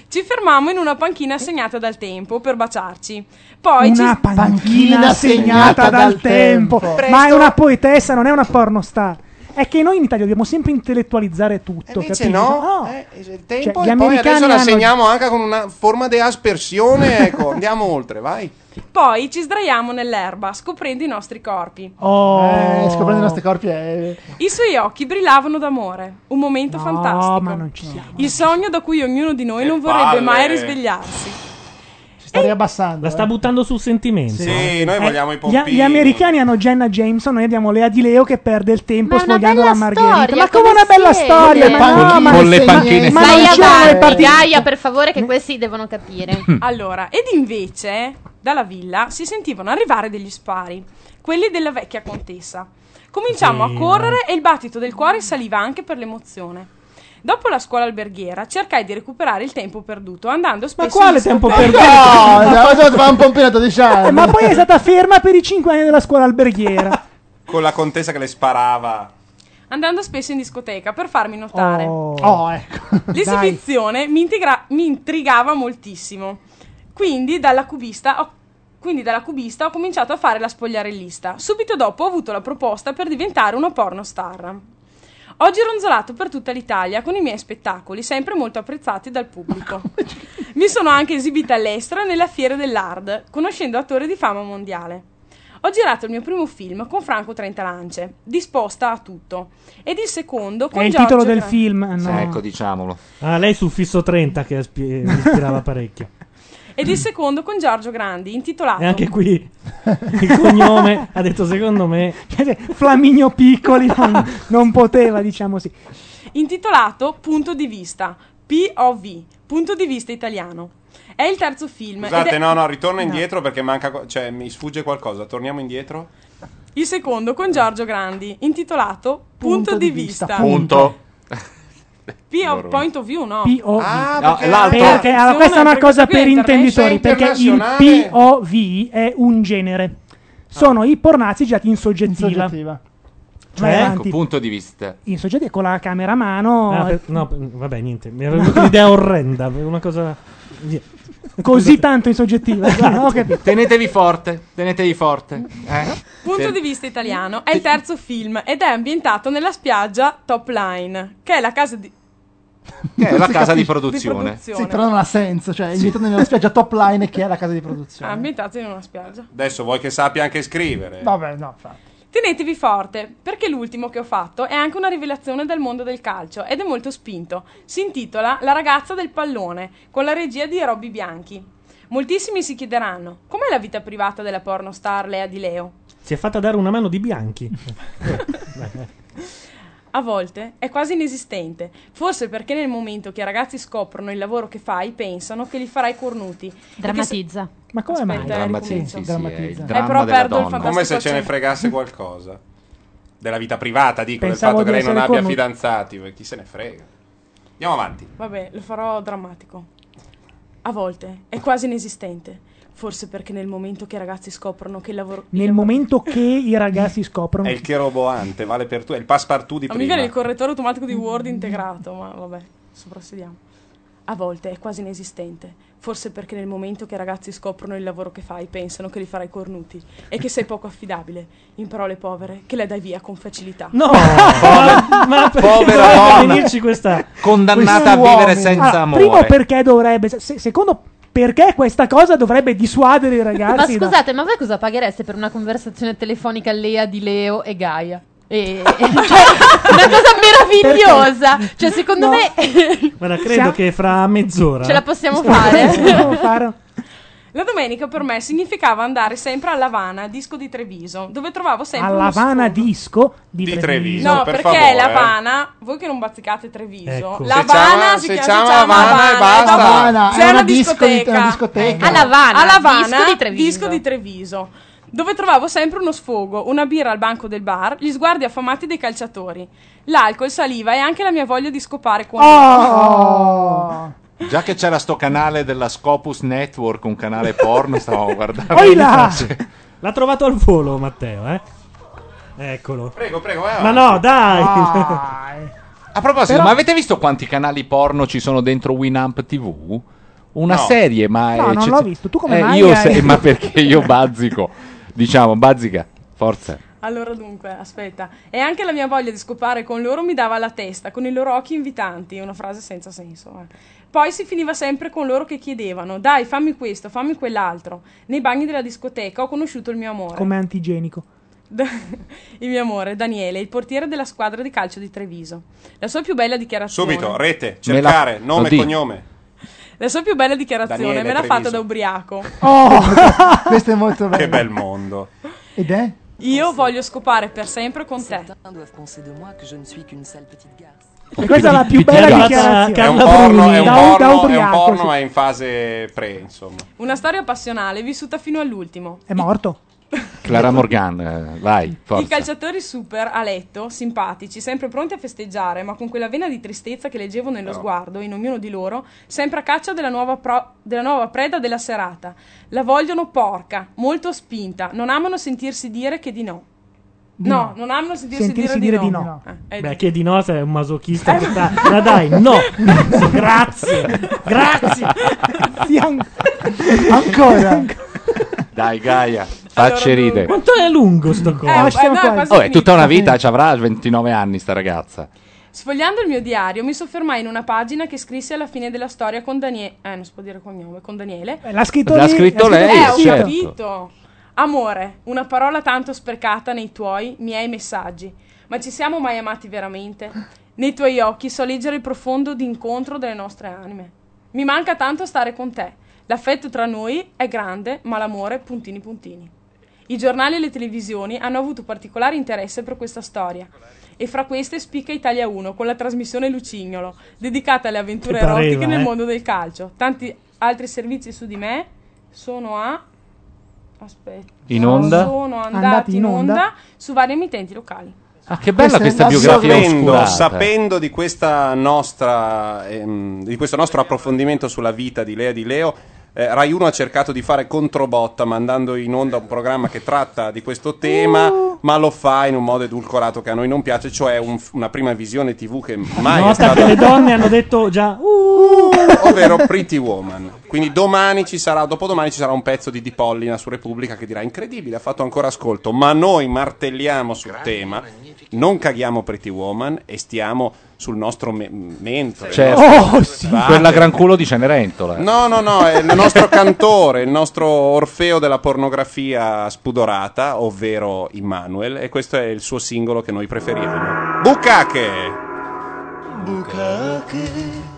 Ci fermammo in una panchina assegnata dal tempo per baciarci. Poi una ci... panchina segnata dal tempo. Presto. Ma è una poetessa, non è una pornostar. È che noi in Italia dobbiamo sempre intellettualizzare tutto. Invece capito? no, eh, il tempo Cioè, gli e poi americani adesso la hanno- segniamo anche con una forma [LAUGHS] di aspersione. Ecco, andiamo oltre, vai. Poi ci sdraiamo nell'erba, scoprendo i nostri corpi. Oh, eh, scoprendo i nostri corpi è... I suoi occhi brillavano d'amore. Un momento fantastico. ma non ci siamo. Il sogno da cui ognuno di noi non vorrebbe palle. mai risvegliarsi. Ci Eh? sta riabbassando. La sta buttando sul sentimento. Sì, noi Eh, vogliamo i Gli, pompini. gli americani hanno Jenna Jameson, noi abbiamo Lea Di Leo che perde il tempo Ma è una sfogliando la bella Margherita. storia, ma come come una bella siete? storia, Con le ma no, panchine. ma Con non le sei- panchine. Ma Vai non c'erano le avanti, partite. Gaia, per favore, che questi [CLEARS THROAT] devono capire. Allora, ed invece dalla villa si sentivano arrivare degli spari, quelli della vecchia contessa. Cominciamo Sì. a correre e il battito del cuore saliva anche per l'emozione. Dopo la scuola alberghiera cercai di recuperare il tempo perduto andando spesso in quale tempo discoteca. perduto? No, no, no, fa un pompino a 12 anni. Eh, ma poi è stata ferma per i 5 anni della scuola alberghiera. Con la contessa che le sparava. Andando spesso in discoteca per farmi notare. Oh, ecco. [LAUGHS] L'esibizione mi, integra- mi intrigava moltissimo. Quindi dalla, cubista ho- quindi dalla cubista ho cominciato a fare la spogliarellista. Subito dopo ho avuto la proposta per diventare una porno star. Ho gironzolato per tutta l'Italia con i miei spettacoli, sempre molto apprezzati dal [LAUGHS] pubblico. Mi sono anche esibita all'estero e nella fiera dell'Ard, conoscendo attori di fama mondiale. Ho girato il mio primo film con Franco Trentalance, disposta a tutto, ed il secondo con È il Giorgio titolo del Fra- film. No. Ecco, diciamolo. Ah, lei sul fisso 30 che aspi- [LAUGHS] mi ispirava parecchio. Ed il secondo con Giorgio Grandi, intitolato E anche [LAUGHS] qui il cognome ha detto secondo me Cioè, Flaminio Piccoli non, non poteva, diciamo sì. intitolato Punto di vista, POV, punto di vista italiano. È il terzo film. ed Scusate, è- no, no, ritorna indietro perché manca. co- cioè, mi sfugge qualcosa. Torniamo indietro. Il secondo con Giorgio Grandi, intitolato Punto, di, vista. Punto. P- point of view, no? POV. No, Ah, perché- l'altro. Perché, allora, questa è una Attenzione, cosa per perché questo qui è intenditori, perché il internazionale. POV è un genere. Sono i pornazzi girati in soggettiva. Eh? Vai ecco, avanti. punto di vista. In soggettiva con la camera a mano. eh, Ah, per- no, per- vabbè, niente, mi era venuta un'idea orrenda, una cosa via. Così tanto in soggettiva. Guarda, ho capito. Tenetevi forte, tenetevi forte. eh? Punto Ten- di vista italiano è il terzo film ed è ambientato nella spiaggia Top Line, che è la casa di Che è la casa di Di produzione. produzione. Sì, però non ha senso. Cioè, invitando nella spiaggia top line che è la casa di produzione. ambientato in una spiaggia. Adesso vuoi che sappia anche scrivere. Vabbè, no, fa. Tenetevi forte, perché l'ultimo che ho fatto è anche una rivelazione del mondo del calcio ed è molto spinto. Si intitola La ragazza del pallone, con la regia di Robby Bianchi. Moltissimi si chiederanno: com'è la vita privata della pornostar Lea Di Leo? Si è fatta dare una mano di bianchi. A volte è quasi inesistente, forse perché nel momento che i ragazzi scoprono il lavoro che fai, pensano che li farai cornuti. e che se- Drammatizza. Ma come Aspetta, eh, ricomincio. Drammatizza, Eh, però perdo il fantastico Come se ce ne accento. fregasse qualcosa. Della vita privata, dico, Pensavo del di fatto che lei non essere abbia cornuto. fidanzati. ma Chi se ne frega. Andiamo avanti. Vabbè, lo farò drammatico. A volte è quasi inesistente, forse perché nel momento che i ragazzi scoprono che il lavoro... Nel momento che i [LAUGHS] ragazzi scoprono. È il cheroboante, vale per tu. È il passepartout di Non mi prima. viene il correttore automatico di Word integrato, ma vabbè, soprassediamo. A volte è quasi inesistente, forse perché nel momento che i ragazzi scoprono il lavoro che fai, pensano che li farai cornuti e che sei poco affidabile, in parole povere, che le dai via con facilità. [LAUGHS] No, ma, ma perché povera dovrebbe donna. venirci questa Condannata a questi vivere uomini? senza Ah, amore. Primo perché dovrebbe. se- secondo perché questa cosa dovrebbe dissuadere i Ma ragazzi. da- scusate, ma voi cosa paghereste per una conversazione telefonica Lea di Leo e Gaia? E, [LAUGHS] e- cioè, una cosa meravigliosa. Cioè, secondo [LAUGHS] me Guarda, credo che fra mezz'ora ce la possiamo fare. [LAUGHS] La domenica per me significava andare sempre all'Havana, disco di Treviso, dove trovavo sempre uno All'Havana disco di, Di Treviso. Treviso, No, per perché favore. l'Havana, voi che non bazzicate Treviso, Ecco. l'Havana Se si chiama, chiama- se chiama si chiama Havana e basta. Havana, c'è è una, una disco di- discoteca. una discoteca. Eh, All'Havana, All'Havana, disco di Treviso. disco di Treviso, Dove trovavo sempre uno sfogo, una birra al banco del bar, gli sguardi affamati dei calciatori. L'alcol saliva e anche la mia voglia di scopare con Oh! Già che c'era sto canale della Scopus Network, un canale porno, stavamo guardando. [LAUGHS] Oila! L'ha trovato al volo Matteo, eh? Eccolo. Prego, prego, Ma no, dai. [LAUGHS] A proposito, Però- ma avete visto quanti canali porno ci sono dentro Winamp TV? Una No. serie, ma... No, è- non c'è- l'ho visto. Tu come eh, mai io hai- se- Ma perché io bazzico. Diciamo, bazzica, forza. Allora dunque, aspetta. E anche la mia voglia di scopare con loro mi dava la testa, con i loro occhi invitanti, una frase senza senso. eh. Poi si finiva sempre con loro che chiedevano, dai fammi questo, fammi quell'altro. Nei bagni della discoteca ho conosciuto il mio amore. Come antigenico. il mio amore, Daniele, il portiere della squadra di calcio di Treviso. La sua più bella dichiarazione... Subito, rete, cercare, Me la- nome e Oddio. cognome. La sua più bella dichiarazione Daniele, me l'ha Treviso. fatta da ubriaco. [LAUGHS] Oh! [LAUGHS] Questo è molto bello. Che bel mondo. Ed è? [LAUGHS] Io voglio scopare per sempre con te. E questa è la più Pitera. bella Grazie. dichiarazione. È un porno, è un da, da porno, è un ubriaco, porno, sì. ma è in fase pre, insomma. Una storia passionale vissuta fino all'ultimo. È morto. Clara Morgan, eh, vai, I forza. calciatori super a letto, simpatici, sempre pronti a festeggiare, ma con quella vena di tristezza che leggevo nello sguardo in ognuno di loro, sempre a caccia della nuova, pro- della nuova preda della serata. La vogliono porca, molto spinta, non amano sentirsi dire che di no. Di no, no. non amano sentirsi, Sentirsi dire, dire di no. no. Eh, eh, Beh, che di no sei un masochista che sta... [LAUGHS] Ma dai, no. Grazie. Grazie. Ancora. Dai, Gaia, facci ridere. Quanto è lungo sto coso? Eh, eh, no, è quasi Oh, è tutta una finito. vita, ci avrà 29 anni sta ragazza. Sfogliando il mio diario, mi soffermai in una pagina che scrissi alla fine della storia con Daniele. Eh, non si può dire cognome, con Daniele. L'ha scritto, L'ha lì- scritto l'ha lei, Eh, ho certo. capito. Amore, una parola tanto sprecata nei tuoi, miei messaggi. Ma ci siamo mai amati veramente? Nei tuoi occhi so leggere il profondo d'incontro delle nostre anime. Mi manca tanto stare con te. L'affetto tra noi è grande, ma l'amore puntini puntini. I giornali e le televisioni hanno avuto particolare interesse per questa storia. E fra queste spicca Italia 1 con la trasmissione Lucignolo, dedicata alle avventure Ti pareva, erotiche nel eh? mondo del calcio. Tanti altri servizi su di me sono a. Aspetta. In onda? Sono andati, Andati in in onda, onda. su vari emittenti locali. Ah, che bella questa, biografia sapendo, oscurata. eh. sapendo di, questa nostra, ehm, di questo nostro approfondimento sulla vita di Lea Di Leo, eh, Rai 1 ha cercato di fare controbotta mandando in onda un programma che tratta di questo tema, Uh. ma lo fa in un modo edulcorato che a noi non piace, cioè un- una prima visione TV che mai è Nota che stata le donne hanno detto già. "Uh". ovvero Pretty Woman. Quindi domani ci sarà, dopodomani ci sarà un pezzo di Di Pollina su Repubblica che dirà incredibile, ha fatto ancora ascolto, ma noi martelliamo sul tema, non caghiamo Pretty Woman e stiamo sul nostro me- mentore. Certo. Quella Vate. gran culo di Cenerentola. No, no, no, è il nostro cantore, il nostro orfeo della pornografia spudorata, ovvero Immanuel, e questo è il suo singolo che noi preferiamo. Bucache! Bukake.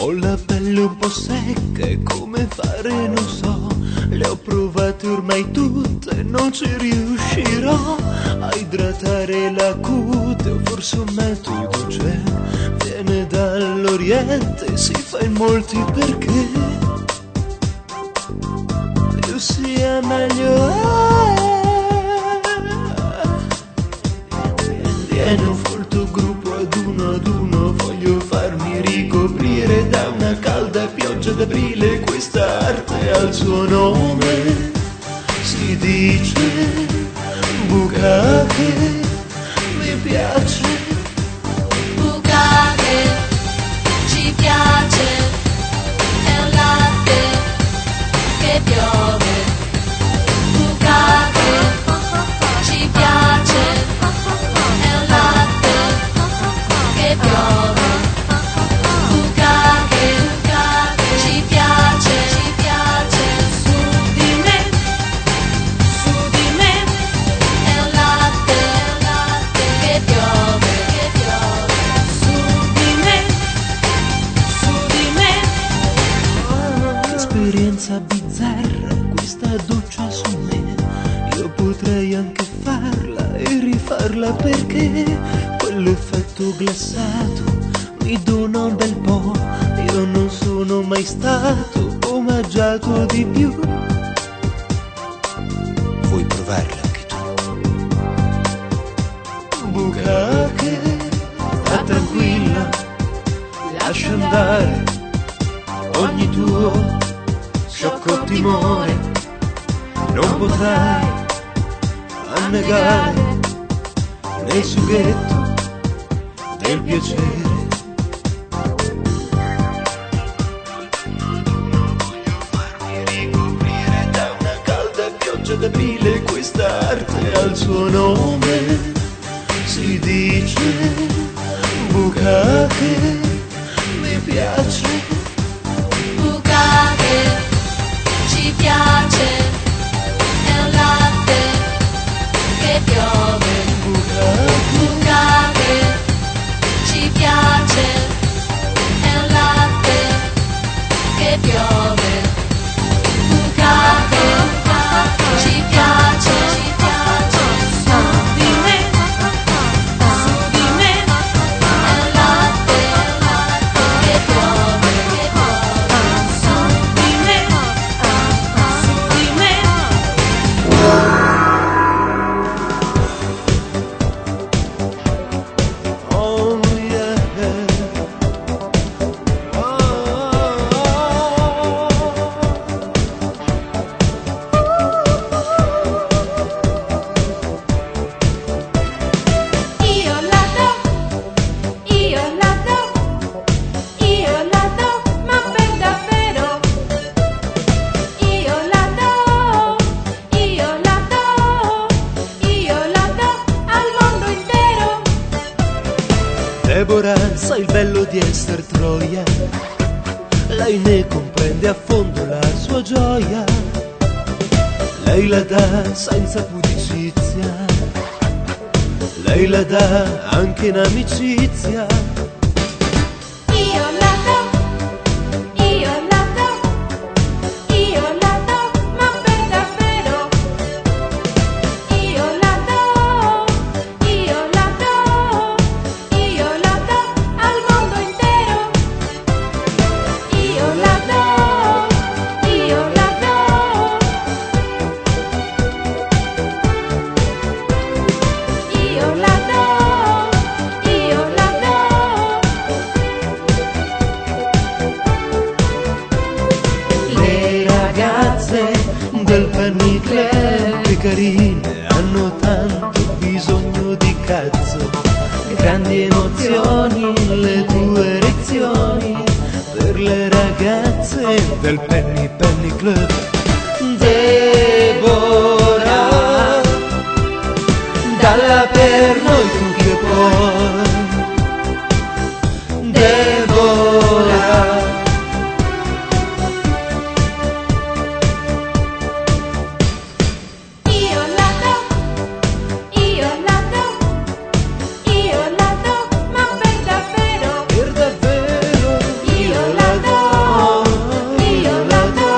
Ho la pelle un po' secca e come fare non so Le ho provate ormai tutte e non ci riuscirò A idratare la cute o forse un metodo c'è Viene dall'oriente, si fa in molti perché Più sia meglio è Viene un folto gruppo ad uno ad uno Voglio farmi ricoprire da una calda pioggia d'aprile Questa arte al suo nome si dice Bucate mi piace Bucate, ci piace, è un latte che piove. Bucate, ci piace, è un latte che piove. Bucate, ci piace, ci piace, su di me, su di me, è un latte, è un latte che piove, che piove. Su di me, su di me, Che esperienza bizzarra questa doccia su me Io potrei anche farla e rifarla perché Quell'effetto glassato mi dona un bel po' Io non sono mai stato omaggiato di più Vuoi provarla anche tu? Bucacche, sta tranquilla, lascia andare ogni tuo sciocco timore non potrai annegare nel sughetto del piacere voglio farmi ricoprire da una calda pioggia d'aprile questa arte al suo nome si dice bucate mi piace Bucate, ci piace, è un latte che piove. Bucate, ci piace, è un latte che piove. Bucate, ci piace, ci piace, su di me, su di me, è un latte bello di essere troia, lei ne comprende a fondo la sua gioia, lei la dà senza pudicizia, lei la dà anche in amicizia. Io la do, io la do, io la do, ma per davvero. Io la do, io la do, io la do al mondo intero. Io la do, io la do. Io la do, io la do. Le ragazze del panicle più carine hanno tanto bisogno di cazzo. Grandi emozioni, le tue erezioni per le ragazze del penny penny club. Deborah, dalla per noi tu che puoi. Deborah. Io la do, io la do, io la do, ma per davvero. Per davvero. Io la do, io la do,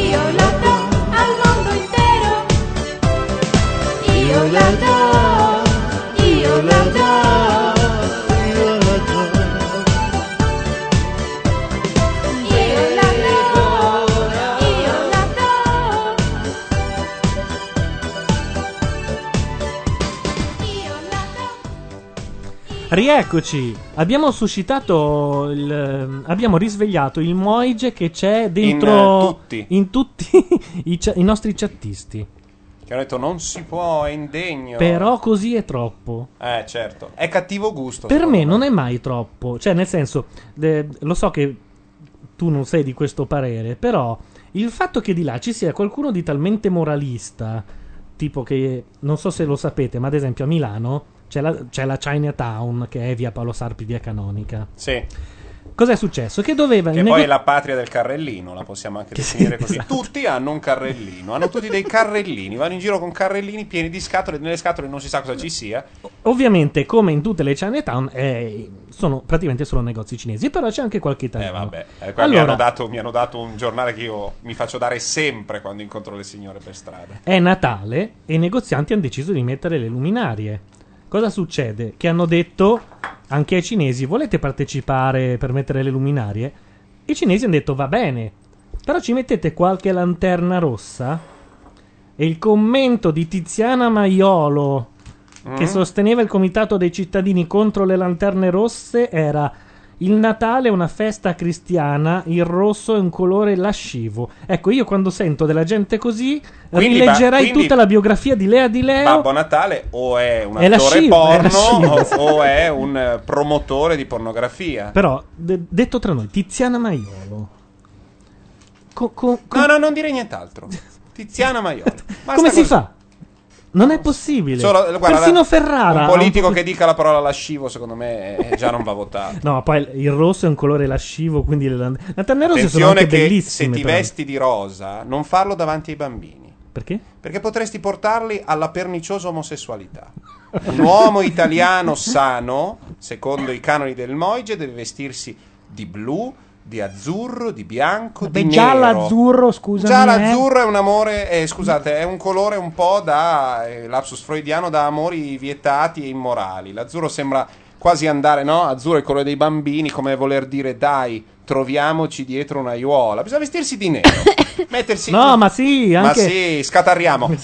io la do al mondo intero. Io la do, io la do, io la do. Io la do, io la do. Rieccoci, abbiamo suscitato, il, ehm, abbiamo risvegliato il Moige che c'è dentro In, eh, tutti. in tutti [LAUGHS] i, cia- i nostri chattisti. Che hanno detto non si può, è indegno. Però così è troppo. Eh, certo. È cattivo gusto. Per secondo me non è mai troppo, cioè nel senso, de- lo so che tu non sei di questo parere, però il fatto che di là ci sia qualcuno di talmente moralista, tipo che, non so se lo sapete, ma ad esempio a Milano c'è la, c'è la Chinatown che è via Paolo Sarpi, via Canonica. Sì. Cos'è successo? Che doveva... Che nego- poi è la patria del carrellino, la [LAUGHS] possiamo anche definire così. esatto. Tutti hanno un carrellino, hanno tutti dei carrellini, vanno in giro con carrellini pieni di scatole, nelle scatole non si sa cosa ci sia. Eh, Ovviamente, come in tutte le Chinatown, eh, sono praticamente solo negozi cinesi, però c'è anche qualche Eh italiano. vabbè, Eh, qua mi, Allora- hanno dato, mi hanno dato un giornale che io mi faccio dare sempre quando incontro le signore per strada. È Natale e i negozianti hanno deciso di mettere le luminarie. Cosa succede? Che hanno detto anche ai cinesi: volete partecipare per mettere le luminarie? I cinesi hanno detto va bene, però ci mettete qualche lanterna rossa? E il commento di Tiziana Maiolo, Mm. che sosteneva il comitato dei cittadini contro le lanterne rosse, era. Il Natale è una festa cristiana, il rosso è un colore lascivo. Ecco, io quando sento della gente così, Quindi va- rileggerai quindi- tutta la biografia di Lea di Leo. Babbo Natale o è un È la attore scimmia, è la porno o, scimmia. esatto. o è un eh, promotore di pornografia. Però, de- detto tra noi, Tiziana Maiolo. Co- co- co- No, no, non dire nient'altro. Tiziana Maiolo. Basta come si così. fa? Non è possibile. Solo- guarda, Persino Ferrara. Un ha politico po' che dica la parola lascivo, secondo me, eh, già non va [LAUGHS] votato. No, poi il rosso è un colore lascivo, quindi le lan- lanterne rosse sono Attenzione anche che se bellissime. ti però. vesti di rosa, non farlo davanti ai bambini. Perché? Perché potresti portarli alla perniciosa omosessualità. Un uomo italiano sano, secondo i canoni del Moige, deve vestirsi di blu, di azzurro, di bianco, Beh, di già nero. l'azzurro, scusami. Già eh. l'azzurro è un amore, eh, scusate, è un colore un po' da eh, lapsus freudiano da amori vietati e immorali. L'azzurro sembra quasi andare, no? Azzurro è il colore dei bambini, come voler dire dai, troviamoci dietro un'aiuola. Bisogna vestirsi [COUGHS] di nero, mettersi No, ma sì, Ma anche. sì, [LAUGHS] scatarriamo.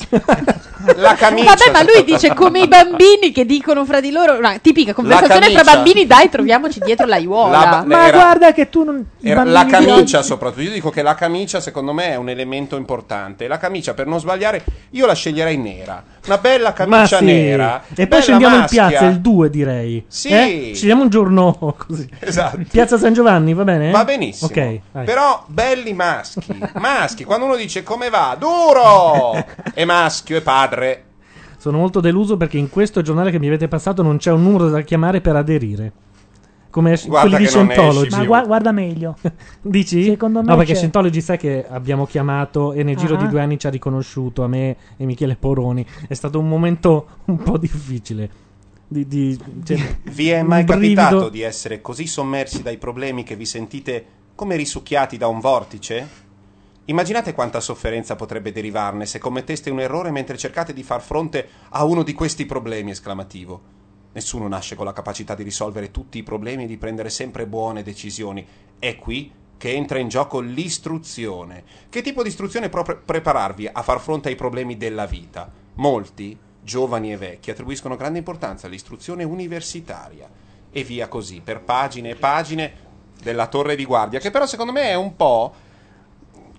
La camicia. Vabbè, ma lui [LAUGHS] dice come i bambini che dicono fra di loro una tipica conversazione fra camicia. bambini, dai, troviamoci dietro l'aiuola. La- ma Ma era- guarda che tu non Era- Eh, la camicia soprattutto, io dico che la camicia secondo me è un elemento importante. La camicia per non sbagliare, io la sceglierei nera. Una bella Ma camicia sì. nera. E bella poi scendiamo maschia. in piazza il 2, direi. Sì. Eh? Scegliamo un giorno [LAUGHS] così. [LAUGHS] Esatto. Piazza San Giovanni, va bene? Va benissimo. Eh? Ok, vai. Però belli [LAUGHS] maschi. maschi, quando uno dice come va, duro! È maschio, è padre. Sono molto deluso perché in questo giornale che mi avete passato non c'è un numero da chiamare per aderire. come eh. Guarda quelli di che non esci Scientology. Ma gua- guarda meglio. [LAUGHS] Dici? Secondo me No, perché c'è. Scientology sai che abbiamo chiamato e nel giro Ah. di due anni ci ha riconosciuto a me e Michele Poroni. È stato un momento un po' difficile. Di, di- cioè, Vi è un mai brivido. capitato di essere così sommersi dai problemi che vi sentite come risucchiati da un vortice? Immaginate quanta sofferenza potrebbe derivarne se commetteste un errore mentre cercate di far fronte a uno di questi problemi esclamativo. Nessuno nasce con la capacità di risolvere tutti i problemi e di prendere sempre buone decisioni. È qui che entra in gioco l'istruzione. Che tipo di istruzione può pre- prepararvi a far fronte ai problemi della vita? Molti, giovani e vecchi, attribuiscono grande importanza all'istruzione universitaria. E via così, per pagine e pagine della torre di guardia, che però secondo me è un po',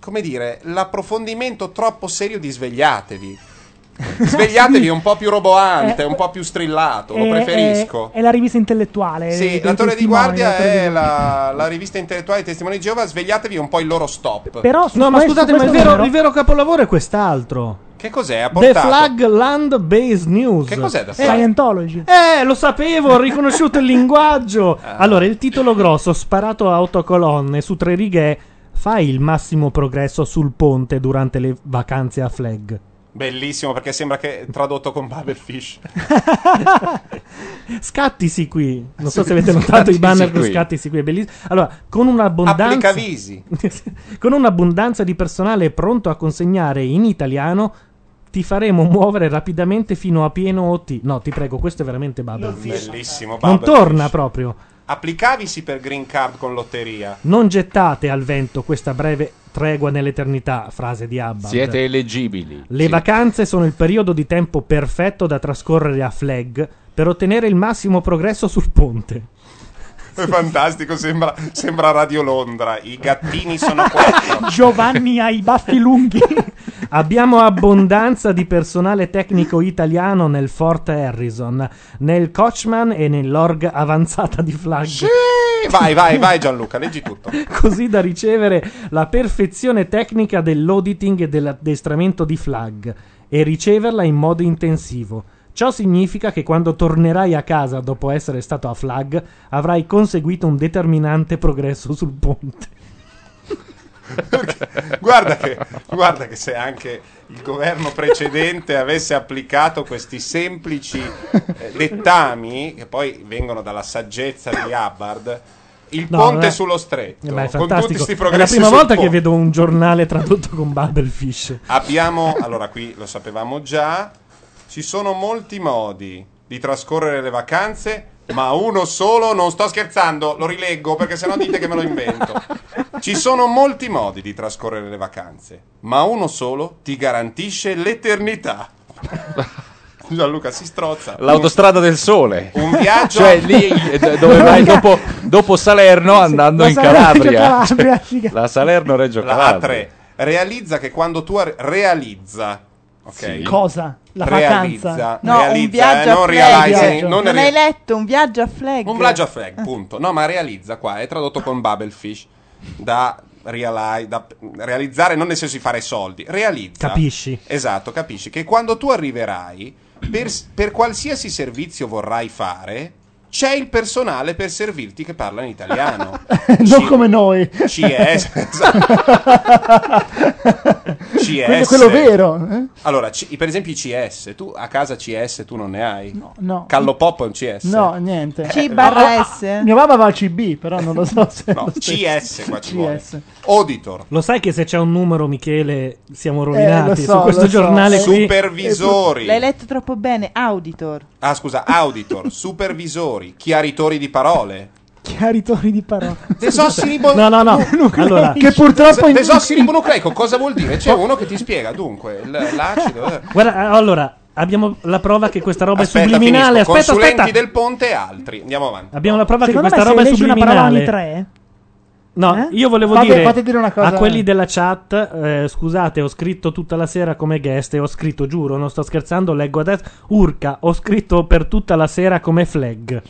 come dire, l'approfondimento troppo serio [LAUGHS] di svegliatevi. Svegliatevi è un po' più roboante, Eh. un po' più strillato, lo È- preferisco. È, è la rivista intellettuale. Sì, dei la Torre di testimoni, eh. la Guardia Torre di è Guardia. la, la rivista intellettuale dei testimoni di Geova. Svegliatevi un po' il loro stop. Però su No, ma questo- scusate, ma il questo vero, numero- il vero capolavoro è quest'altro. Che cos'è? Ha The portato. Flag Land Base News. Che cos'è The Eh, Flag? Scientology. [LAUGHS] Eh, lo sapevo, ho riconosciuto il [LAUGHS] linguaggio. Ah. Allora, il titolo grosso, sparato a autocolonne su tre righe, è fai il massimo progresso sul ponte durante le vacanze a flag. Bellissimo perché sembra che è tradotto con [LAUGHS] Babelfish. Scattisi qui. Non so Sì, se [LAUGHS] avete notato i scattisi banner con qui. scattisi qui, è bellissimo. Allora, con un'abbondanza Applicavisi. [LAUGHS] con un'abbondanza di personale pronto a consegnare in italiano ti faremo muovere rapidamente fino a pieno OT. No, ti prego, questo è veramente Babelfish. Bellissimo. Non Babelfish. torna proprio. Applicavisi per green card con lotteria. Non gettate al vento questa breve tregua nell'eternità, frase di Abba. Siete elegibili. Le vacanze sono il periodo di tempo perfetto da trascorrere a flag per ottenere il massimo progresso sul [LAUGHS] ponte. [LAUGHS] È fantastico, sembra, sembra Radio Londra. I gattini [LAUGHS] sono quattro. Giovanni ha i baffi lunghi. [LAUGHS] Abbiamo abbondanza di personale tecnico italiano nel Fort Harrison, nel Coachman e nell'org avanzata di flag. Vai, vai, vai Gianluca, leggi tutto. [LAUGHS] Così da ricevere la perfezione tecnica dell'auditing e dell'addestramento di flag e riceverla in modo intensivo. Ciò significa che quando tornerai a casa dopo essere stato a flag avrai conseguito un determinante progresso sul ponte. Guarda che, guarda che se anche il governo precedente avesse applicato questi semplici eh, dettami, che poi vengono dalla saggezza di Hubbard, il No, ponte vabbè. sulla stretto, Eh, ma è con tutti fantastico. questi È la progressi prima sul volta che ponte. vedo un giornale tradotto con Babelfish. Abbiamo, allora qui lo sapevamo già, ci sono molti modi di trascorrere le vacanze, ma uno solo, non sto scherzando, lo rileggo perché sennò dite che me lo invento. Ci sono molti modi di trascorrere le vacanze, ma uno solo ti garantisce l'eternità. Gianluca si strozza. L'autostrada del sole. Un viaggio- Cioè lì eh, dove vai dopo, dopo Salerno andando la in Salerno-Reggio Calabria. Calabria, Cioè, la Salerno-Reggio La Calabria. A3 realizza che quando tu ar- realizza ok? Cosa? La realizza, vacanza? No, un realizza, viaggio eh, a non flag. realizing, Non, non rea- hai letto un viaggio a flag. Un viaggio a flag, punto. No, ma realizza qua, è tradotto con Babelfish da, reali- da p- realizzare, non nel senso di fare soldi, realizza. Capisci? Esatto, capisci che quando tu arriverai, per, s- per qualsiasi servizio vorrai fare, c'è il personale per servirti che parla in italiano. [LAUGHS] non come noi. CS, esatto. [LAUGHS] CS. Quello, quello vero. eh? Allora, ci- per esempio i CS, tu a casa CS tu non ne hai? No. No. Callo Pop è un CS? No, niente. C barra S. Ah, ah, mio papà va al CB, però non lo so se... No, CS qua ci CS. vuole. Auditor. Lo sai che se c'è un numero, Michele, siamo Eh, lo rovinati so, su questo lo so. giornale qui. Supervisori. Eh, L'hai letto troppo bene, auditor. Ah, scusa, [LAUGHS] auditor, supervisori, chiaritori di parole. Chiaritori di parole. No, no, [LAUGHS] no. Allora, Che purtroppo in- Tesosiribonucleico, cosa vuol dire? C'è uno che ti spiega, dunque, il- l'acido... eh. Guarda, eh, allora, abbiamo la prova che questa roba è Aspetta, subliminale. finisco. Aspetta, Consulenti aspetta. del ponte e altri. Andiamo avanti. Abbiamo la prova Secondo che me questa se roba è leggi una parola subliminale. ogni tre, eh? No, io volevo Fate- dire fate dire una cosa- a quelli della chat, eh, scusate, ho scritto tutta la sera come guest e ho scritto, giuro, non sto scherzando, leggo adesso, urca, ho scritto per tutta la sera come flag.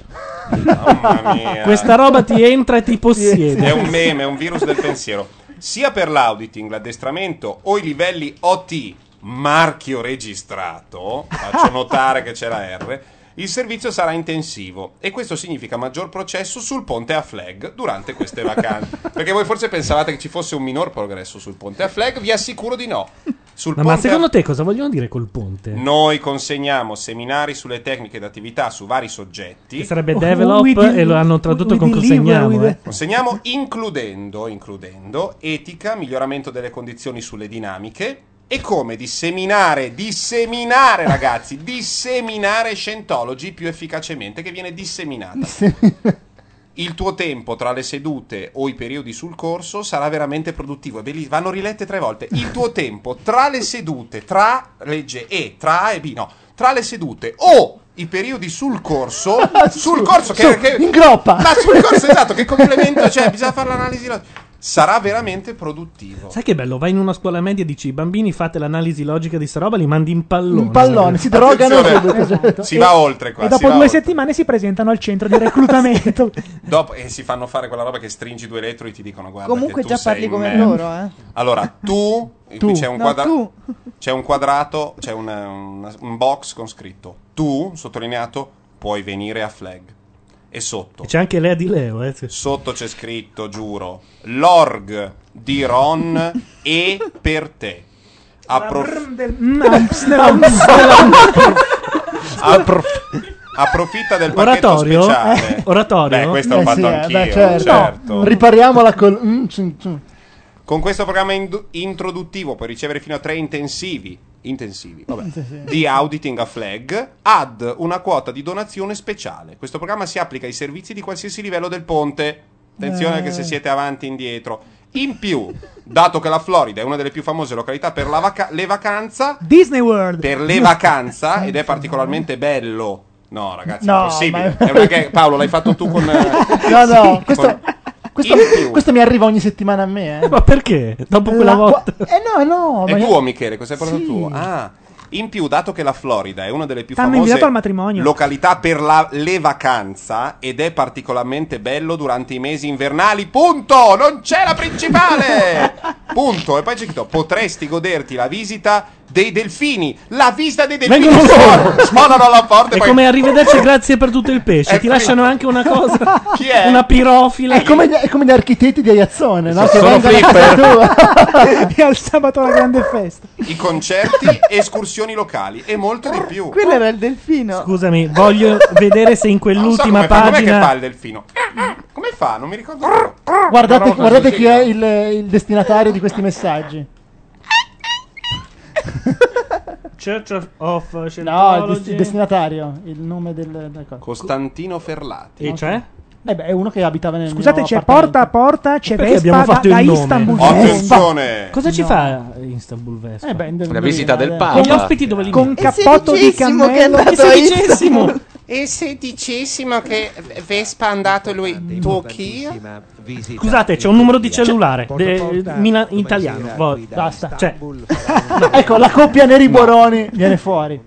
Mamma mia. Questa roba ti entra e ti possiede. È un meme, è un virus del pensiero. Sia per l'auditing, l'addestramento o i livelli OT, marchio registrato, faccio notare che c'è la R, Il servizio sarà intensivo e questo significa maggior processo sul ponte a flag durante queste vacanze. Perché voi forse pensavate che ci fosse un minor progresso sul ponte a flag, vi assicuro di no. Sul No, ma ponte a- secondo te cosa vogliono dire col ponte? Noi consegniamo seminari sulle tecniche d'attività su vari soggetti. Che sarebbe develop We del- e lo hanno tradotto we con deliver, consegniamo, we eh. de- Consegniamo includendo, includendo etica, miglioramento delle condizioni sulle dinamiche e come disseminare, disseminare ragazzi, disseminare Scientology più efficacemente che viene disseminata. Il tuo tempo tra le sedute o i periodi sul corso sarà veramente produttivo. È belliss- vanno rilette tre volte. Il tuo tempo tra le sedute, tra legge E, tra A e B, no, tra le sedute o i periodi sul corso, sul corso che, Ah, Su, che- in groppa. ma sul corso esatto, che complemento, cioè bisogna fare l'analisi. log- Sarà veramente produttivo. Sai che bello? Vai in una scuola media e dici: i bambini fate l'analisi logica di sta roba, li mandi in pallone. In pallone, si drogano subito, esatto. Si va oltre qua. e si dopo va due oltre. settimane si presentano al centro di reclutamento. Dopo, e si fanno fare quella roba che stringi due elettro e ti dicono [LAUGHS] guarda Comunque che tu già parli sei come merda". loro, eh. [LAUGHS] Allora, tu, Tu. qui c'è un, No, quadra- tu. c'è un quadrato, c'è un, un- un box con scritto tu, sottolineato, puoi venire a flag. E sotto, C'è anche Lea di Leo, eh. se- sotto c'è scritto, giuro, l'org di Ron e per te. Approf- [LAUGHS] approf- approfitta del pacchetto Oratorio? speciale. Eh, oratorio? Beh, questo l'ho Eh, fatto sì, eh, anch'io, beh, certo. certo. Ripariamola col... mm, cin, cin. Con questo programma indu- introduttivo puoi ricevere fino a tre intensivi, intensivi vabbè, Intensivi. di auditing a flag ad una quota di donazione speciale. Questo programma si applica ai servizi di qualsiasi livello del ponte. Attenzione Eh. che se siete avanti e indietro. In più, dato che la Florida è una delle più famose località per la vaca- le vacanza, Disney World. per le vacanza ed è particolarmente bello. No, ragazzi, No, è impossibile. ma- È una gag- Paolo, l'hai fatto tu con eh, [LAUGHS] No, no, con- questo, questo, questo mi arriva ogni settimana a me, eh. Ma perché? Dopo quella volta. Eh no, eh no. È ma- tuo, Michele, cos'è proprio Sì. tuo? Ah. In più, dato che la Florida è una delle più T'hanno famose invitato al matrimonio. località per la- le vacanze ed è particolarmente bello durante i mesi invernali, punto! Non c'è la principale! punto. E poi c'è scritto, potresti goderti la visita dei delfini. La visita dei delfini! [LAUGHS] Vengono suonano, loro! suonano alla porta È e poi... come [LAUGHS] arrivederci, e grazie per tutto il pesce. Ti lasciano anche una cosa, una pirofila. È come, gli, è come gli architetti di Aiazzone, no? Che Sono vengono a flipper. [LAUGHS] casa tua. e al sabato la grande festa. I concerti, escursioni locali e molto di più. Quello era il delfino. Scusami, voglio vedere se in Non so quell'ultima come fa- Com'è che pagina. fa il delfino? Eh, Come fa? Non mi ricordo. Guardate, No, no, guardate sì, chi è il, il destinatario di questi messaggi. Church of, of eh, No, Ah, il, Scientology. dest- destinatario, il nome del... del co- Costantino Ferlati. No, Eh beh, è uno che abitava nel cioè? Scusate, mio c'è appartamento. porta a porta, c'è Perché Vespa abbiamo da, fatto da il nome? Istanbul. Attenzione! Cosa ci No. fa Istanbul Vespa? Eh beh, indovina, La visita del eh. Papa. Con gli ospiti dove li Con metti? cappotto di sedicesimo che è cammello. andato a Sedicesimo. E se dicessimo che Vespa è andato lui, tu chi? Scusate, c'è un numero di cellulare de- mina- italiano. Vo- basta. Cioè, [LAUGHS] ecco, la coppia Neri Boroni viene fuori.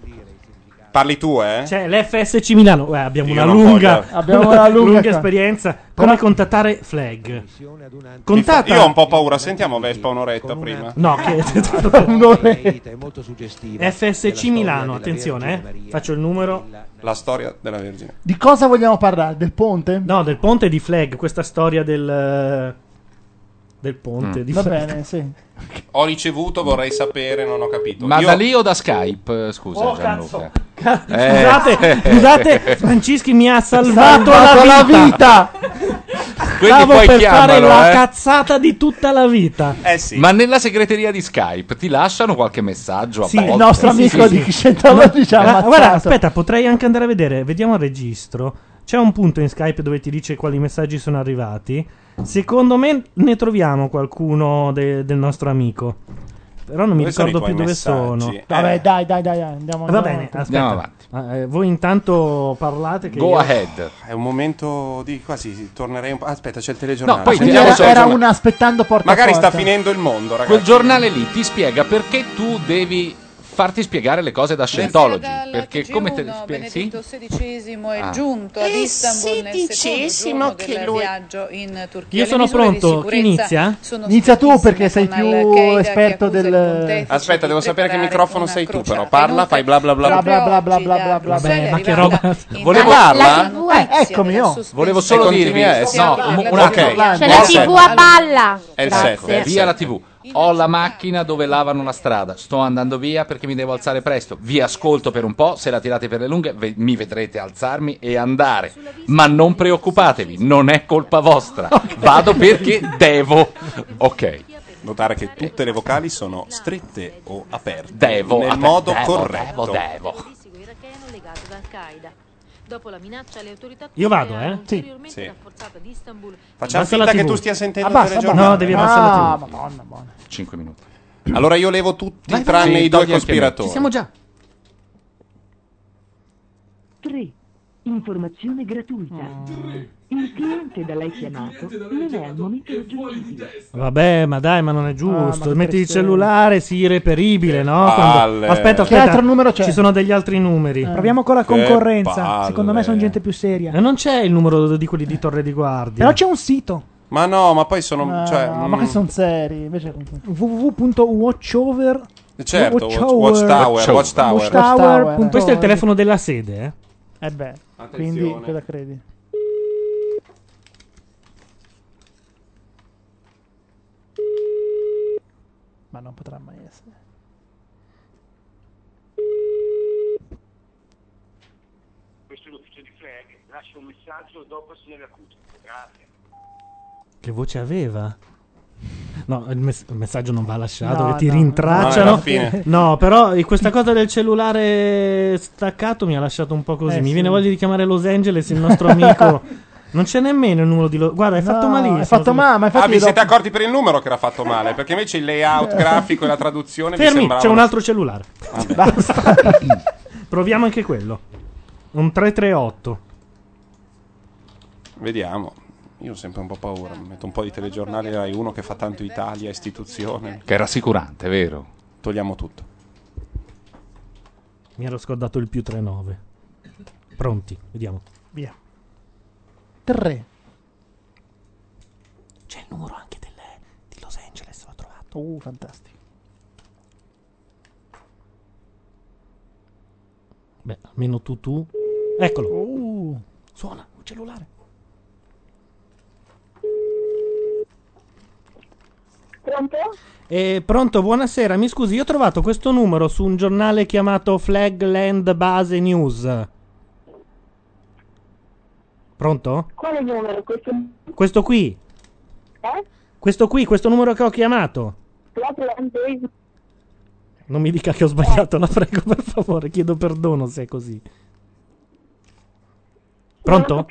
Parli tu, eh? c'è l'FSC Milano. Eh, abbiamo Io una non lunga, voglio. Abbiamo una lunga qua. esperienza. Come contattare Flag? Contatta. Io ho un po' paura, sentiamo Vespa un'oretta prima. No, [LAUGHS] Ah, che FSC Milano, attenzione, eh. Faccio il numero. La storia della Vergine. Di cosa vogliamo parlare? Del ponte? No, del ponte di Flag, questa storia del eh, del Mm. ponte di Va Flag. bene, sì. Ho ricevuto, vorrei sapere, non ho capito. Ma Io- da lì o da Skype? Scusa, Oh, Gianluca. Scusate, Eh. scusate, Francischi mi ha salvato, la Salvato la vita. Quindi Stavo poi per fare chiamalo, la eh. cazzata di tutta la vita. Ma nella segreteria di Skype ti lasciano qualche messaggio a Sì, volte? il nostro Sì, amico sì, di diciamo, sì. Scientology ci ha Ma- ammazzato. guarda, aspetta, potrei anche andare a vedere. Vediamo il registro. C'è un punto in Skype dove ti dice quali messaggi sono arrivati. Secondo me ne troviamo qualcuno de- del nostro amico. Però non mi Dove sono ricordo i più tuoi dove messaggi? sono. Eh. Vabbè, dai, dai, dai, andiamo Va andiamo bene, avanti. aspetta. Ah, eh, voi intanto parlate che io- È un momento di quasi tornerei un po'. Aspetta, c'è il telegiornale. No, poi Quindi ti- era, adesso- era adesso- una aspettando porta a Magari porta. sta finendo il mondo, ragazzi. Quel giornale lì ti spiega perché tu devi farti spiegare le cose da Scientology. Perché come te le spieghi? Sì? Benedetto XVI è Ah. giunto ad Eh, Istanbul nel sedicesimo secondo giorno che del lui- viaggio in Turchia. Io Le sono misure di pronto, chi sicurezza inizia? sono Inizia tu perché sei con più Al-Qaeda che esperto accusa il del... pontefice Aspetta, devo sapere che microfono sei tu, però. Parla, fai bla bla bla. Bla bla bla bla bla bla bla. Bruxelles ma è che arrivata roba. in Volevo Italia la dirla? TV Eh, eccomi io. Volevo solo Continui, dirvi, eh, sì. no, Sì, un- sì. un attimo. Ok. C'è Ho la il TV set. a palla. È il Grazie. set, via la TV. Ho la macchina dove lavano la strada. Sto andando via perché mi devo alzare presto. Vi ascolto per un po'. Se la tirate per le lunghe, ve- mi vedrete alzarmi e andare. Ma non preoccupatevi, non è colpa vostra. Vado perché devo. Ok. Notare che tutte le vocali sono strette o aperte Devo, nel aper- modo devo, corretto. devo, devo. Seguire iracheno legato ad Al-Qaeda. Dopo la minaccia alle autorità Io vado, eh? Sì. Sì. rafforzate ad Istanbul Abbassa Facciamo finta la che TV. tu stia sentendo Abbassa, il abbassa. No, devi abbassare la TV. 5 minuti. [CLEARS THROAT] Allora io levo tutti Vai, vai, tranne vai. i due Togli anche me. cospiratori. Ci siamo già. 3. Informazione gratuita. Il cliente da lei chiamato non è al momento raggiungibile. Vabbè, ma dai, ma non è giusto. che Metti il tristezza. cellulare, si irreperibile, no? palle. Aspetta, aspetta. Che altro numero c'è? Ci sono degli altri numeri. Proviamo con la Che concorrenza. palle. Secondo me eh. sono gente più seria. E non c'è il numero di quelli di Torre di Guardia. Però c'è un sito Ma no, ma poi sono. cioè, No, ma mm, che sono seri. Invece... www.watchover Certo, watch- Watchtower- Watchtower, Watchtower. Watchtower. Questo è il telefono della sede, eh? Eh beh, Attenzione. quindi cosa credi? Ma non potrà mai essere. Questo è l'ufficio di Flag. Lascia un messaggio dopo il segnale acuto. Grazie. Che voce aveva? No, il, mess- il messaggio non va lasciato, No, che ti no. rintracciano. No, alla fine. No, però eh, questa cosa del cellulare staccato mi ha lasciato un po' così. Eh, mi sì. viene voglia di chiamare Los Angeles il nostro [LAUGHS] amico. Non c'è nemmeno il numero di Los Guarda, è fatto No, malissimo. è fatto male, ma infatti Ah, vi io do- siete accorti per il numero che era fatto male? Perché invece il layout grafico e la traduzione vi Fermi, sembravano... c'è un altro cellulare. Vabbè. Basta. [LAUGHS] Proviamo anche quello. Un 338. Vediamo. Io ho sempre un po' paura. Metto un po' di telegiornali Rai 1 che fa tanto Italia, istituzione. Che è rassicurante, vero? Togliamo tutto. Mi ero scordato il più 39. Pronti, vediamo. Via. 3. C'è il numero anche delle- di Los Angeles, l'ho trovato. Uh, fantastico. Beh, almeno tu tu. Eccolo. Suona un cellulare. Pronto? Eh, pronto, buonasera. Mi scusi, io ho trovato questo numero su un giornale chiamato Flagland Base News. Pronto? Quale numero? Questo Questo qui. è? Questo qui, questo numero che ho chiamato. Flatland Non mi dica che ho sbagliato, la prego, per favore. Chiedo perdono se è così. Pronto?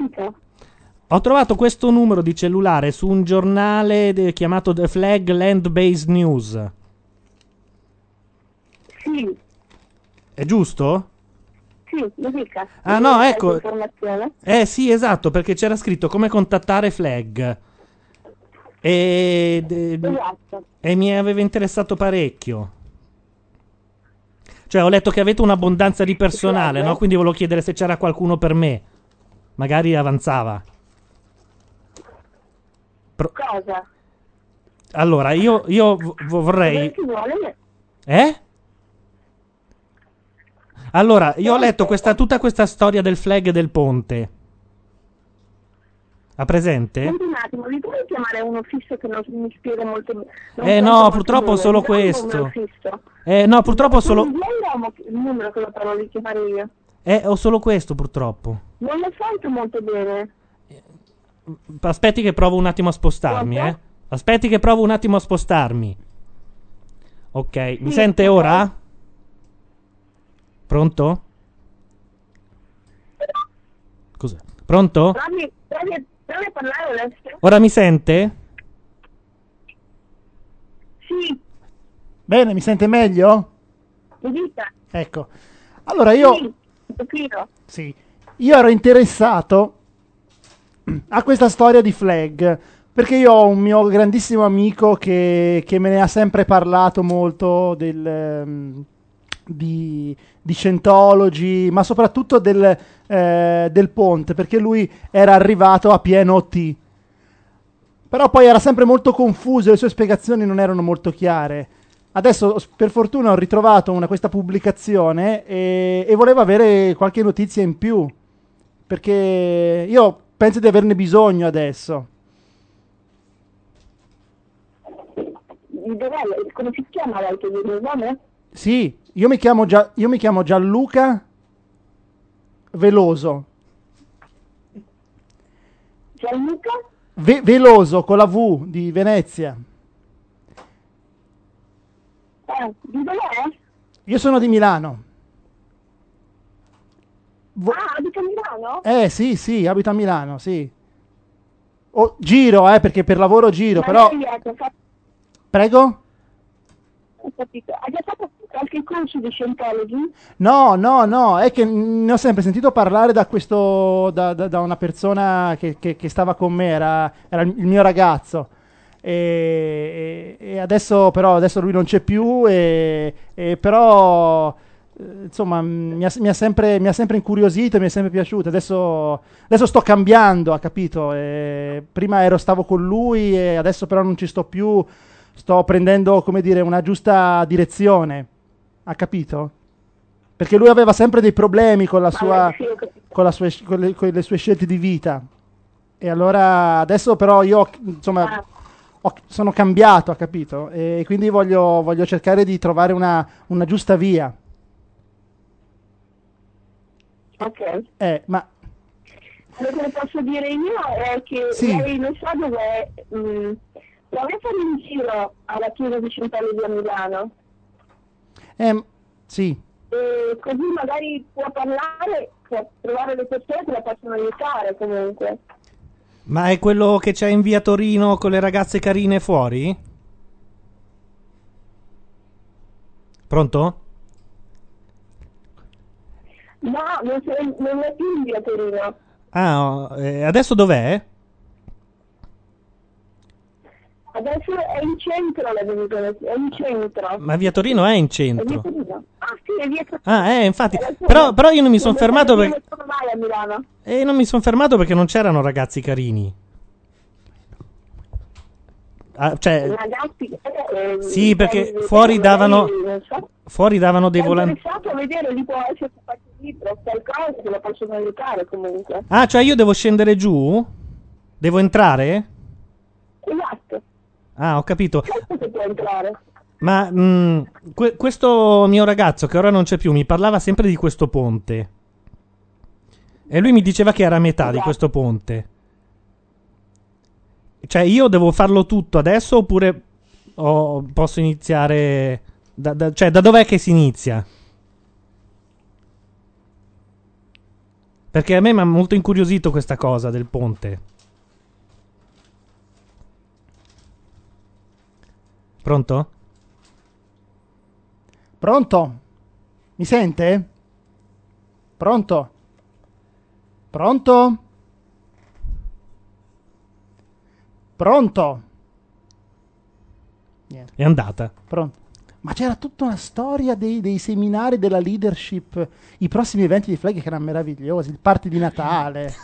Ho trovato questo numero di cellulare su un giornale de- chiamato The Flag Land Base News. Sì, È giusto? sì, mi dica. Ah, no, Questa ecco. Informazione. Eh sì, esatto, perché c'era scritto come contattare Flag. E, de- Esatto. e mi aveva interessato parecchio. Cioè, ho letto che avete un'abbondanza di personale, no? Quindi volevo chiedere se c'era qualcuno per me. Magari avanzava. Cosa? Allora, io, io vo- vo- vorrei... Dove Ci vuole? Eh? Allora, io ho letto questa- tutta questa storia del flag e del ponte. Ha presente? Senti un attimo, mi puoi chiamare uno fisso che non mi spiega molto bene? Non Eh, so no, molto purtroppo bene. solo Dammi un questo. numero fisso. Eh, no, purtroppo ho solo... Non mi viene il numero che lo provo di chiamare io. Eh, ho solo questo, purtroppo. Non lo sento molto bene. Mm, Aspetti che provo un attimo a spostarmi, eh. Aspetti che provo un attimo a spostarmi. Ok, mi Sì, sente ora? Pronto? Cos'è? Pronto? Provi, provi, a- provi a parlare adesso. Ora mi sente? Sì, Bene, mi sente meglio? mi dica. Ecco. Allora io... Sì, un pochino. Sì. Io ero interessato a questa storia di Flag perché io ho un mio grandissimo amico che, che me ne ha sempre parlato molto del, ehm, di, di Scientology, ma soprattutto del, eh, del Ponte, perché lui era arrivato a pieno T. Però poi era sempre molto confuso, le sue spiegazioni non erano molto chiare. Adesso, s- per fortuna, ho ritrovato una- questa pubblicazione e, e volevo avere qualche notizia in più. Perché io penso di averne bisogno adesso. Dov'è- Come si chiama lei che viene in nome? Sì, io mi chiamo, Gia- io mi chiamo Gianluca Veloso. Gianluca? Ve- Veloso con la V di Venezia. Eh, di dov'è? Io sono di Milano. Ah, abita a Milano? Eh sì, sì, abito a Milano, sì. Oh, giro, eh, perché per lavoro giro, Ma però... lei ha già fatto- Prego? ho capito. Ha già fatto qualche corso di Scientology? No, no, no, è che ne ho sempre sentito parlare da questo, da, da- da una persona che, che- che stava con me, era, era il mio ragazzo. E, e- e adesso però, adesso lui non c'è più, e, e però, eh, insomma, mi ha, mi ha sempre, mi ha sempre incuriosito, mi è sempre piaciuto. Adesso, adesso sto cambiando, ha capito? E prima ero, stavo con lui e adesso però non ci sto più, sto prendendo, come dire, una giusta direzione, ha capito? perché lui aveva sempre dei problemi con, la sua, con, la sua- con le, con le sue scelte di vita. E allora adesso però io insomma ho- sono cambiato, ha capito? E quindi voglio, voglio cercare di trovare una, una giusta via. Ok. Eh, ma Quello che posso dire io è che Sì. lei non sa dov'è. mm, Provi a fare un giro alla chiesa di Scientology a Milano. ehm, sì, E così magari può parlare, può trovare le persone che la possono aiutare comunque. Ma è quello che c'è in via Torino con le ragazze carine fuori? Pronto? No, non, sei- non è più in via Torino. Ah, oh, eh, adesso dov'è? Adesso è in centro la Venezia, è in centro. Ma via Torino è in È via centro. Torino. Ah sì, è via Torino. Ah, eh, infatti. Però, però io non mi sono fermato perché. Come mai a Milano? eh, non mi sono fermato perché non c'erano ragazzi carini. Ah, cioè, Ragazzi, eh, Sì, perché magari- fuori davano- non so. fuori davano dei È volantini. interessato a vedere, gli può essere fatto un libro, o qualcosa che lo possono aiutare comunque. Ah, cioè io devo scendere giù? Devo entrare? Esatto, Ah, ho capito. certo che può entrare. Ma mm, que- questo mio ragazzo, che ora non c'è più, mi parlava sempre di questo ponte. E lui mi diceva che era a metà di questo ponte. Cioè, io devo farlo tutto adesso oppure oh, posso iniziare. Da, da- cioè, da dov'è che si inizia? Perché a me mi ha molto incuriosito questa cosa del ponte. Pronto? pronto? Mi sente? Pronto? Pronto? Pronto? È andata. Pronto. Ma c'era tutta una storia dei, dei seminari della leadership, i prossimi eventi di Flag che erano meravigliosi, il party [LAUGHS] di Natale,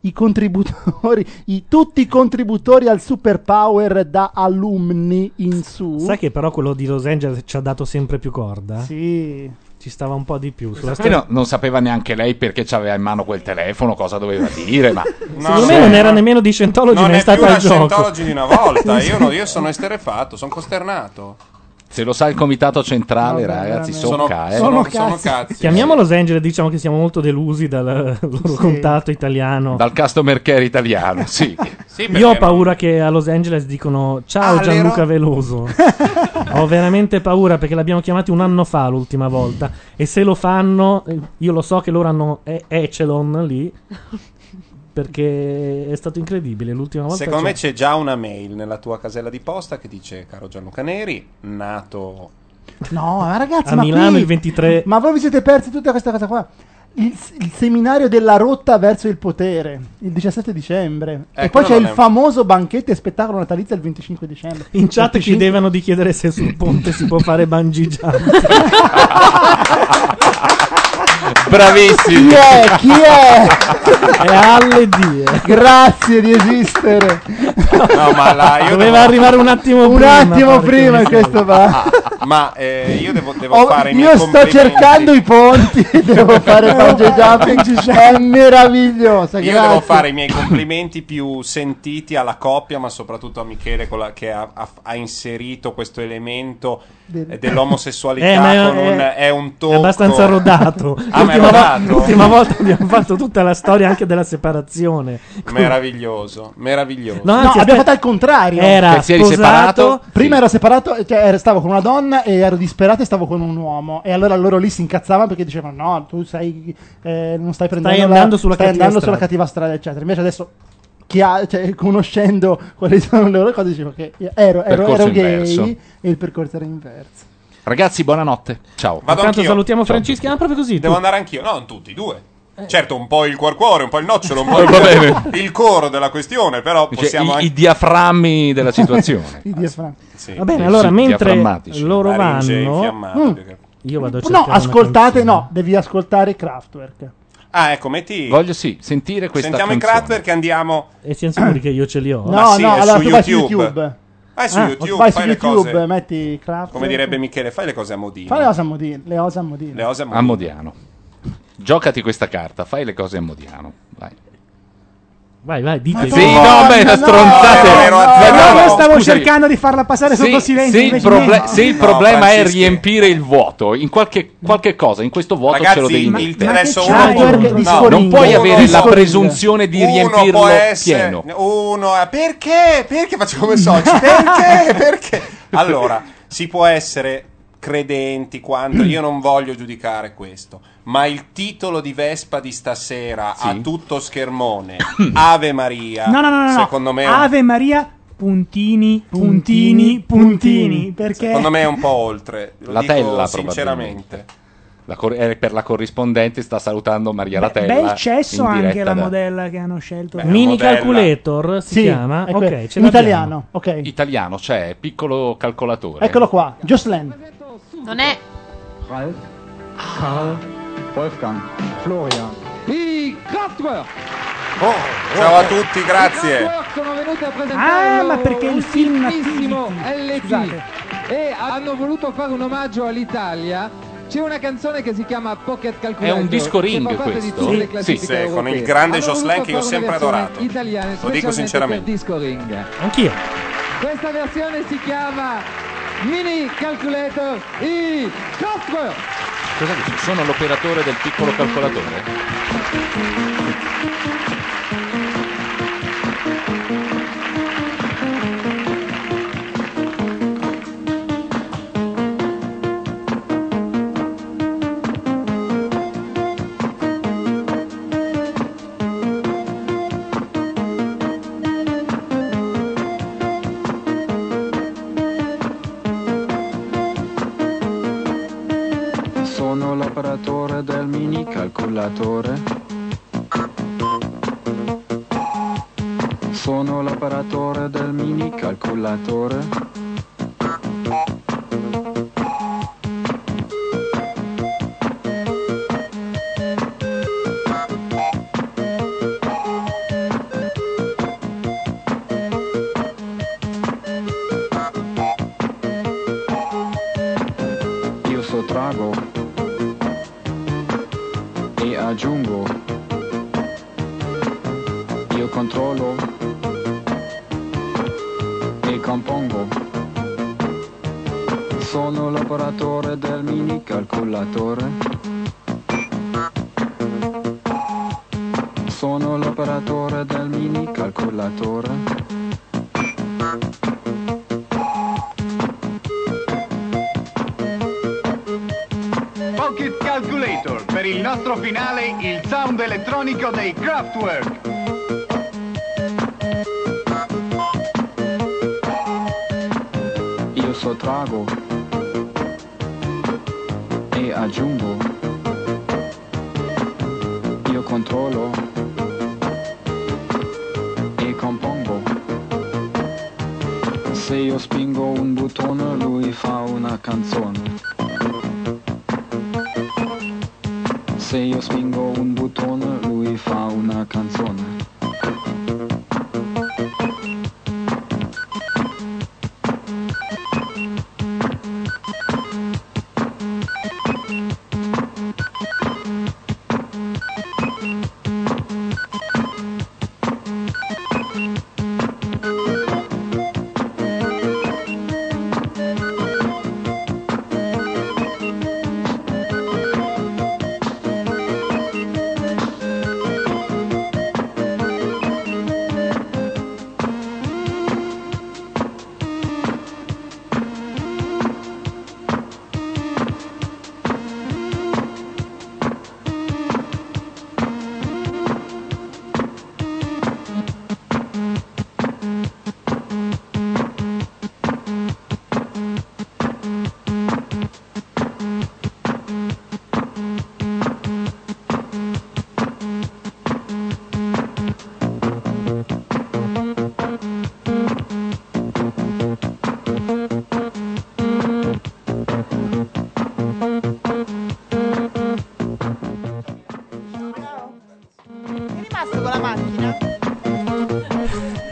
i contributori, i- tutti i contributori al superpower da alumni in su. Sai che però quello di Los Angeles ci ha dato sempre più corda? Sì. Ci stava un po' di più. Sulla Esatto. Poi storia- no- non sapeva neanche lei perché aveva in mano quel telefono, cosa doveva [LAUGHS] dire, ma... Secondo me non era nemmeno di Scientology, Non ma è è più stata una al gioco. Scientology di una volta, io, no- [LAUGHS] io sono esterrefatto, sono costernato. Se lo sa il comitato centrale, No, veramente. ragazzi, sono, Sono- ca- eh. sono- sono cazzi. Chiamiamo Los Angeles, diciamo che siamo molto delusi dal loro contatto italiano. Dal customer care italiano, sì. Io ho paura che a Los Angeles dicono ciao Ah, Gianluca Veloso. ho veramente paura perché l'abbiamo chiamato un anno fa l'ultima volta. E se lo fanno, eh, io lo so che loro hanno E- Echelon lì. Perché è stato incredibile l'ultima volta. Secondo me cioè- c'è già una mail nella tua casella di posta che dice caro Gianluca Neri, nato No, ma ragazzi, A ma Milano qui- il 23. Ma voi vi siete persi tutta questa cosa qua. il, il seminario della rotta verso il potere il 17 dicembre e Ecco, poi c'è non il è- famoso banchetto e spettacolo natalizio il 25 dicembre In chat 25 chiedevano di chiedere se sul ponte si può fare [LAUGHS] bungee jump. Bravissimi. Chi è? Chi è? È alle die. Grazie di esistere. No, ma la- io Doveva devo- arrivare un attimo Un prima. attimo porca prima miseria. questo va. Ma eh, io devo, devo Oh, fare i miei io sto complimenti. cercando i ponti [LAUGHS] e devo [LAUGHS] fare bungee jumping. È meraviglioso. Io grazie. devo fare i miei complimenti più sentiti alla coppia, ma soprattutto a Michele con la- che ha, ha- ha inserito questo elemento Del- eh, dell'omosessualità. Eh, ma è- con un, eh, è un tocco. È abbastanza rodato. Ah, ma è L'ultima vo- rodato? l'ultima volta abbiamo fatto tutta la storia anche della separazione. [LAUGHS] Meraviglioso, meraviglioso. No, anzi, aspetta- abbiamo fatto al contrario. Era sposato, Prima ero separato, cioè ero- stavo con una donna e ero disperato e stavo con un uomo. E allora loro lì si incazzavano perché dicevano: No, tu sei, eh, non stai prendendo la- andando sulla stai cattiva andando strada." sulla cattiva strada, eccetera. Invece adesso. chi ha- cioè, conoscendo quali sono le loro cose, dicevo che io ero, ero, Percorso ero inverso. gay e il percorso era inverso. Ragazzi, buonanotte. Ciao. Vado Intanto anch'io. salutiamo Ciao. Francesca, ma proprio così. Devo tu. Eh. andare anch'io, no, tutti e due. Certo, un po' il cuore, un po' il nocciolo, un po' [LAUGHS] Eh, va il, bene. il coro della questione, però Cioè, possiamo i, anche... i diaframmi della situazione. I diaframmi. Sì. Va bene, allora Sì, mentre diaframmatici. loro Laringe vanno, infiammata, Mm. io vado a cercare No, una ascoltate, no, devi ascoltare Kraftwerk. Ah, ecco, metti... Voglio sì, sentire questa Sentiamo i canzone. Kraftwerk che andiamo... E siamo sicuri che io ce li ho? No, Ma sì, no, è allora su tu vai su YouTube. YouTube. Vai su Ah, YouTube, vai su fai le YouTube, cose- metti Kraftwerk. Come direbbe Michele, fai le cose a modino. Fai le osa modine, le osa modine. Le cose a A modino. Modiano. Giocati questa carta, fai le cose a Modiano. Vai. Vai, vai, dite. Sì, no, beh, no, stronzate. no, no, Ma no, no, io stavo scusa, cercando di farla passare Se, sotto silenzio. se il, invece proble- niente. se il problema è riempire il vuoto, in qualche, qualche cosa, in questo vuoto ce lo Ragazzi, devi il mettere. adesso Ma- uno- ma che uno- c'hai? no, non puoi uno avere la no. presunzione di Uno riempirlo può essere- pieno. Uno, ah, [LAUGHS] perché? Perché faccio come [LAUGHS] soci? Perché? Perché? Allora, si può essere credenti quanto, io non voglio giudicare questo, ma il titolo di Vespa di stasera a tutto [COUGHS] schermone, Ave Maria, No, no, no, no, no. secondo me è un- Ave Maria, puntini, puntini, puntini. perché... Secondo me è un po' oltre. Lo La dico tella, sinceramente. La cor- eh, per la corrispondente sta salutando Maria Beh, Latella. bel cesso in anche diretta la da- modella che hanno scelto. Mini calculator si Sì, chiama. ecco, ok, ce in l'abbiamo. italiano, ok. Italiano, cioè, piccolo calcolatore. Eccolo qua, Jocelyn. Non è Ralf, Karl, Wolfgang, Florian. I Kraftwerk! Oh, Ciao a tutti, grazie. Sono venuti a presentare Ah, il ma loro perché il film ultimissimo Nativity. LP Scusate. e hanno voluto fare un omaggio all'Italia. C'è una canzone che si chiama Pocket Calculator. È un disco che ring fa parte di questo? tutte le Sì. classifiche Sì, con il europee. grande Hanno Jocelyn voluto che io ho fare una sempre versione adorato. Italiana, Lo dico specialmente sinceramente. Per disco ring. Anch'io. Questa versione si chiama Mini Calculator i Kraftwerk. Cosa dici? Sono l'operatore del piccolo calcolatore? Sono l'operatore del mini calcolatore. Sono l'operatore del mini calcolatore. Io sottrago e aggiungo. Io controllo e compongo. Sono l'operatore del mini calcolatore. Sono l'operatore del mini calcolatore. Pocket Calculator per il nostro finale il sound elettronico dei Kraftwerk. Io sottrago e aggiungo. solo e compongo. Se io spingo un bottone lui fa una canzone. Se io spingo un bottone lui fa una canzone. È rimasto con la macchina?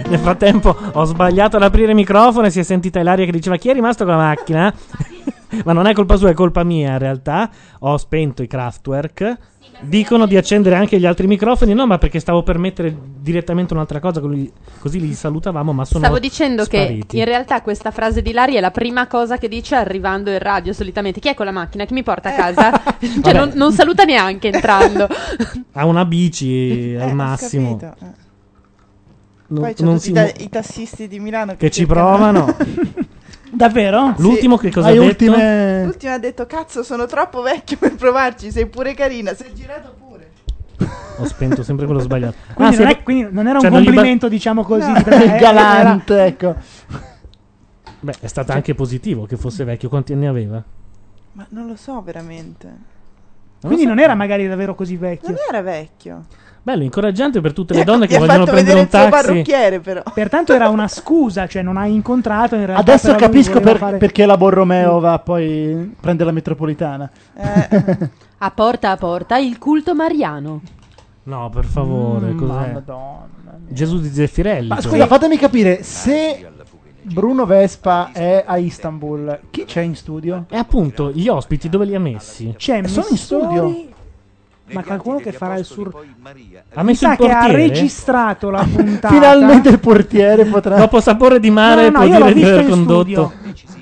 Nel frattempo ho sbagliato ad aprire il microfono e si è sentita Ilaria che diceva chi è rimasto con la macchina? [LAUGHS] Ma non è colpa sua, è colpa mia in realtà. Ho spento i Kraftwerk. Dicono di accendere anche gli altri microfoni. No, ma perché stavo per mettere direttamente un'altra cosa, così così li salutavamo, ma sono Stavo dicendo spariti. che in realtà questa frase di Lari è la prima cosa che dice arrivando in radio solitamente. Chi è con la macchina? Chi mi porta a [LAUGHS] casa? cioè, Vabbè. non, non saluta neanche entrando. Ha una [LAUGHS] Eh, bici al massimo. Non- Poi c'è non tutti si i, mu- ta- i tassisti di Milano che, Che ci cercano- [LAUGHS] provano. Davvero? L'ultimo che cosa Hai ha detto? ultime- L'ultima ha detto cazzo sono troppo vecchio per provarci, sei pure carina, sei girato pure. Ho spento sempre quello sbagliato. Quindi, Ah, non, sì, è- quindi non era cioè, un non gli ba- complimento, diciamo così. No. però [LAUGHS] [LAUGHS] era- Galante, ecco. Beh, è stato anche positivo che fosse vecchio. Quanti anni aveva? Ma non lo so veramente. Quindi non era magari davvero così vecchio. Non era vecchio. Bello, incoraggiante per tutte le Mi ha- donne mi che ha vogliono fatto prendere un vedere il suo taxi. parrucchiere, però. Pertanto era una scusa, cioè non hai incontrato in realtà. Adesso però lui capisco voleva per- fare- perché la Borromeo va poi prende la metropolitana. Eh, a porta a porta il culto mariano. No, per favore, Mm, cos'è? Madonna Gesù di Zeffirelli. Ma cioè. scusa, fatemi capire se Bruno Vespa è a Istanbul, chi c'è in studio? E appunto, gli ospiti dove li ha messi? C'è Sono in studio. Ma qualcuno che farà il sur. Ha messo Mi sa il che ha portiere? registrato [LAUGHS] la puntata. Finalmente il portiere potrà Dopo sapore di mare No, no, può io l'ho dire di visto aver in condotto.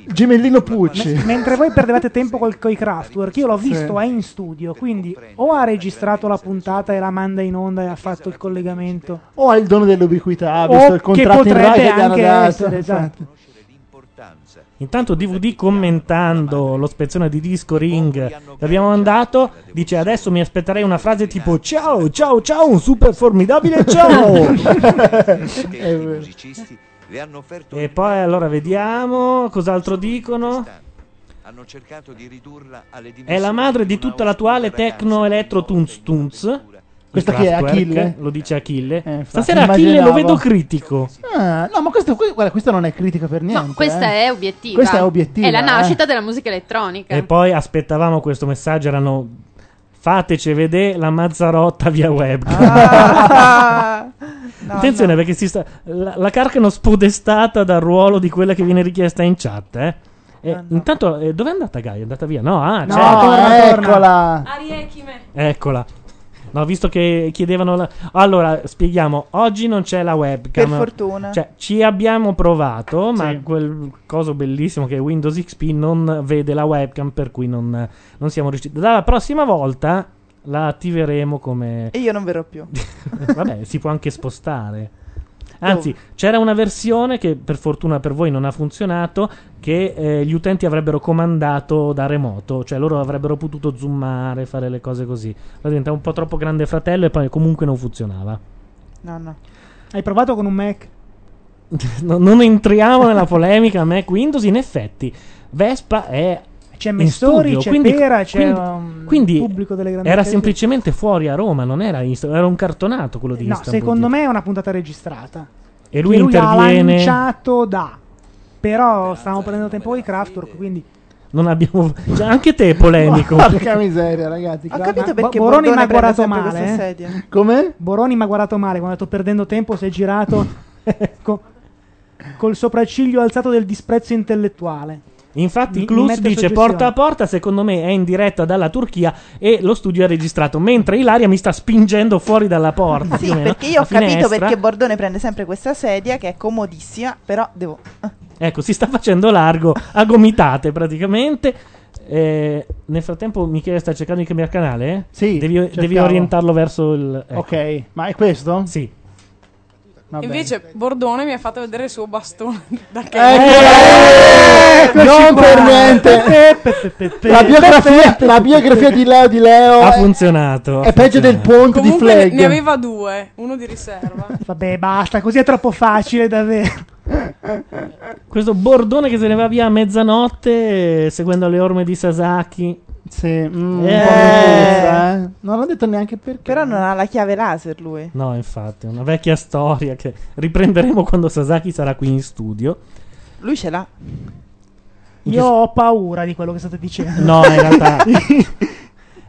Gemellino Pucci. Mentre voi perdevate tempo col, coi Kraftwerk, io l'ho visto, è in studio, quindi o ha registrato la puntata e la manda in onda e ha fatto il collegamento, O ha Oh, il dono dell'ubiquità, visto o il Oh, che contratto in Rai che potrebbe eh, gli hanno Eh, anche dato. essere, esatto. Intanto DVD commentando lo spezzone di disco ring che abbiamo mandato dice adesso mi aspetterei una frase tipo ciao ciao ciao un super formidabile ciao [LAUGHS] [LAUGHS] I musicisti le hanno offerto e poi allora vediamo cos'altro dicono hanno cercato di ridurla alle È la madre di tutta l'attuale techno electro tunz tunz. Questa chi è, Kraftwerk, Achille? Eh, Lo dice Achille. infatti, Stasera Achille lo immaginavo. vedo critico. Ah, no, ma questo, que- guarda, questa non è critica per niente. No, questa eh. è obiettiva. Questa è obiettiva, È la eh. nascita della musica elettronica. E poi aspettavamo questo messaggio, erano fateci vedere la Mazzarotta via web. Ah. [LAUGHS] [LAUGHS] Attenzione perché si sta, la, la Carcano spodestata dal ruolo di quella che viene richiesta in chat. eh. E Intanto, eh, dov'è andata Gaia? È andata via? No, ah, No, c'è. eccola. Ah, Eccola. No, visto che chiedevano. la- Allora, spieghiamo. Oggi non c'è la webcam. Per fortuna. Cioè, ci abbiamo provato, ma Sì. quel coso bellissimo che è Windows XP non vede la webcam, per cui non, non siamo riusciti. Dalla prossima volta la attiveremo come. E io non verrò più. [LAUGHS] Vabbè, si può anche spostare. Anzi, c'era una versione che per fortuna per voi non ha funzionato, che eh, gli utenti avrebbero comandato da remoto, cioè loro avrebbero potuto zoomare, fare le cose così. Ma diventa un po' troppo grande fratello e poi comunque non funzionava. [LAUGHS] No, no. Hai provato con un Mac? No- non entriamo nella polemica Mac Windows, in effetti Vespa è C'è in Mestori, studio, c'è quindi- Pera, c'è quindi- um, quindi il pubblico delle grandi Era tele. semplicemente fuori a Roma, non era in studio, era un cartonato quello di No, Istanbul. secondo me è una puntata registrata. e lui Che interviene. ha lanciato da. Però stavamo prendendo tempo di Kraftwerk, quindi Non abbiamo. [LAUGHS] cioè, anche te è [LAUGHS] polemico. Porca miseria, ragazzi. Ho Bo- capito perché Boroni mi Bordone ha prende guardato sempre male. queste eh. sedie. Come? Boroni mi ha guardato male quando ha detto perdendo tempo, si è girato [LAUGHS] co- col sopracciglio alzato del disprezzo intellettuale. Infatti, Mi- mi Klutz mette dice suggestione. porta a porta. Secondo me è in diretta dalla Turchia e lo studio è registrato. Mentre Ilaria mi sta spingendo fuori dalla porta. [LAUGHS] Sì, più o meno, perché io ho la finestra. capito perché Bordone prende sempre questa sedia che è comodissima, però devo... Ecco, si sta facendo largo a gomitate praticamente. Eh, nel frattempo, Michele sta cercando di cambiare canale? eh? Sì, Devi, devi cercavo. orientarlo verso il. ecco. Ok, ma è questo? Sì. Invece Bordone mi ha fatto vedere il suo bastone [LAUGHS] da Ecco, Eh, non per niente. La biografia, la biografia di Leo di Eh, Leo Ha è- funzionato. è peggio del ponte di Comunque ne- ne Flag. aveva due, uno di [LAUGHS] riserva. Vabbè, basta, così è troppo facile, davvero. Questo bordone che se ne va via a mezzanotte eh, seguendo le orme di Sasaki. Eh. Sì, mm, po' vergognosa, eh. Non l'ho detto neanche perché. Però non ha la chiave laser lui. No, infatti, è una vecchia storia che riprenderemo quando Sasaki sarà qui in studio. Lui ce l'ha. Io ho paura di quello che state dicendo. No, in realtà.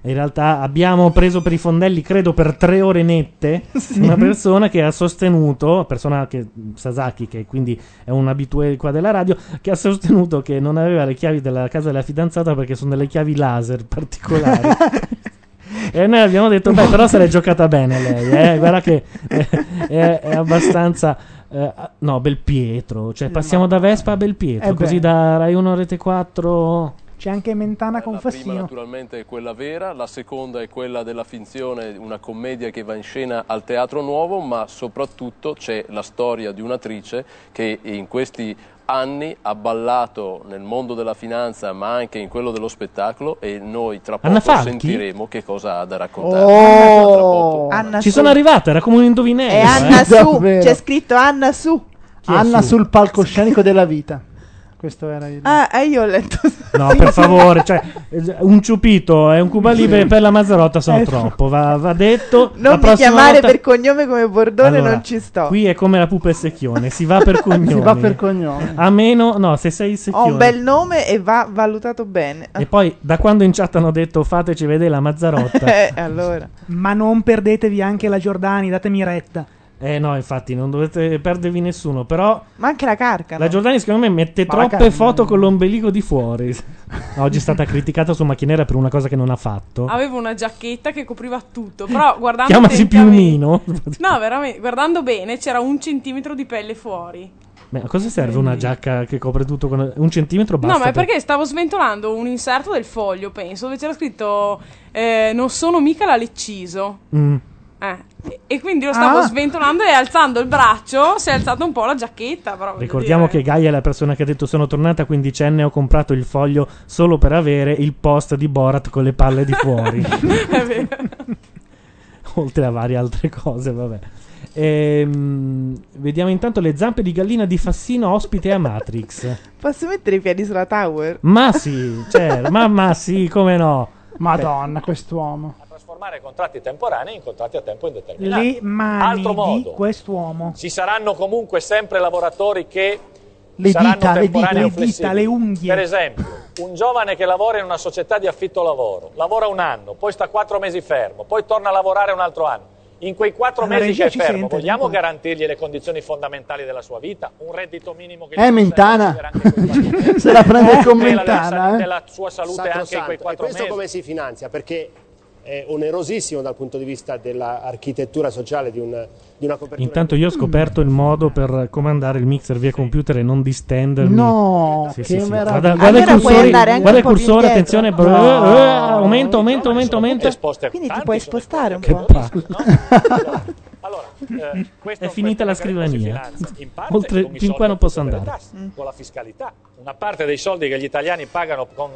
In realtà abbiamo preso per i fondelli, credo per tre [LAUGHS] ore nette, una persona che ha sostenuto, persona che, Sasaki, che quindi è un abitué qua della radio, che ha sostenuto che non aveva le chiavi della casa della fidanzata perché sono delle chiavi [LAUGHS] laser particolari. e noi abbiamo detto, beh, però se l'è giocata bene lei, eh, guarda che eh, è, è abbastanza... eh, no, Belpietro, cioè passiamo da Vespa a Belpietro, Eh beh. così da Rai 1 Rete 4... [LAUGHS] C'è anche Mentana con prima Fassino. naturalmente è quella vera, la seconda è quella della finzione, una commedia che va in scena al Teatro Nuovo, ma soprattutto c'è la storia di un'attrice che in questi anni ha ballato nel mondo della finanza, ma anche in quello dello spettacolo e noi tra Anna poco Falchi? sentiremo che cosa ha da Oh! raccontare. Oh, Ci sono arrivata, era come un indovinello. È eh. Anna Su, Davvero. c'è scritto Anna Su. è Anna su? sul palcoscenico della vita. Questo era il Ah, eh, io ho letto. No, per favore, cioè, eh, un ciupito e un Cuba Libre per la Mazzarotta sono Eh, troppo, va, va detto. La Non mi prossima chiamare volta- per cognome come Bordone, Allora, non ci sto. Qui è come la pupa e il secchione, si va [LAUGHS] per cognome. Si va per cognome. A meno, no, se sei il Ho secchione. un bel nome e va valutato bene. E poi, da quando in chat hanno detto fateci vedere la Mazzarotta. [LAUGHS] Eh, allora. Ma non perdetevi anche la Giordani, datemi retta. eh no, infatti, non dovete perdervi nessuno, però... Ma anche la carca. La Giordani, secondo me, mette Ma la troppe Carmen- foto con l'ombelico di fuori. [LAUGHS] Oggi è stata criticata su Macchinera per una cosa che non ha fatto. Avevo una giacchetta che copriva tutto, però guardando Chiamasi attentamente- Piumino. No, veramente, guardando bene c'era un centimetro di pelle fuori. [LAUGHS] Beh, a cosa serve una giacca che copre tutto? Con... Un centimetro Oh, basta. no, ma è per- perché stavo sventolando un inserto del foglio, penso, dove c'era scritto eh, non sono mica la Lecciso. Mm. Eh, e- e quindi lo stavo Ah. sventolando e alzando il braccio si è alzata un po' la giacchetta, però voglio Ricordiamo dire. che Gaia è la persona che ha detto sono tornata quindicenne ho comprato il foglio solo per avere il post di Borat con le palle di [LAUGHS] fuori. [LAUGHS] Oltre a varie altre cose, vabbè. Ehm, vediamo intanto le zampe di gallina di Fassino ospite a Matrix. Posso mettere i piedi sulla tower? Ma sì, cioè, ma, ma sì, come no. Madonna, quest'uomo. trasformare contratti temporanei in contratti a tempo indeterminato. Le mani Eh, Altro di modo. quest'uomo. Ci saranno comunque sempre lavoratori che Le saranno dita, le temporanei dita, o le dita, flessibili. le unghie. Per esempio, un giovane che lavora in una società di affitto lavoro, lavora un anno, poi sta quattro mesi fermo, poi torna a lavorare un altro anno. In quei quattro La mesi regia che è ci fermo, sente, vogliamo Nicola. garantirgli le condizioni fondamentali della sua vita? Un reddito minimo che gli Eh, possa Mentana. raggiungere anche quei quattro mesi? Se la prende Eh? con Tutela della Mentana, sa- eh. della sua salute anche in quei Sacrosanto. E quattro questo mesi. come si finanzia? Perché è onerosissimo dal punto di vista dell'architettura sociale di, un- di una copertura. Intanto io ho scoperto il modo per comandare il mixer via computer e non distendermi. No, Sì, che sì, sì. meraviglia. Guarda, guarda Allora il puoi cursore, andare anche guarda il un po' più cursore indietro. attenzione. No. Eh, eh, aumento, aumento, aumento, aumento. Quindi ti puoi spostare un po'. eh, Questo- È finita la questo meccanismo si scrivania. finanzia in parte Oltre, con i fin soldi qua non posso appunto andare. per le tasse, Con la fiscalità. Una parte dei soldi che gli italiani pagano con-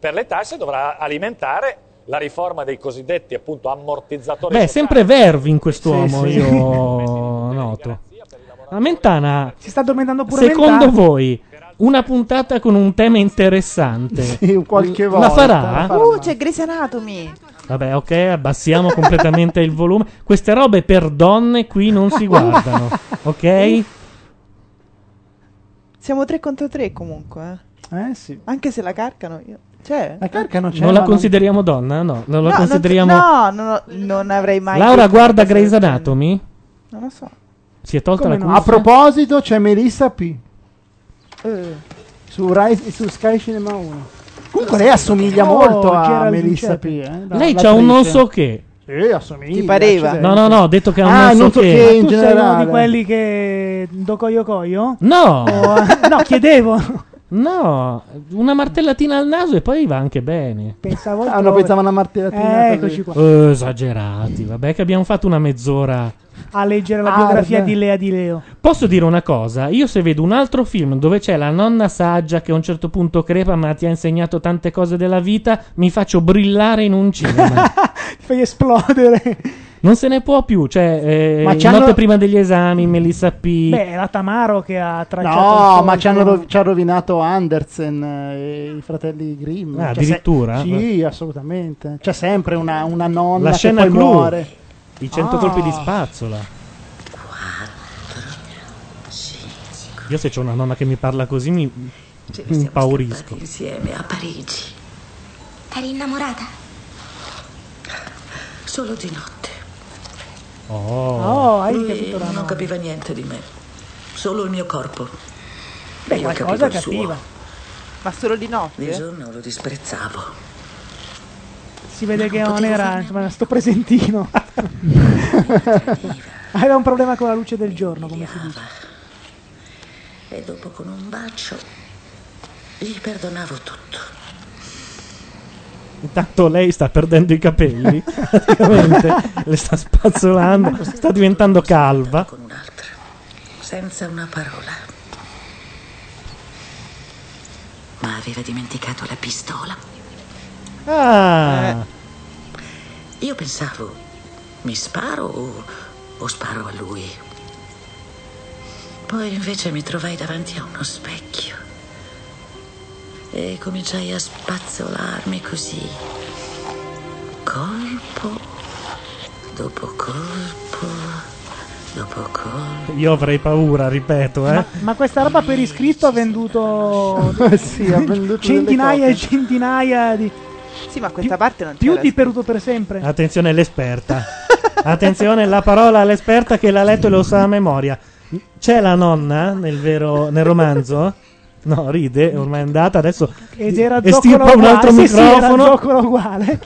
per le tasse dovrà alimentare la riforma dei cosiddetti appunto ammortizzatori Beh, sempre Vervi in quest'uomo, Sì, sì. io noto. La Mentana, Si sta addormentando pure secondo Mentana. voi, Una puntata con un tema interessante. [LAUGHS] Sì, qualche La volta, farà? Uh, c'è Grey's Anatomy. Vabbè, ok, abbassiamo completamente il volume. Queste robe per donne qui non si guardano, ok? Siamo 3 contro 3 comunque. Eh sì. Anche se la carcano io. Cioè. La carca [LAUGHS] non c'è. non la ma consideriamo donna? No, non la no, consideriamo. Non, no, no, non avrei mai. Laura detto guarda una cosa Grey's del genere. Anatomy? Non lo so. Si è tolta Come la no? cuffia? A proposito, c'è Melissa P. Eh. Su, Rai- su Sky Cinema 1. Comunque lei assomiglia molto Oh, a Gerald Melissa Giuseppe. P. eh, da- Lei l'attrice. c'ha un non so che. Sì, Eh, assomiglia. Ti pareva? accidenti. No, no, no, ho detto che ha un Ah, non so non so che. che in tu sei uno generale. di quelli che do coio coio? No! [LAUGHS] no, chiedevo. [LAUGHS] No, una martellatina al naso e poi va anche bene. Pensavo Ah, no, altrove. pensavo alla martellatina. Eh, eccoci qua. Eh, esagerati, vabbè che abbiamo fatto una mezz'ora. A leggere la Ah, biografia vabbè. di Lea di [LAUGHS] Leo. Posso dire una cosa? Io se vedo un altro film dove c'è la nonna saggia che a un certo punto crepa ma ti ha insegnato tante cose della vita, mi faccio brillare in un [LAUGHS] cinema. Ti fai esplodere. non se ne può più, cioè eh, Ma notte c'hanno- prima degli esami, Melissa P. Beh, è la Tamaro che ha tracciato. No, il ma ci hanno solco. rov- ci ha rovinato Andersen e i fratelli Grimm. Ah, C'è se- addirittura? sì, assolutamente. C'è sempre una, una nonna la che scena poi clou, muore. i 100 Ah. colpi di spazzola. Io se c'ho una nonna che mi parla così mi mi impaurisco. Cioè, Insieme a Parigi. Eri innamorata? Solo di notte. Eh. Oh. hai Lui Mm, capito la non nonna. capiva niente di me. Solo il mio corpo. Beh, Io qualcosa capivo il suo. capiva. Ma solo di Di notte? giorno lo disprezzavo. Si vede che non era insomma, sto [LAUGHS] presentino. Aveva un problema con la luce del giorno, come si dice. E dopo con un bacio gli perdonavo tutto. Intanto lei sta perdendo i capelli, praticamente le sta spazzolando, sta diventando calva. Senza una parola. Ma aveva dimenticato la pistola. Eh. Eh, Ah, Io pensavo, mi sparo o, o sparo a lui? Poi invece mi trovai davanti a uno specchio e cominciai a spazzolarmi così, colpo dopo colpo dopo colpo. io avrei paura, ripeto, eh. Ma questa roba per iscritto ha [LAUGHS] venduto Sì, ha venduto centinaia delle e centinaia di. Sì, ma questa parte non Più c'era di perduto per sempre. Attenzione l'esperta. Attenzione la parola all'esperta che l'ha letto e lo sa a memoria. C'è la nonna nel vero nel romanzo? No, ride, ormai è andata, adesso Ed era estirpa zoccolo un altro uguale. Sì, sì, era microfono. zoccolo uguale.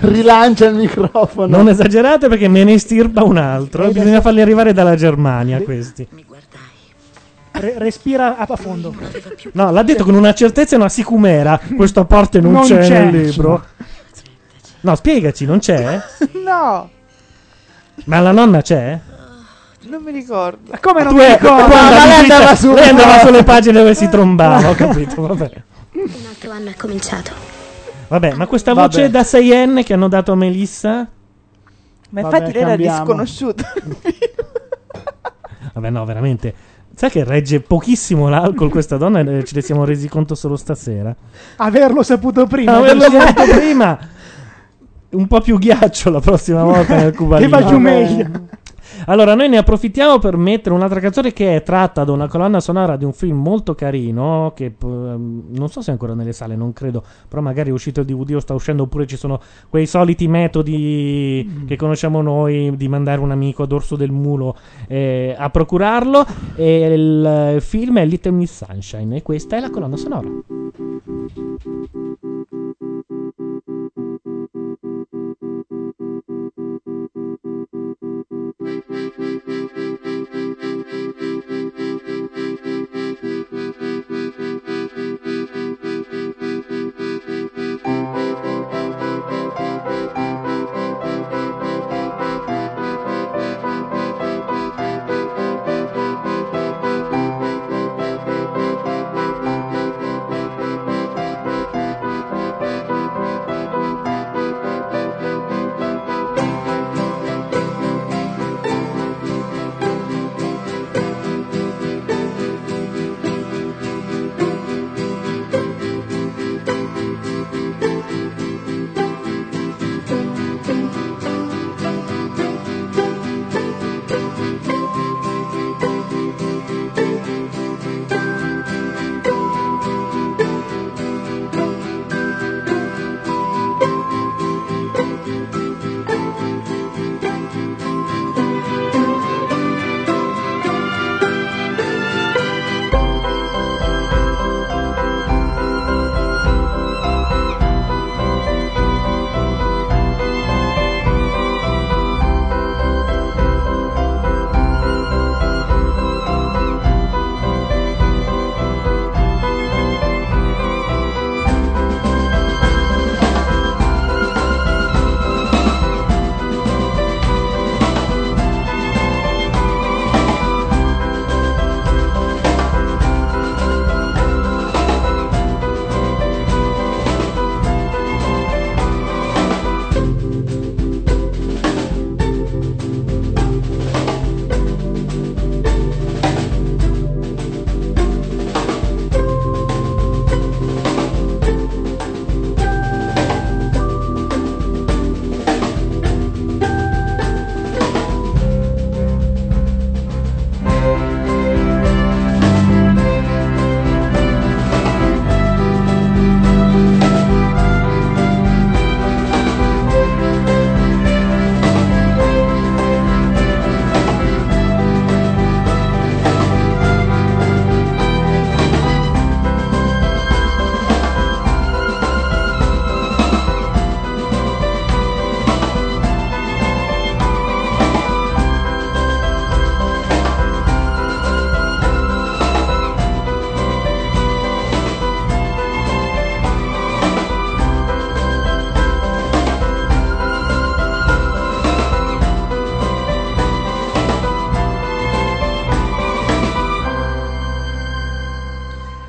Rilancia il microfono. Non esagerate perché me ne estirpa un altro. Bisogna farli arrivare dalla Germania questi. Re- respira a a fondo. No, l'ha detto con una certezza e una sicumera. Questa parte non, Non c'è, c'è. nel libro. No, spiegaci, non c'è? [LAUGHS] No, Ma la nonna c'è? non mi ricordo. Ma come non Tu mi è- ricordo? guarda, ma lei dice- andava su- lei andava sulle pagine dove si trombava, ho capito, vabbè. Un altro anno è cominciato. Vabbè, ma questa Vabbè. voce da 6enne che hanno dato a Melissa? Ma Vabbè, infatti lei era cambiamo. disconosciuta. [LAUGHS] Vabbè, no, veramente. Sai che regge pochissimo l'alcol questa donna e eh, ce ne siamo resi conto solo stasera. Averlo saputo prima. No, così- averlo detto prima. Un po' più ghiaccio la prossima volta [LAUGHS] nel Che cubalino. va giù Vabbè. meglio. Allora, noi ne approfittiamo per mettere un'altra canzone che è tratta da una colonna sonora di un film molto carino. Che p- ehm, non so se è ancora nelle sale, non credo. Però magari è uscito il DVD o sta uscendo. Oppure ci sono quei soliti metodi che conosciamo noi di mandare un amico a dorso del mulo eh, a procurarlo. E il eh, film è Little Miss Sunshine. E questa è la colonna sonora.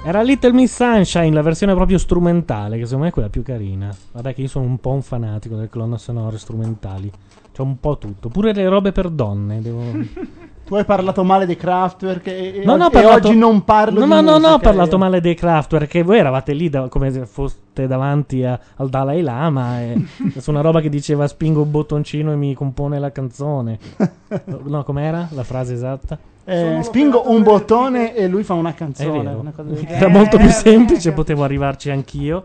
Era Little Miss Sunshine, la versione proprio strumentale, che secondo me è quella più carina. Vabbè che io sono un po' un fanatico delle colonne sonore strumentali. C'è un po' tutto, pure le robe per donne, devo... Tu hai parlato male dei Kraftwerk [LAUGHS] e, e No, no, ho oggi- e parlato- oggi non parlo No, di no, no, no, musica, ho parlato eh. male dei Kraftwerk. Che voi eravate lì da- come se foste davanti a- al Dalai Lama. [LAUGHS] E, su una roba che diceva spingo un bottoncino e mi compone la [LAUGHS] canzone. no, com'era la frase esatta? Eh, spingo un bottone e lui fa una canzone. È vero. una [LAUGHS] cosa del genere. Era molto [LAUGHS] più semplice, potevo arrivarci anch'io.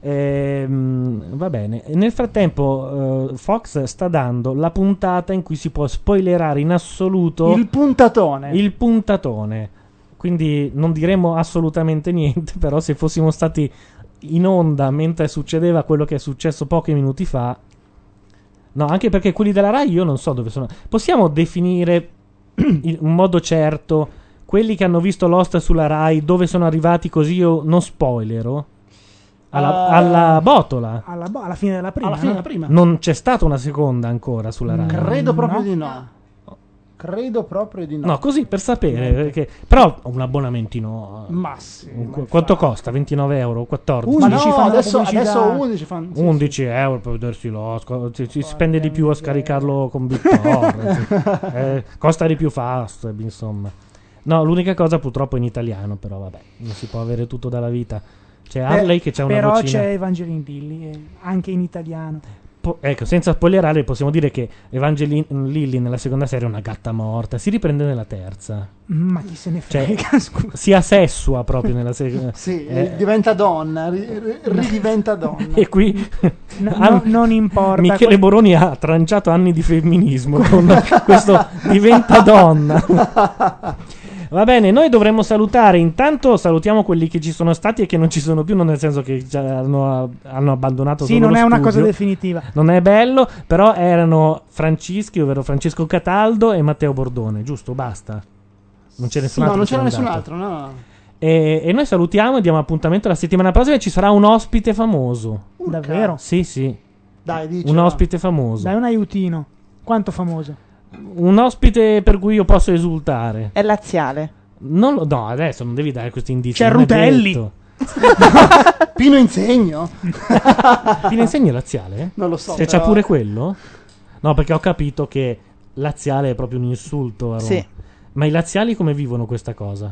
Ehm, va bene. Nel frattempo, eh, Fox sta dando la puntata in cui si può spoilerare in assoluto Il puntatone. il puntatone. Quindi non diremo assolutamente niente, [LAUGHS] però se fossimo stati in onda mentre succedeva quello che è successo pochi minuti fa. No, anche perché quelli della Rai io non so dove sono. Possiamo definire [CLEARS THROAT] in un modo certo quelli che hanno visto Lost sulla Rai dove sono arrivati così io non spoilero? Alla, Ah. alla botola. Alla, bo- alla fine della prima. Alla fine no? della prima. Non c'è stata una seconda ancora sulla Rai. Credo proprio di no. Credo proprio di no. No, così per sapere. Perché, però un abbonamentino. Ma sì, Qu- Quanto costa? 29 euro? 14? Ma no, adesso, adesso 11 fanno. sì, sì. 11 euro per vedersi l'Oscar. Si, si spende di più a scaricarlo con Bitcoin. [LAUGHS] Eh, costa di più Fast, insomma. No, l'unica cosa purtroppo è in italiano, però vabbè, non si può avere tutto dalla vita. C'è Harley che c'ha una Però vocina. c'è Evangeline Dilly, eh, anche in italiano. Po- ecco, senza spoilerare, possiamo dire che Evangeline Lilly nella seconda serie è una gatta morta. Si riprende nella terza. Ma chi se ne Cioè, frega? [LAUGHS] si asessua proprio nella seconda. Sì, Eh, eh, diventa donna, ri- ri- [LAUGHS] ridiventa donna. E qui No, Ah, no, non importa. Michele que- Boroni ha tranciato anni di [LAUGHS] femminismo con questo diventa donna. [LAUGHS] Va bene, noi dovremmo salutare. Intanto salutiamo quelli che ci sono stati e che non ci sono più, non nel senso che già hanno, hanno abbandonato Sì, solo non lo è una studio. cosa definitiva. Non è bello, però erano Francischi, ovvero Francesco Cataldo e Matteo Bordone, giusto? Basta. Non c'è nessun no, altro. non che sia c'era nessun andato. altro, no, no. E, e noi salutiamo e diamo appuntamento la settimana prossima e ci sarà un ospite famoso. Davvero? Sì, sì. Dai, dici. un ospite famoso. Dai un aiutino. Quanto famoso? Un ospite per cui io posso esultare. È laziale. Cioè, Non lo, no, adesso non devi dare questi indizi. C'è non è Rutelli. detto. [LAUGHS] Pino Insegno? [LAUGHS] [LAUGHS] Pino Insegno è laziale? Non lo so, Se però- c'è pure quello? No, perché ho capito che laziale è proprio un insulto a Roma. Sì. Ma i laziali come vivono questa cosa?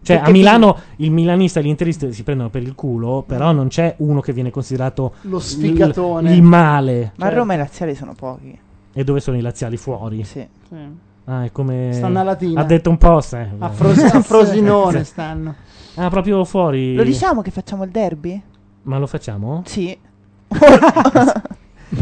Cioè, Perché a Milano il milanista e l'interista si prendono per il culo, però non c'è uno che viene considerato Lo sfigatone. il, il male. Cioè. Ma a Roma i laziali sono pochi. E dove sono i laziali? Fuori? Sì. Ah, è come. Stanno a Latina. Ha detto un po', sai. [LAUGHS] A, Fros- a Frosinone Sì. stanno. Ah, proprio fuori. Lo diciamo che facciamo il derby? Ma lo facciamo? Sì.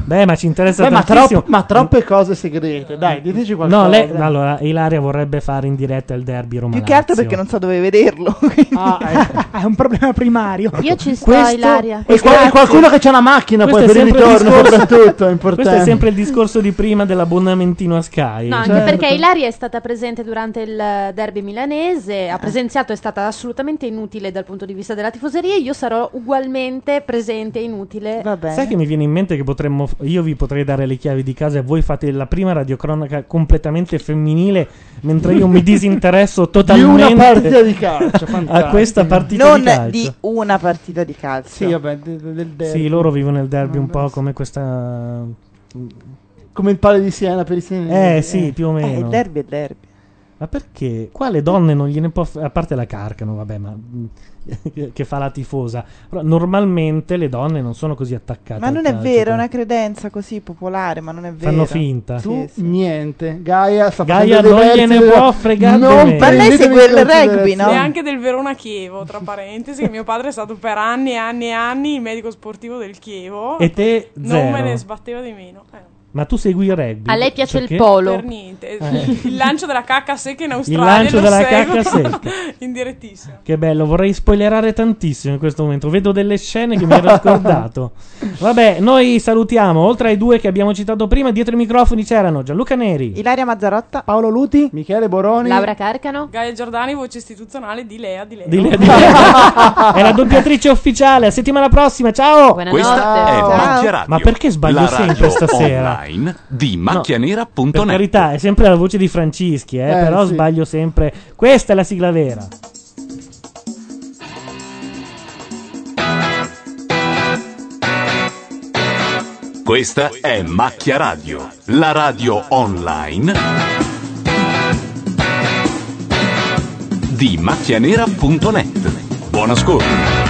Beh, ma ci interessa Beh, ma, tantissimo. Eh. troppe- ma troppe cose segrete, dai, diteci qualcosa. No, lei, allora, Ilaria vorrebbe fare in diretta il derby romano. Più che altro perché non so dove vederlo. [LAUGHS] È un problema primario. Io ci sto, Ah, Ecco. Questo- Ilaria. E qua- qualcuno che c'ha la macchina Questo poi è per il sempre il ritorno, discorso- soprattutto, è importante. Questo è sempre il discorso di prima dell'abbonamentino a Sky. Certo. No, Certo. anche perché Ilaria è stata presente durante il derby milanese, ha presenziato, è stata assolutamente inutile dal punto di vista della tifoseria. Io sarò ugualmente presente e inutile. Va bene. Sai che mi viene in mente che potremmo. Io vi potrei dare le chiavi di casa e voi fate la prima radiocronaca completamente femminile, mentre io [LAUGHS] mi disinteresso di totalmente una partita di [LAUGHS] calcio, a fantastico. questa partita non di calcio. una partita di calcio. Sì, vabbè, de- de- del derby. Sì, loro vivono il derby un po' come questa. Come il palo di Siena per i senesi. Eh, sì, più o Eh, meno. il derby è derby. Ma perché? Quale donne non gliene può... f- a parte la Carcano, vabbè, ma... mm, [LAUGHS] che fa la tifosa. Però normalmente le donne non sono così attaccate Ma al non è calcio, cioè vero, è però. una credenza così popolare, ma non è vero. Fanno finta. Tu Sì, sì. niente. Gaia sta Gaia facendo dei non versi gliene della- può fregare Non meno. Ma lei prendetemi segue in il rugby, considerazione. no? E anche del Verona Chievo, tra parentesi, che mio padre è stato per anni e anni e anni il medico sportivo del Chievo. E te, zero. Non me ne sbatteva di meno. eh. Ma tu segui il rugby? Cioè A lei piace il perché? polo. Per niente. Eh. Il lancio della cacca secca in Australia. lancio lo della seguo cacca [LAUGHS] secca. in direttissima. Che bello, vorrei spoilerare tantissimo in questo momento. Vedo delle scene che mi [LAUGHS] ero scordato. Vabbè, noi salutiamo. Oltre ai due che abbiamo citato prima, dietro i microfoni c'erano Gianluca Neri. Ilaria Mazzarotta, Paolo Luti, [LAUGHS] Michele Boroni. Laura Carcano. Gaia Giordani, voce istituzionale di Lea di Leo. Di Lea- di [LAUGHS] Lea. è la doppiatrice ufficiale. A settimana prossima, ciao! Ah. Buonanotte. Ciao. Ciao. Ma perché sbaglio la sempre radio stasera? online di No, macchianera.net. Per carità, è sempre la voce di Francischi, eh, Eh, però sì. sbaglio sempre. Questa è la sigla vera. Questa è Macchia Radio, la radio online di macchianera.net. Buon ascolto.